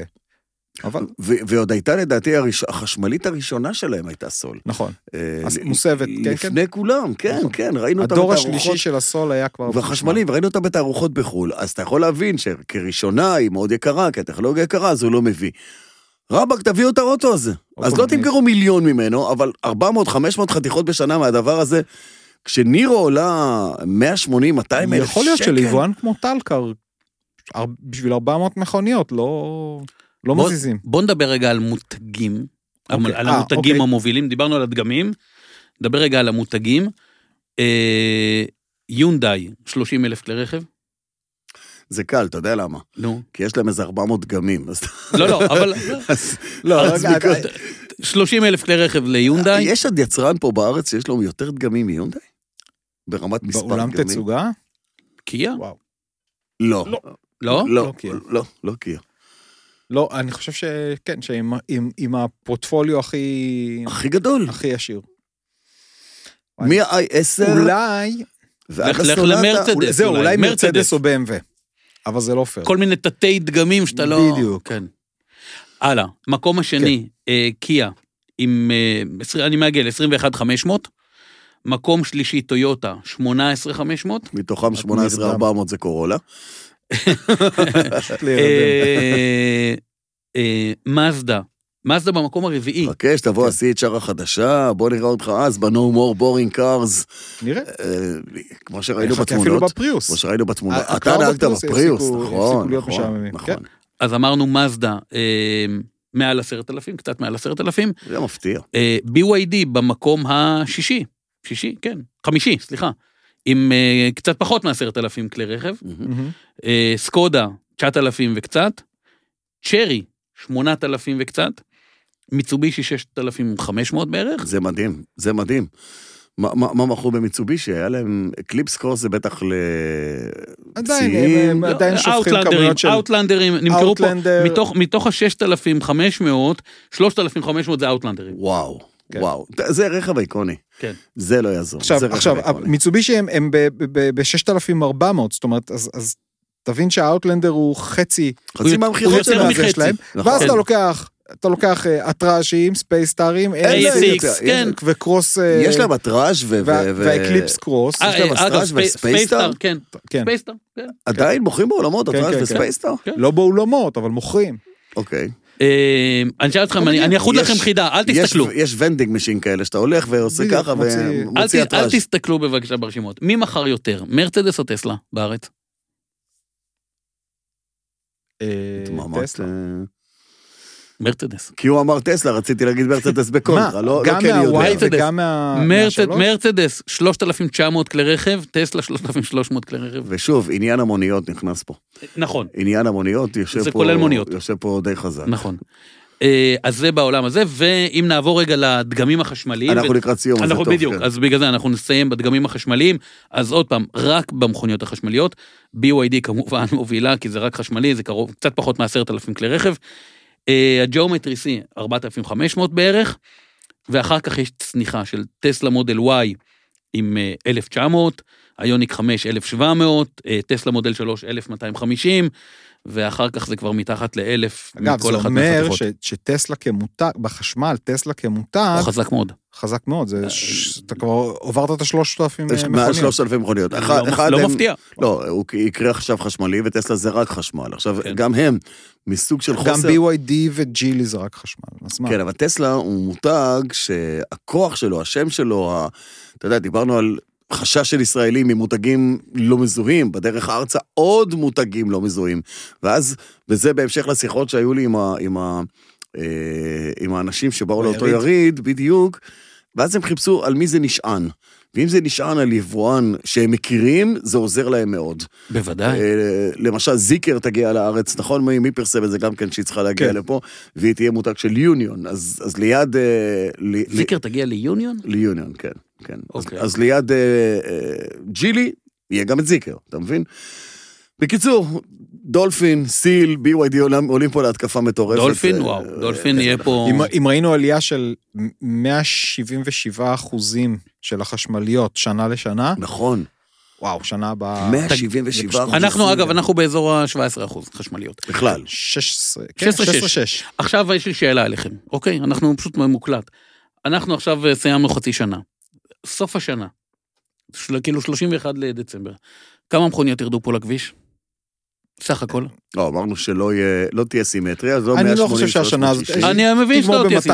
Speaker 3: אבל,
Speaker 1: ו- ועוד הייתה לדעתי הראש- החשמלית הראשונה שלהם הייתה סול.
Speaker 3: נכון.
Speaker 1: אה,
Speaker 3: אז
Speaker 1: ל-
Speaker 3: מוסבת, כן,
Speaker 1: לפני כולם, כן,
Speaker 3: נכון.
Speaker 1: כן, ראינו אותה
Speaker 3: הדור
Speaker 1: בתערוכות.
Speaker 3: השלישי של הסול היה כבר...
Speaker 1: והחשמלי, וראינו אותה בתערוכות בחו"ל, אז אתה יכול להבין שכראשונה היא מאוד יקרה, כי הטכנולוגיה יקרה, אז הוא לא מביא. רבאק, תביאו את האוטו הזה.
Speaker 3: אוטו
Speaker 1: אז לא
Speaker 3: מגניב.
Speaker 1: תמכרו מיליון ממנו, אבל 400-500 חתיכות בשנה מהדבר הזה, כשנירו עולה 180-200 אלף שקל.
Speaker 3: יכול להיות שליבואן כמו טלקר, הר- בשביל 400 מכוניות, לא, לא
Speaker 2: בוא-
Speaker 3: מזיזים.
Speaker 2: בוא נדבר רגע על מותגים,
Speaker 3: אוקיי.
Speaker 2: על
Speaker 3: אה,
Speaker 2: המותגים
Speaker 3: אוקיי.
Speaker 2: המובילים, דיברנו על הדגמים, נדבר רגע על המותגים. אה, יונדאי, 30 אלף כלי רכב,
Speaker 1: זה קל, אתה יודע למה?
Speaker 2: נו.
Speaker 1: כי יש להם איזה 400 דגמים. אז-
Speaker 2: לא, לא, אבל...
Speaker 1: אז
Speaker 3: לא, אה,
Speaker 1: אז
Speaker 3: רגע,
Speaker 1: בגלל-
Speaker 3: אתה-
Speaker 2: 30 אלף כלי רכב
Speaker 3: אה,
Speaker 2: ליונדאי,
Speaker 1: יש עוד יצרן פה בארץ שיש לו יותר דגמים מיונדאי? ברמת מספר דגמים?
Speaker 3: באולם תצוגה? אה,
Speaker 2: קיה,
Speaker 3: וואו.
Speaker 1: לא.
Speaker 3: לא.
Speaker 2: לא?
Speaker 1: לא,
Speaker 3: לא קיה.
Speaker 1: לא, לא קיה.
Speaker 3: לא, אני חושב שכן, שעם עם, עם הפורטפוליו הכי,
Speaker 1: הכי גדול.
Speaker 3: הכי עשיר. וואי.
Speaker 1: מ-i10
Speaker 3: אולי,
Speaker 1: ועד
Speaker 2: לך- לך
Speaker 1: הסונטה,
Speaker 2: למרצדס.
Speaker 1: אולי-
Speaker 3: זהו,
Speaker 2: אולי,
Speaker 3: אולי
Speaker 2: מרצדס.
Speaker 3: מרצדס או BMW. אבל זה לא פייר.
Speaker 2: כל מיני תתי דגמים שאתה לא...
Speaker 3: בדיוק.
Speaker 2: כן. הלאה, מקום השני, אה, קיה, עם... אה, 20 אני מעגל, 21,500. מקום שלישי, טויוטה, 18,500.
Speaker 1: מתוכם 18,400 זה קורולה.
Speaker 3: פשוט להירדם.
Speaker 2: אה, אה, מזדה, מזדה במקום הרביעי.
Speaker 1: חכה
Speaker 3: כן.
Speaker 1: שתבוא ה-CHR החדשה, בוא נראה אותך אז ב-No more boring cars,
Speaker 3: נראה.
Speaker 1: אה, כמו שראינו
Speaker 3: חכה, אפילו
Speaker 1: בתמונות.
Speaker 3: בפריוס.
Speaker 1: כמו שראינו בתמונות.
Speaker 3: ה-
Speaker 1: אתה
Speaker 3: הקלאוד
Speaker 1: נהגת
Speaker 3: בפריוס
Speaker 1: בפריוס,
Speaker 3: הפסיקו- הפסיקו
Speaker 1: נכון,
Speaker 3: להיות
Speaker 1: נכון,
Speaker 3: משעממים, כן.
Speaker 1: נכון.
Speaker 2: אז אמרנו מזדה, אה, מעל עשרת אלפים, קצת מעל עשרת אלפים.
Speaker 1: זה מפתיע.
Speaker 2: אה, BYD במקום השישי, שישי, כן, חמישי, סליחה, עם אה, קצת פחות מעשרת אלפים כלי רכב.
Speaker 1: מהמם.
Speaker 3: מהמם.
Speaker 2: אה, סקודה, 9,000 וקצת, צ'רי, 8,000 וקצת, מיצובישי, 6,500 בערך.
Speaker 1: זה מדהים, זה מדהים. מה- מה מה מכרו במיצובישי? היה להם קליפס קורס זה בטח
Speaker 3: עדיין, אה,
Speaker 1: שיאים.
Speaker 3: הם- הם עדיין
Speaker 2: לא,
Speaker 3: שופכים
Speaker 2: Outlanders,
Speaker 3: כמויות של...
Speaker 2: Outlanders, נמכרו פה,
Speaker 3: Outlander.
Speaker 2: מתוך- מתוך ה-6,500, 3,500 זה Outlanders.
Speaker 1: וואו.
Speaker 3: כן.
Speaker 1: וואו, ת- זה רכב איקוני.
Speaker 2: כן.
Speaker 1: זה לא יעזור.
Speaker 3: עכשיו,
Speaker 1: זה רכב
Speaker 3: עכשיו,
Speaker 1: איקוני.
Speaker 3: מיצובישי הם- הם ב-6400, זאת אומרת, אז- אז תבין שהאוטלנדר הוא חצי
Speaker 2: הוא
Speaker 1: חצי
Speaker 2: יותר-
Speaker 1: מהמכירות
Speaker 2: יותר
Speaker 1: שלה.
Speaker 2: מחצי.
Speaker 1: זה-
Speaker 3: יש להם,
Speaker 1: נכון.
Speaker 3: ואז אתה
Speaker 2: כן.
Speaker 3: לוקח, אתה לוקח אה, התרעה שהיא עם ספייסטארים,
Speaker 1: אין להם
Speaker 2: ASX,
Speaker 1: יותר,
Speaker 2: כן.
Speaker 1: יש-
Speaker 3: וקרוס, אה,
Speaker 1: יש להם הטראז' ו...
Speaker 3: וה- והאקליפס כן. קרוס,
Speaker 1: אה, יש להם
Speaker 2: אה, אגב,
Speaker 1: אסטרז'
Speaker 2: ספי-
Speaker 1: וספייסטאר?
Speaker 2: ספייסטאר, כן.
Speaker 3: כן,
Speaker 2: ספייסטאר, כן.
Speaker 1: עדיין מוכרים בעולמות
Speaker 3: כן,
Speaker 1: הטראז'
Speaker 3: כן, כן.
Speaker 1: וספייסטאר?
Speaker 3: לא באולמות, אבל מוכרים.
Speaker 1: אוקיי.
Speaker 2: אה, אני אשאל אתכם, אני אני אחוד
Speaker 1: יש-
Speaker 2: לכם חידה, אל
Speaker 1: יש-
Speaker 2: תסתכלו.
Speaker 1: יש ונדינג משין כאלה שאתה הולך ועושה
Speaker 3: בדיוק,
Speaker 1: ככה
Speaker 3: מוציא-
Speaker 2: אל
Speaker 1: ומוציא
Speaker 2: ת- אל
Speaker 1: הטראז'.
Speaker 2: תסתכלו בבקשה ברשימות. מי מכר יותר, מרצדס או טסלה בארץ?
Speaker 3: אה,
Speaker 1: התמהמת,
Speaker 3: טסלה.
Speaker 1: אה,
Speaker 2: מרצדס.
Speaker 1: כי הוא אמר טסלה, רציתי להגיד מרצדס
Speaker 3: מה,
Speaker 1: בקונטרה, לא לא
Speaker 3: גם
Speaker 1: כי אני
Speaker 3: מהוואי
Speaker 1: יודע.
Speaker 2: מרצדס.
Speaker 3: וגם מה-
Speaker 2: מרצד-
Speaker 3: מהשלוש?
Speaker 2: מרצדס, 3,900 כלי רכב, טסלה 3,300 כלי רכב.
Speaker 1: ושוב, עניין המוניות נכנס פה.
Speaker 2: נכון,
Speaker 1: עניין המוניות יושב פה...
Speaker 2: זה כולל מוניות.
Speaker 1: יושב פה די חזק.
Speaker 2: נכון. אה, אז זה בעולם הזה, ואם נעבור רגע לדגמים החשמליים...
Speaker 1: אנחנו לקראת סיום, אז זה
Speaker 2: אנחנו
Speaker 1: טוב.
Speaker 2: בדיוק,
Speaker 1: כן.
Speaker 2: אז בגלל זה אנחנו נסיים בדגמים החשמליים, אז עוד פעם, רק במכוניות החשמליות, BYD כמובן <laughs> מובילה, כי זה רק חשמלי, זה קרוב, קצת פחות מ-10,000 כלי רכב. אה, הג'אומטרי C, 4,500 בערך, ואחר כך יש צניחה של טסלה מודל Y עם אה, 1,900, איוניק 5, 1,700, אה, טסלה מודל 3, 1,250, ואחר כך זה כבר מתחת ל-1,000
Speaker 3: אגב,
Speaker 2: מכל
Speaker 3: זה
Speaker 2: אחת
Speaker 3: אומר
Speaker 2: מהחתיכות.
Speaker 3: ש- שטסלה כמותג, בחשמל, טסלה כמותג,
Speaker 2: הוא חזק מאוד.
Speaker 3: חזק מאוד,
Speaker 2: אה,
Speaker 3: זה ש- אתה כבר עברת את השלושת אלפים אה,
Speaker 1: יש מעל 3,000 מכוניות. אחד-
Speaker 2: לא מפ-
Speaker 1: אחד
Speaker 2: לא
Speaker 1: הם-
Speaker 2: מפתיע.
Speaker 1: לא, הוא יקרה עכשיו חשמלי, וטסלה זה רק חשמל. עכשיו,
Speaker 2: כן.
Speaker 1: גם הם, מסוג של
Speaker 3: גם
Speaker 1: חוסר...
Speaker 3: BYD וג'ילי זה רק חשמל, אז מה?
Speaker 1: כן, אבל טסלה הוא מותג שהכוח שלו, השם שלו, ה... אתה יודע, דיברנו על חשש של ישראלים ממותגים לא מזוהים, בדרך ארצה עוד מותגים לא מזוהים. ואז, וזה בהמשך לשיחות שהיו לי עם, ה... עם, ה... אה, עם האנשים שבאו
Speaker 3: ביריד.
Speaker 1: לאותו יריד, בדיוק, ואז הם חיפשו על מי זה נשען. ואם זה נשען על יבואן שהם מכירים, זה עוזר להם מאוד.
Speaker 2: בוודאי.
Speaker 1: אה, למשל, זיקר תגיע לארץ, נכון? מי, מי פרסם את זה גם כן, שהיא צריכה להגיע
Speaker 3: כן.
Speaker 1: לפה, והיא תהיה מותג של יוניון, אז, אז ליד... אה, ל,
Speaker 2: זיקר תגיע ליוניון?
Speaker 1: ל, ליוניון, כן, כן.
Speaker 2: אוקיי.
Speaker 1: אז, אז ליד אה, אה, ג'ילי, יהיה גם את זיקר, אתה מבין? בקיצור, דולפין, סיל, BYD עולים, עולים פה להתקפה מטורפת.
Speaker 2: דולפין,
Speaker 1: אה,
Speaker 2: וואו,
Speaker 1: אה,
Speaker 2: דולפין יהיה פה...
Speaker 3: אם- אם ראינו עלייה של 177 אחוזים של החשמליות שנה לשנה,
Speaker 1: נכון,
Speaker 3: וואו, שנה הבאה...
Speaker 1: 177 אחוז.
Speaker 2: אה, אנחנו, אגב, אנחנו באזור ה-17% חשמליות.
Speaker 1: בכלל.
Speaker 3: 16, כן,
Speaker 2: 16,
Speaker 3: 16-6.
Speaker 2: עכשיו יש לי שאלה אליכם, אוקיי? אנחנו פשוט מוקלט. אנחנו עכשיו אה, סיימנו חצי שנה. סוף השנה, של, כאילו 31 לדצמבר, כמה מכוניות ירדו פה לכביש? סך הכל.
Speaker 1: לא, אמרנו שלא יהיה, לא תהיה סימטריה, אז לא 180,
Speaker 3: אני לא חושב שהשנה הזאת-
Speaker 1: 360.
Speaker 2: אני מבין שאתה
Speaker 3: תגמור
Speaker 2: לא תעשי.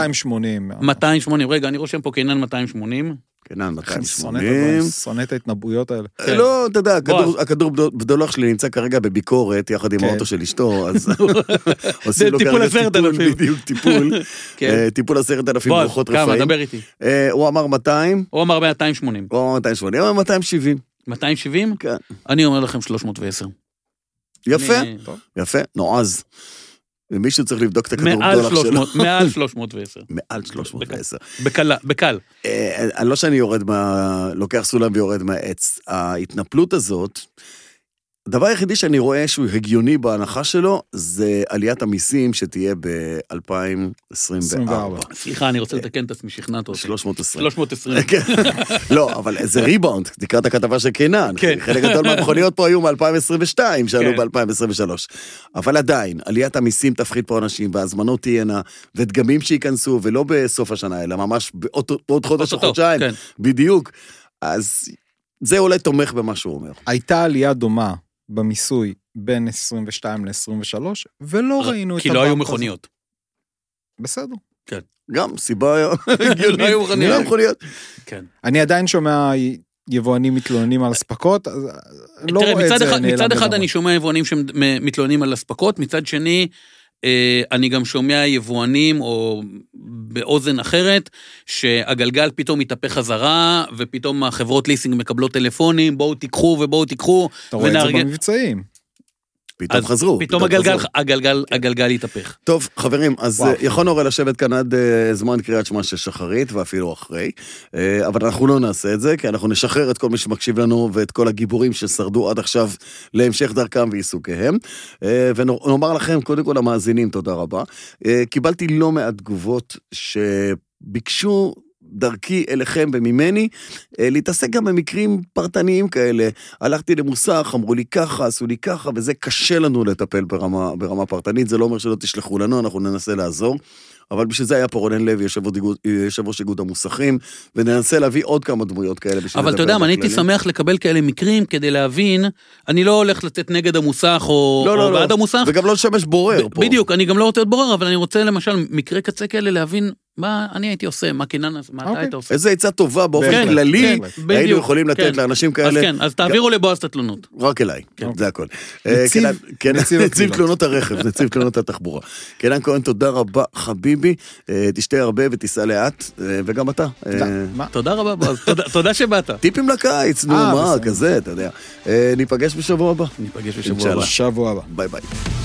Speaker 3: ב-280.
Speaker 2: 280, רגע, אני רושם פה קינן 280.
Speaker 1: כן,
Speaker 3: אני שונא
Speaker 1: 280.
Speaker 3: את- שונא את ההתנבאויות האלה.
Speaker 2: כן.
Speaker 1: לא, אתה יודע, הכדור-
Speaker 2: בועז.
Speaker 1: הכדור בדו- בדולח שלי נמצא כרגע בביקורת, יחד עם
Speaker 3: כן.
Speaker 1: האוטו של אשתו,
Speaker 2: <laughs>
Speaker 1: אז עושים לו
Speaker 2: טיפול
Speaker 1: כרגע
Speaker 2: עשרת
Speaker 1: טיפול,
Speaker 2: אלפים.
Speaker 1: בדיוק, טיפול.
Speaker 2: <laughs> כן.
Speaker 1: אה, טיפול עשרת אלפים
Speaker 2: בועז,
Speaker 1: רוחות
Speaker 2: כמה?
Speaker 1: רפאים.
Speaker 2: דבר איתי.
Speaker 1: אה, הוא אמר 200,
Speaker 2: הוא אמר 280.
Speaker 1: הוא אמר 280, הוא אמר 270.
Speaker 2: 270?
Speaker 1: כן.
Speaker 2: אני אומר לכם 310.
Speaker 1: יפה,
Speaker 2: אני-
Speaker 1: יפה, נועז. ומישהו צריך לבדוק את הכדור
Speaker 2: מעל
Speaker 1: בדולח שלו.
Speaker 2: 300, מעל 310.
Speaker 1: מעל 310.
Speaker 2: בקלה- בקל.
Speaker 1: אה, אני- לא שאני יורד מה... לוקח סולם ויורד מהעץ. ההתנפלות הזאת, הדבר היחידי שאני רואה שהוא הגיוני בהנחה שלו, זה עליית המיסים שתהיה ב-2024.
Speaker 3: 24.
Speaker 2: סליחה, אני רוצה לתקן את עצמי, שכנעת אותי.
Speaker 1: 320.
Speaker 2: 320.
Speaker 1: כן. לא, אבל זה ריבאונד, תקרא את הכתבה של קינן.
Speaker 2: כן.
Speaker 1: חלק גדול מהמכוניות פה היו מ-2022, שעלו
Speaker 2: כן.
Speaker 1: ב-2023. אבל עדיין, עליית המיסים תפחית פה אנשים, וההזמנות תהיינה, ודגמים שייכנסו, ולא בסוף השנה, אלא ממש בעוד בעוד חודש או
Speaker 2: אוטוטו,
Speaker 1: חודשיים.
Speaker 2: כן.
Speaker 1: בדיוק. אז זה אולי תומך במה שהוא אומר.
Speaker 3: הייתה עלייה דומה במיסוי בין 22 ל-23, ולא ראינו את
Speaker 2: כי לא היו
Speaker 3: הבאמפ הזה. <laughs>
Speaker 2: מכוניות.
Speaker 3: בסדר.
Speaker 1: גם סיבה הגיונית.
Speaker 2: <laughs> לא היו מכוניות.
Speaker 1: לא היו מכוניות.
Speaker 2: כן.
Speaker 3: אני עדיין שומע יבואנים מתלוננים על אספקות, אז לא
Speaker 2: תראה,
Speaker 3: רואה את
Speaker 2: מצד
Speaker 3: זה
Speaker 2: אחד-
Speaker 3: נעלם
Speaker 2: מצד אחד
Speaker 3: לגמרי.
Speaker 2: אני שומע יבואנים שמתלוננים על אספקות, מצד שני, אה, אני גם שומע יבואנים, או באוזן אחרת, שהגלגל פתאום מתהפך חזרה, ופתאום החברות ליסינג מקבלות טלפונים, בואו תיקחו ובואו תיקחו,
Speaker 3: אתה רואה את זה
Speaker 2: ונארגן-
Speaker 3: במבצעים.
Speaker 1: פתאום
Speaker 2: אז
Speaker 1: חזרו.
Speaker 2: פתאום הגלגל-
Speaker 1: חזרו.
Speaker 2: הגלגל
Speaker 1: כן.
Speaker 2: הגלגל התהפך.
Speaker 1: טוב, חברים, אז
Speaker 3: וואו.
Speaker 1: אה, יכול נורא לשבת כאן עד אה, זמן קריאת שמע של שחרית, ואפילו אחרי, אה, אבל אנחנו לא נעשה את זה, כי אנחנו נשחרר את כל מי שמקשיב לנו ואת כל הגיבורים ששרדו עד עכשיו להמשך דרכם ועיסוקיהם. אה, ונאמר לכם, קודם כל המאזינים, תודה רבה. אה, קיבלתי לא מעט תגובות ש... ביקשו דרכי אליכם וממני אה, להתעסק גם במקרים פרטניים כאלה. הלכתי למוסך, אמרו לי ככה, עשו לי ככה, וזה קשה לנו לטפל ברמה, ברמה פרטנית, זה לא אומר שלא תשלחו לנו, אנחנו ננסה לעזור. אבל בשביל זה היה פה רונן לוי, יושב ראש איגוד- אה, יושב ראש איגוד המוסכים, וננסה להביא עוד כמה דמויות כאלה בשביל
Speaker 2: אבל אתה
Speaker 1: לדבר
Speaker 2: יודע מה, אני
Speaker 1: בכללי.
Speaker 2: הייתי שמח לקבל כאלה מקרים כדי להבין, אני לא הולך לתת נגד המוסך או
Speaker 1: לא,
Speaker 2: או
Speaker 1: לא, לא.
Speaker 2: בעד המוסך.
Speaker 1: וגם לא לשמש בורר פה.
Speaker 2: בדיוק, אני גם לא רוצה להיות בורר, אבל אני רוצה למשל מקרי קצה כאלה להבין מה אני הייתי עושה, מה קינן, מה אתה
Speaker 3: אוקיי.
Speaker 2: היית עושה.
Speaker 1: איזה עצה טובה באופן
Speaker 3: בהחלט,
Speaker 1: כללי,
Speaker 3: בהחלט.
Speaker 1: היינו
Speaker 2: בדיוק,
Speaker 1: יכולים לתת
Speaker 2: כן.
Speaker 1: לאנשים
Speaker 2: אז
Speaker 1: כאלה.
Speaker 2: כן, אז תעבירו לבועז את התלונות.
Speaker 1: רק אליי, כן,
Speaker 3: אוקיי.
Speaker 1: זה הכל. אה,
Speaker 3: נציב-
Speaker 1: קנן- כן,
Speaker 3: נציב
Speaker 1: נציב
Speaker 3: הקבילות.
Speaker 1: תלונות הרכב, נציב תלונות התחבורה. קנן כהן, תודה רבה, חביבי. אה, תשתה הרבה ותיסע לאט, אה, וגם אתה. אה,
Speaker 3: מה?
Speaker 2: תודה רבה בועז, תודה- <laughs> תודה שבאת.
Speaker 1: טיפים לקיץ, נו,
Speaker 3: אה,
Speaker 1: מה,
Speaker 3: בסדר.
Speaker 1: כזה, אתה יודע. אה, ניפגש בשבוע הבא.
Speaker 2: ניפגש
Speaker 1: אינשאללה.
Speaker 2: בשבוע הבא.
Speaker 3: שבוע הבא.
Speaker 1: ביי ביי.